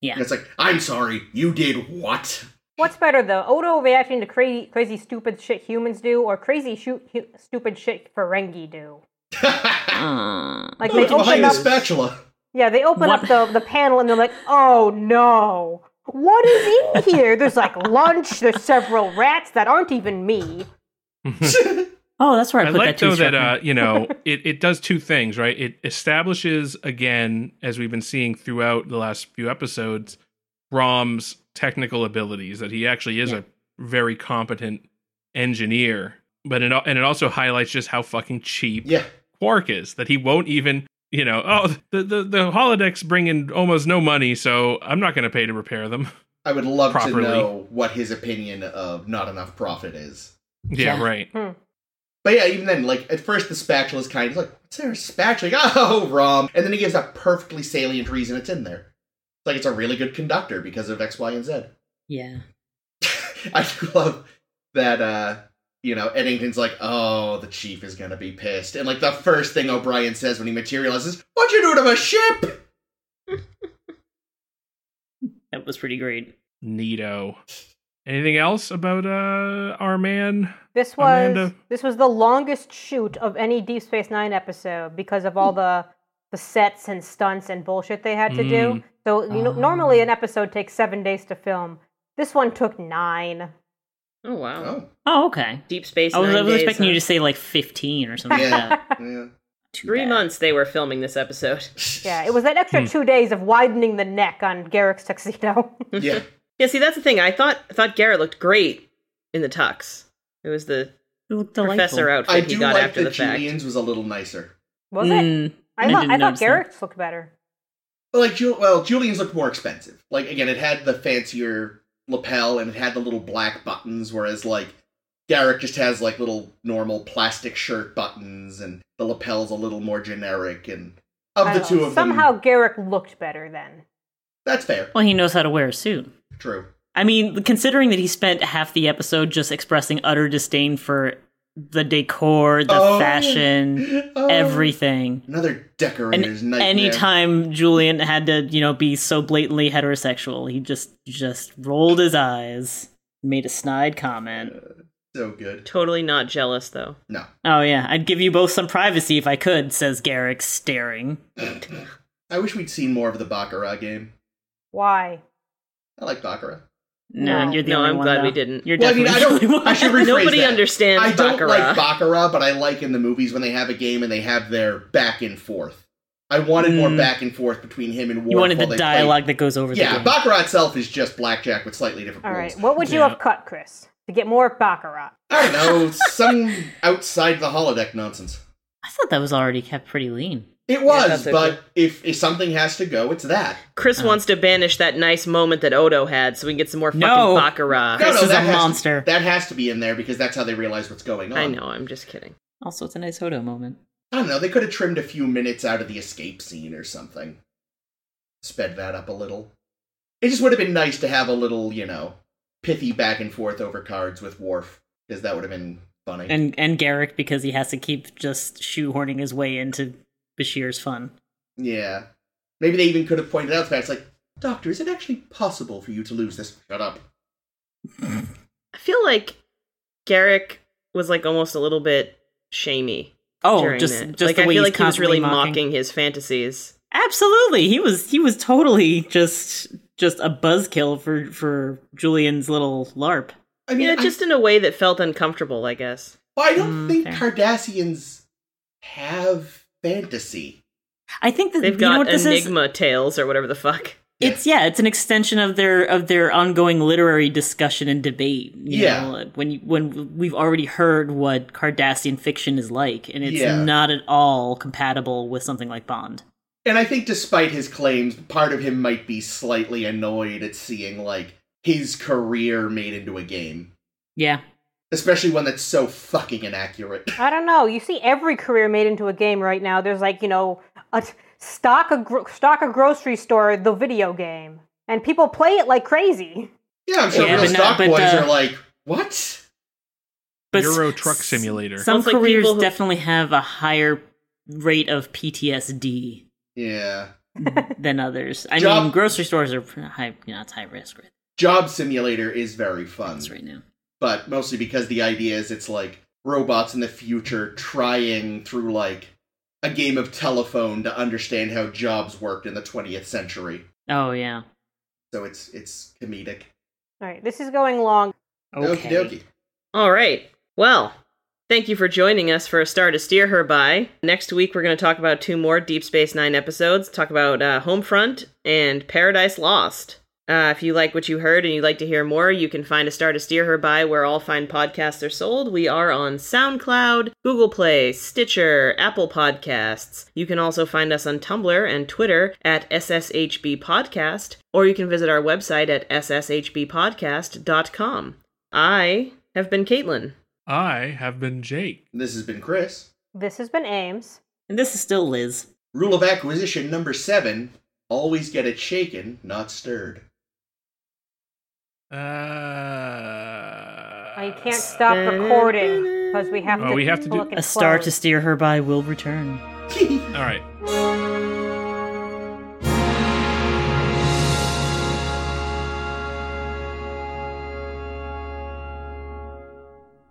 Speaker 2: Yeah.
Speaker 1: And it's like, I'm sorry, you did what?
Speaker 2: <laughs>
Speaker 3: What's better though, Odo reacting to crazy, crazy, stupid shit humans do, or crazy, shoot, hu- stupid shit Ferengi do? Like they
Speaker 1: Look behind
Speaker 3: open
Speaker 1: the
Speaker 3: up,
Speaker 1: spatula. <laughs>
Speaker 3: yeah, they open
Speaker 2: What-
Speaker 3: up the the panel and they're like, oh no, what is in here? There's like lunch. There's several rats that aren't even me.
Speaker 2: oh that's where i,
Speaker 4: I
Speaker 2: put
Speaker 4: like
Speaker 2: that too
Speaker 4: though that
Speaker 2: Shrek.
Speaker 4: uh,
Speaker 2: <laughs>
Speaker 4: you know it, it does two things, right? It establishes again, as we've been seeing throughout the last few episodes, Rom's technical abilities that he actually is
Speaker 2: Yeah.
Speaker 4: a very competent engineer. But it al- and it also highlights just how fucking cheap
Speaker 1: Yeah.
Speaker 4: Quark is that he won't even you know oh the the, the holodecks bring in almost no money, so I'm not going to pay to repair them.
Speaker 1: I would love
Speaker 4: Properly.
Speaker 1: to know what his opinion of not enough profit is.
Speaker 4: Yeah,
Speaker 2: Yeah.
Speaker 4: right.
Speaker 1: But yeah, even then, like, at first the spatula's kind of like, what's there, a spatula? <laughs> Like, oh, Rom. And then he gives a perfectly salient reason it's in there. It's like it's a really good conductor because of X, Y, and Z.
Speaker 2: yeah
Speaker 1: <laughs> I do love that uh you know Eddington's like, oh, the chief is gonna be pissed, and like the first thing O'Brien says when he materializes, "What you do to my ship?"
Speaker 2: that was pretty great
Speaker 4: Neato. Anything else about uh our man?
Speaker 3: This was
Speaker 4: Amanda.
Speaker 3: this was the longest shoot of any Deep Space Nine episode because of all the the sets and stunts and bullshit they had to do. So you know, normally an episode takes seven days to film. This one took nine.
Speaker 5: Oh wow.
Speaker 1: Oh,
Speaker 2: Oh, okay.
Speaker 5: Deep Space
Speaker 2: I was,
Speaker 5: Nine
Speaker 2: I was
Speaker 5: days,
Speaker 2: expecting
Speaker 5: huh?
Speaker 2: you to say like 15 or something like
Speaker 1: yeah.
Speaker 2: that.
Speaker 1: Oh, yeah.
Speaker 2: Too
Speaker 5: Three
Speaker 2: bad.
Speaker 5: months they were filming this episode.
Speaker 3: <laughs>
Speaker 5: <laughs>
Speaker 3: Yeah, it was that extra two days of widening the neck on Garrick's tuxedo.
Speaker 1: <laughs>
Speaker 3: <laughs>
Speaker 1: Yeah.
Speaker 5: Yeah, see that's the thing. I thought I thought Garrett looked great in the tux. It was the
Speaker 2: You look delightful.
Speaker 5: professor outfit
Speaker 1: I
Speaker 5: he
Speaker 1: do
Speaker 5: got
Speaker 1: like
Speaker 5: after
Speaker 1: that
Speaker 5: the fact.
Speaker 1: Julian's was a little nicer.
Speaker 3: was it?
Speaker 2: Mm,
Speaker 3: I thought
Speaker 2: didn't
Speaker 3: I, thought
Speaker 2: notice that.
Speaker 3: Garrick's looked better.
Speaker 1: But like, Ju- well, Julian's looked more expensive. Like again, it had the fancier lapel and it had the little black buttons, whereas like Garrick just has like little normal plastic shirt buttons, and the lapel's a little more generic. And of
Speaker 3: I
Speaker 1: the
Speaker 3: don't
Speaker 1: two
Speaker 3: know.
Speaker 1: of
Speaker 3: Somehow
Speaker 1: them,
Speaker 3: Garrick looked better then.
Speaker 1: that's fair.
Speaker 2: Well, he knows how to wear a suit.
Speaker 1: True.
Speaker 2: I mean, considering that he spent half the episode just expressing utter disdain for the decor, the
Speaker 1: Oh.
Speaker 2: fashion,
Speaker 1: Oh.
Speaker 2: everything.
Speaker 1: Another
Speaker 2: And
Speaker 1: decorator's nightmare.
Speaker 2: anytime Julian had to, you know, be so blatantly heterosexual, he just just rolled his eyes, made a snide comment.
Speaker 1: Uh, so good.
Speaker 5: Totally not jealous
Speaker 1: <laughs>
Speaker 5: though.
Speaker 1: No.
Speaker 2: Oh yeah, I'd give you both some privacy if I could, says Garrick, staring.
Speaker 1: I wish we'd seen more of the Baccarat game.
Speaker 3: Why?
Speaker 1: I like Baccarat.
Speaker 2: No,
Speaker 3: No.
Speaker 2: you're the
Speaker 5: No,
Speaker 2: only
Speaker 5: I'm
Speaker 2: one,
Speaker 5: glad we
Speaker 2: though.
Speaker 5: didn't.
Speaker 2: You're
Speaker 1: Well, I mean,
Speaker 2: definitely
Speaker 1: I don't-
Speaker 2: the only one.
Speaker 1: I should rephrase
Speaker 5: Nobody
Speaker 1: that.
Speaker 5: understands
Speaker 1: I don't
Speaker 5: Baccarat.
Speaker 1: like Baccarat, but I like in the movies when they have a game and they have their back and forth. I wanted more
Speaker 2: Mm.
Speaker 1: back and forth between him and Worf.
Speaker 2: You wanted
Speaker 1: while
Speaker 2: the
Speaker 1: they
Speaker 2: dialogue that goes over
Speaker 1: Played.
Speaker 2: the
Speaker 1: Yeah,
Speaker 2: game.
Speaker 1: Baccarat itself is just blackjack with slightly different
Speaker 3: All
Speaker 1: rules.
Speaker 3: right. What would you
Speaker 4: Yeah.
Speaker 3: have cut, Chris, to get more Baccarat?
Speaker 1: I don't know, some outside the holodeck nonsense.
Speaker 2: I thought that was already kept pretty lean.
Speaker 1: It
Speaker 5: Yeah,
Speaker 1: was,
Speaker 5: that's okay.
Speaker 1: but if, if something has to go, it's that.
Speaker 5: Chris
Speaker 2: Uh-huh.
Speaker 5: wants to banish that nice moment that Odo had so we can get some more fucking
Speaker 2: No.
Speaker 5: Baccarat.
Speaker 2: Chris is
Speaker 1: that has
Speaker 2: a
Speaker 1: to-
Speaker 2: monster.
Speaker 1: that has to be in there because that's how they realize what's going on.
Speaker 5: I know, I'm just kidding.
Speaker 2: Also, it's a nice Hodo moment.
Speaker 1: I don't know. They could have trimmed a few minutes out of the escape scene or something. Sped that up a little. It just would have been nice to have a little, you know, pithy back and forth over cards with Worf, because that would have been funny.
Speaker 2: And and Garrick because he has to keep just shoehorning his way into Bashir's fun.
Speaker 1: yeah. Maybe they even could have pointed out the fact, it's like, Doctor, is it actually possible for you to lose this? Shut up.
Speaker 5: I feel like Garrick was like almost a little bit shamey.
Speaker 2: Oh,
Speaker 5: during
Speaker 2: just
Speaker 5: that.
Speaker 2: just
Speaker 5: like
Speaker 2: the
Speaker 5: I
Speaker 2: way
Speaker 5: feel
Speaker 2: he's
Speaker 5: like he was
Speaker 2: constantly
Speaker 5: really
Speaker 2: mocking.
Speaker 5: mocking. his fantasies.
Speaker 2: Absolutely, he was he was totally just just a buzzkill for for Julian's little LARP.
Speaker 1: I mean,
Speaker 5: yeah,
Speaker 1: I-
Speaker 5: just in a way that felt uncomfortable, I guess.
Speaker 1: I, don't
Speaker 2: Mm,
Speaker 1: think
Speaker 2: fair.
Speaker 1: Cardassians have fantasy.
Speaker 2: I think that
Speaker 5: They've
Speaker 2: you know
Speaker 5: got
Speaker 2: what this is.
Speaker 5: Enigma tales or whatever the fuck.
Speaker 2: It's yeah, it's an extension of their of their ongoing literary discussion and debate. you
Speaker 1: Yeah.
Speaker 2: know, when you, when we've already heard what Cardassian fiction is like, and it's
Speaker 1: Yeah.
Speaker 2: not at all compatible with something like Bond.
Speaker 1: And I think, despite his claims, part of him might be slightly annoyed at seeing, like, his career made into a game.
Speaker 2: Yeah,
Speaker 1: Especially one that's so fucking inaccurate. <laughs>
Speaker 3: I don't know. You see every career made into a game right now. There's like, you know, a t- stock a gro- stock a grocery store, the video game. And people play it like crazy.
Speaker 1: Yeah, I'm sure
Speaker 2: Yeah,
Speaker 1: real
Speaker 2: but no-
Speaker 1: stock
Speaker 2: but,
Speaker 1: boys
Speaker 2: uh,
Speaker 1: are like, what?
Speaker 2: but
Speaker 4: Euro
Speaker 2: s-
Speaker 4: Truck Simulator.
Speaker 2: Some
Speaker 5: Sounds like
Speaker 2: careers
Speaker 5: people who-
Speaker 2: definitely have a higher rate of PTSD
Speaker 1: <laughs> Yeah.
Speaker 2: than others. I
Speaker 1: Job-
Speaker 2: mean, grocery stores are pr- high, you know, it's high risk right,
Speaker 1: Job Simulator is very fun,
Speaker 2: right now.
Speaker 1: but mostly because the idea is it's like robots in the future trying through, like, a game of telephone to understand how jobs worked in the 20th century.
Speaker 2: Oh yeah.
Speaker 1: So it's it's comedic.
Speaker 3: All right, this is going long.
Speaker 2: Okay.
Speaker 1: Okie dokie.
Speaker 5: All right. Well, thank you for joining us for a star to steer her by. Next week, we're going to talk about two more Deep Space Nine episodes. Talk about uh, Homefront and Paradise Lost. Uh, if you like what you heard and you'd like to hear more, you can find a star to steer her by where all fine podcasts are sold. We are on SoundCloud, Google Play, Stitcher, Apple Podcasts. You can also find us on Tumblr and Twitter at SSHB Podcast, or you can visit our website at sshbpodcast.com. I have been Caitlin.
Speaker 4: I have been Jake.
Speaker 1: This has been Chris.
Speaker 3: This has been Ames.
Speaker 2: And this is still Liz.
Speaker 1: Rule of acquisition number seven always get it shaken, not stirred.
Speaker 4: Uh,
Speaker 3: I
Speaker 4: I
Speaker 3: can't stop recording because we have
Speaker 4: Oh,
Speaker 3: to
Speaker 4: we have to do-
Speaker 3: look and
Speaker 2: A star
Speaker 3: close.
Speaker 2: to steer her by will return.
Speaker 4: All right.
Speaker 1: Thank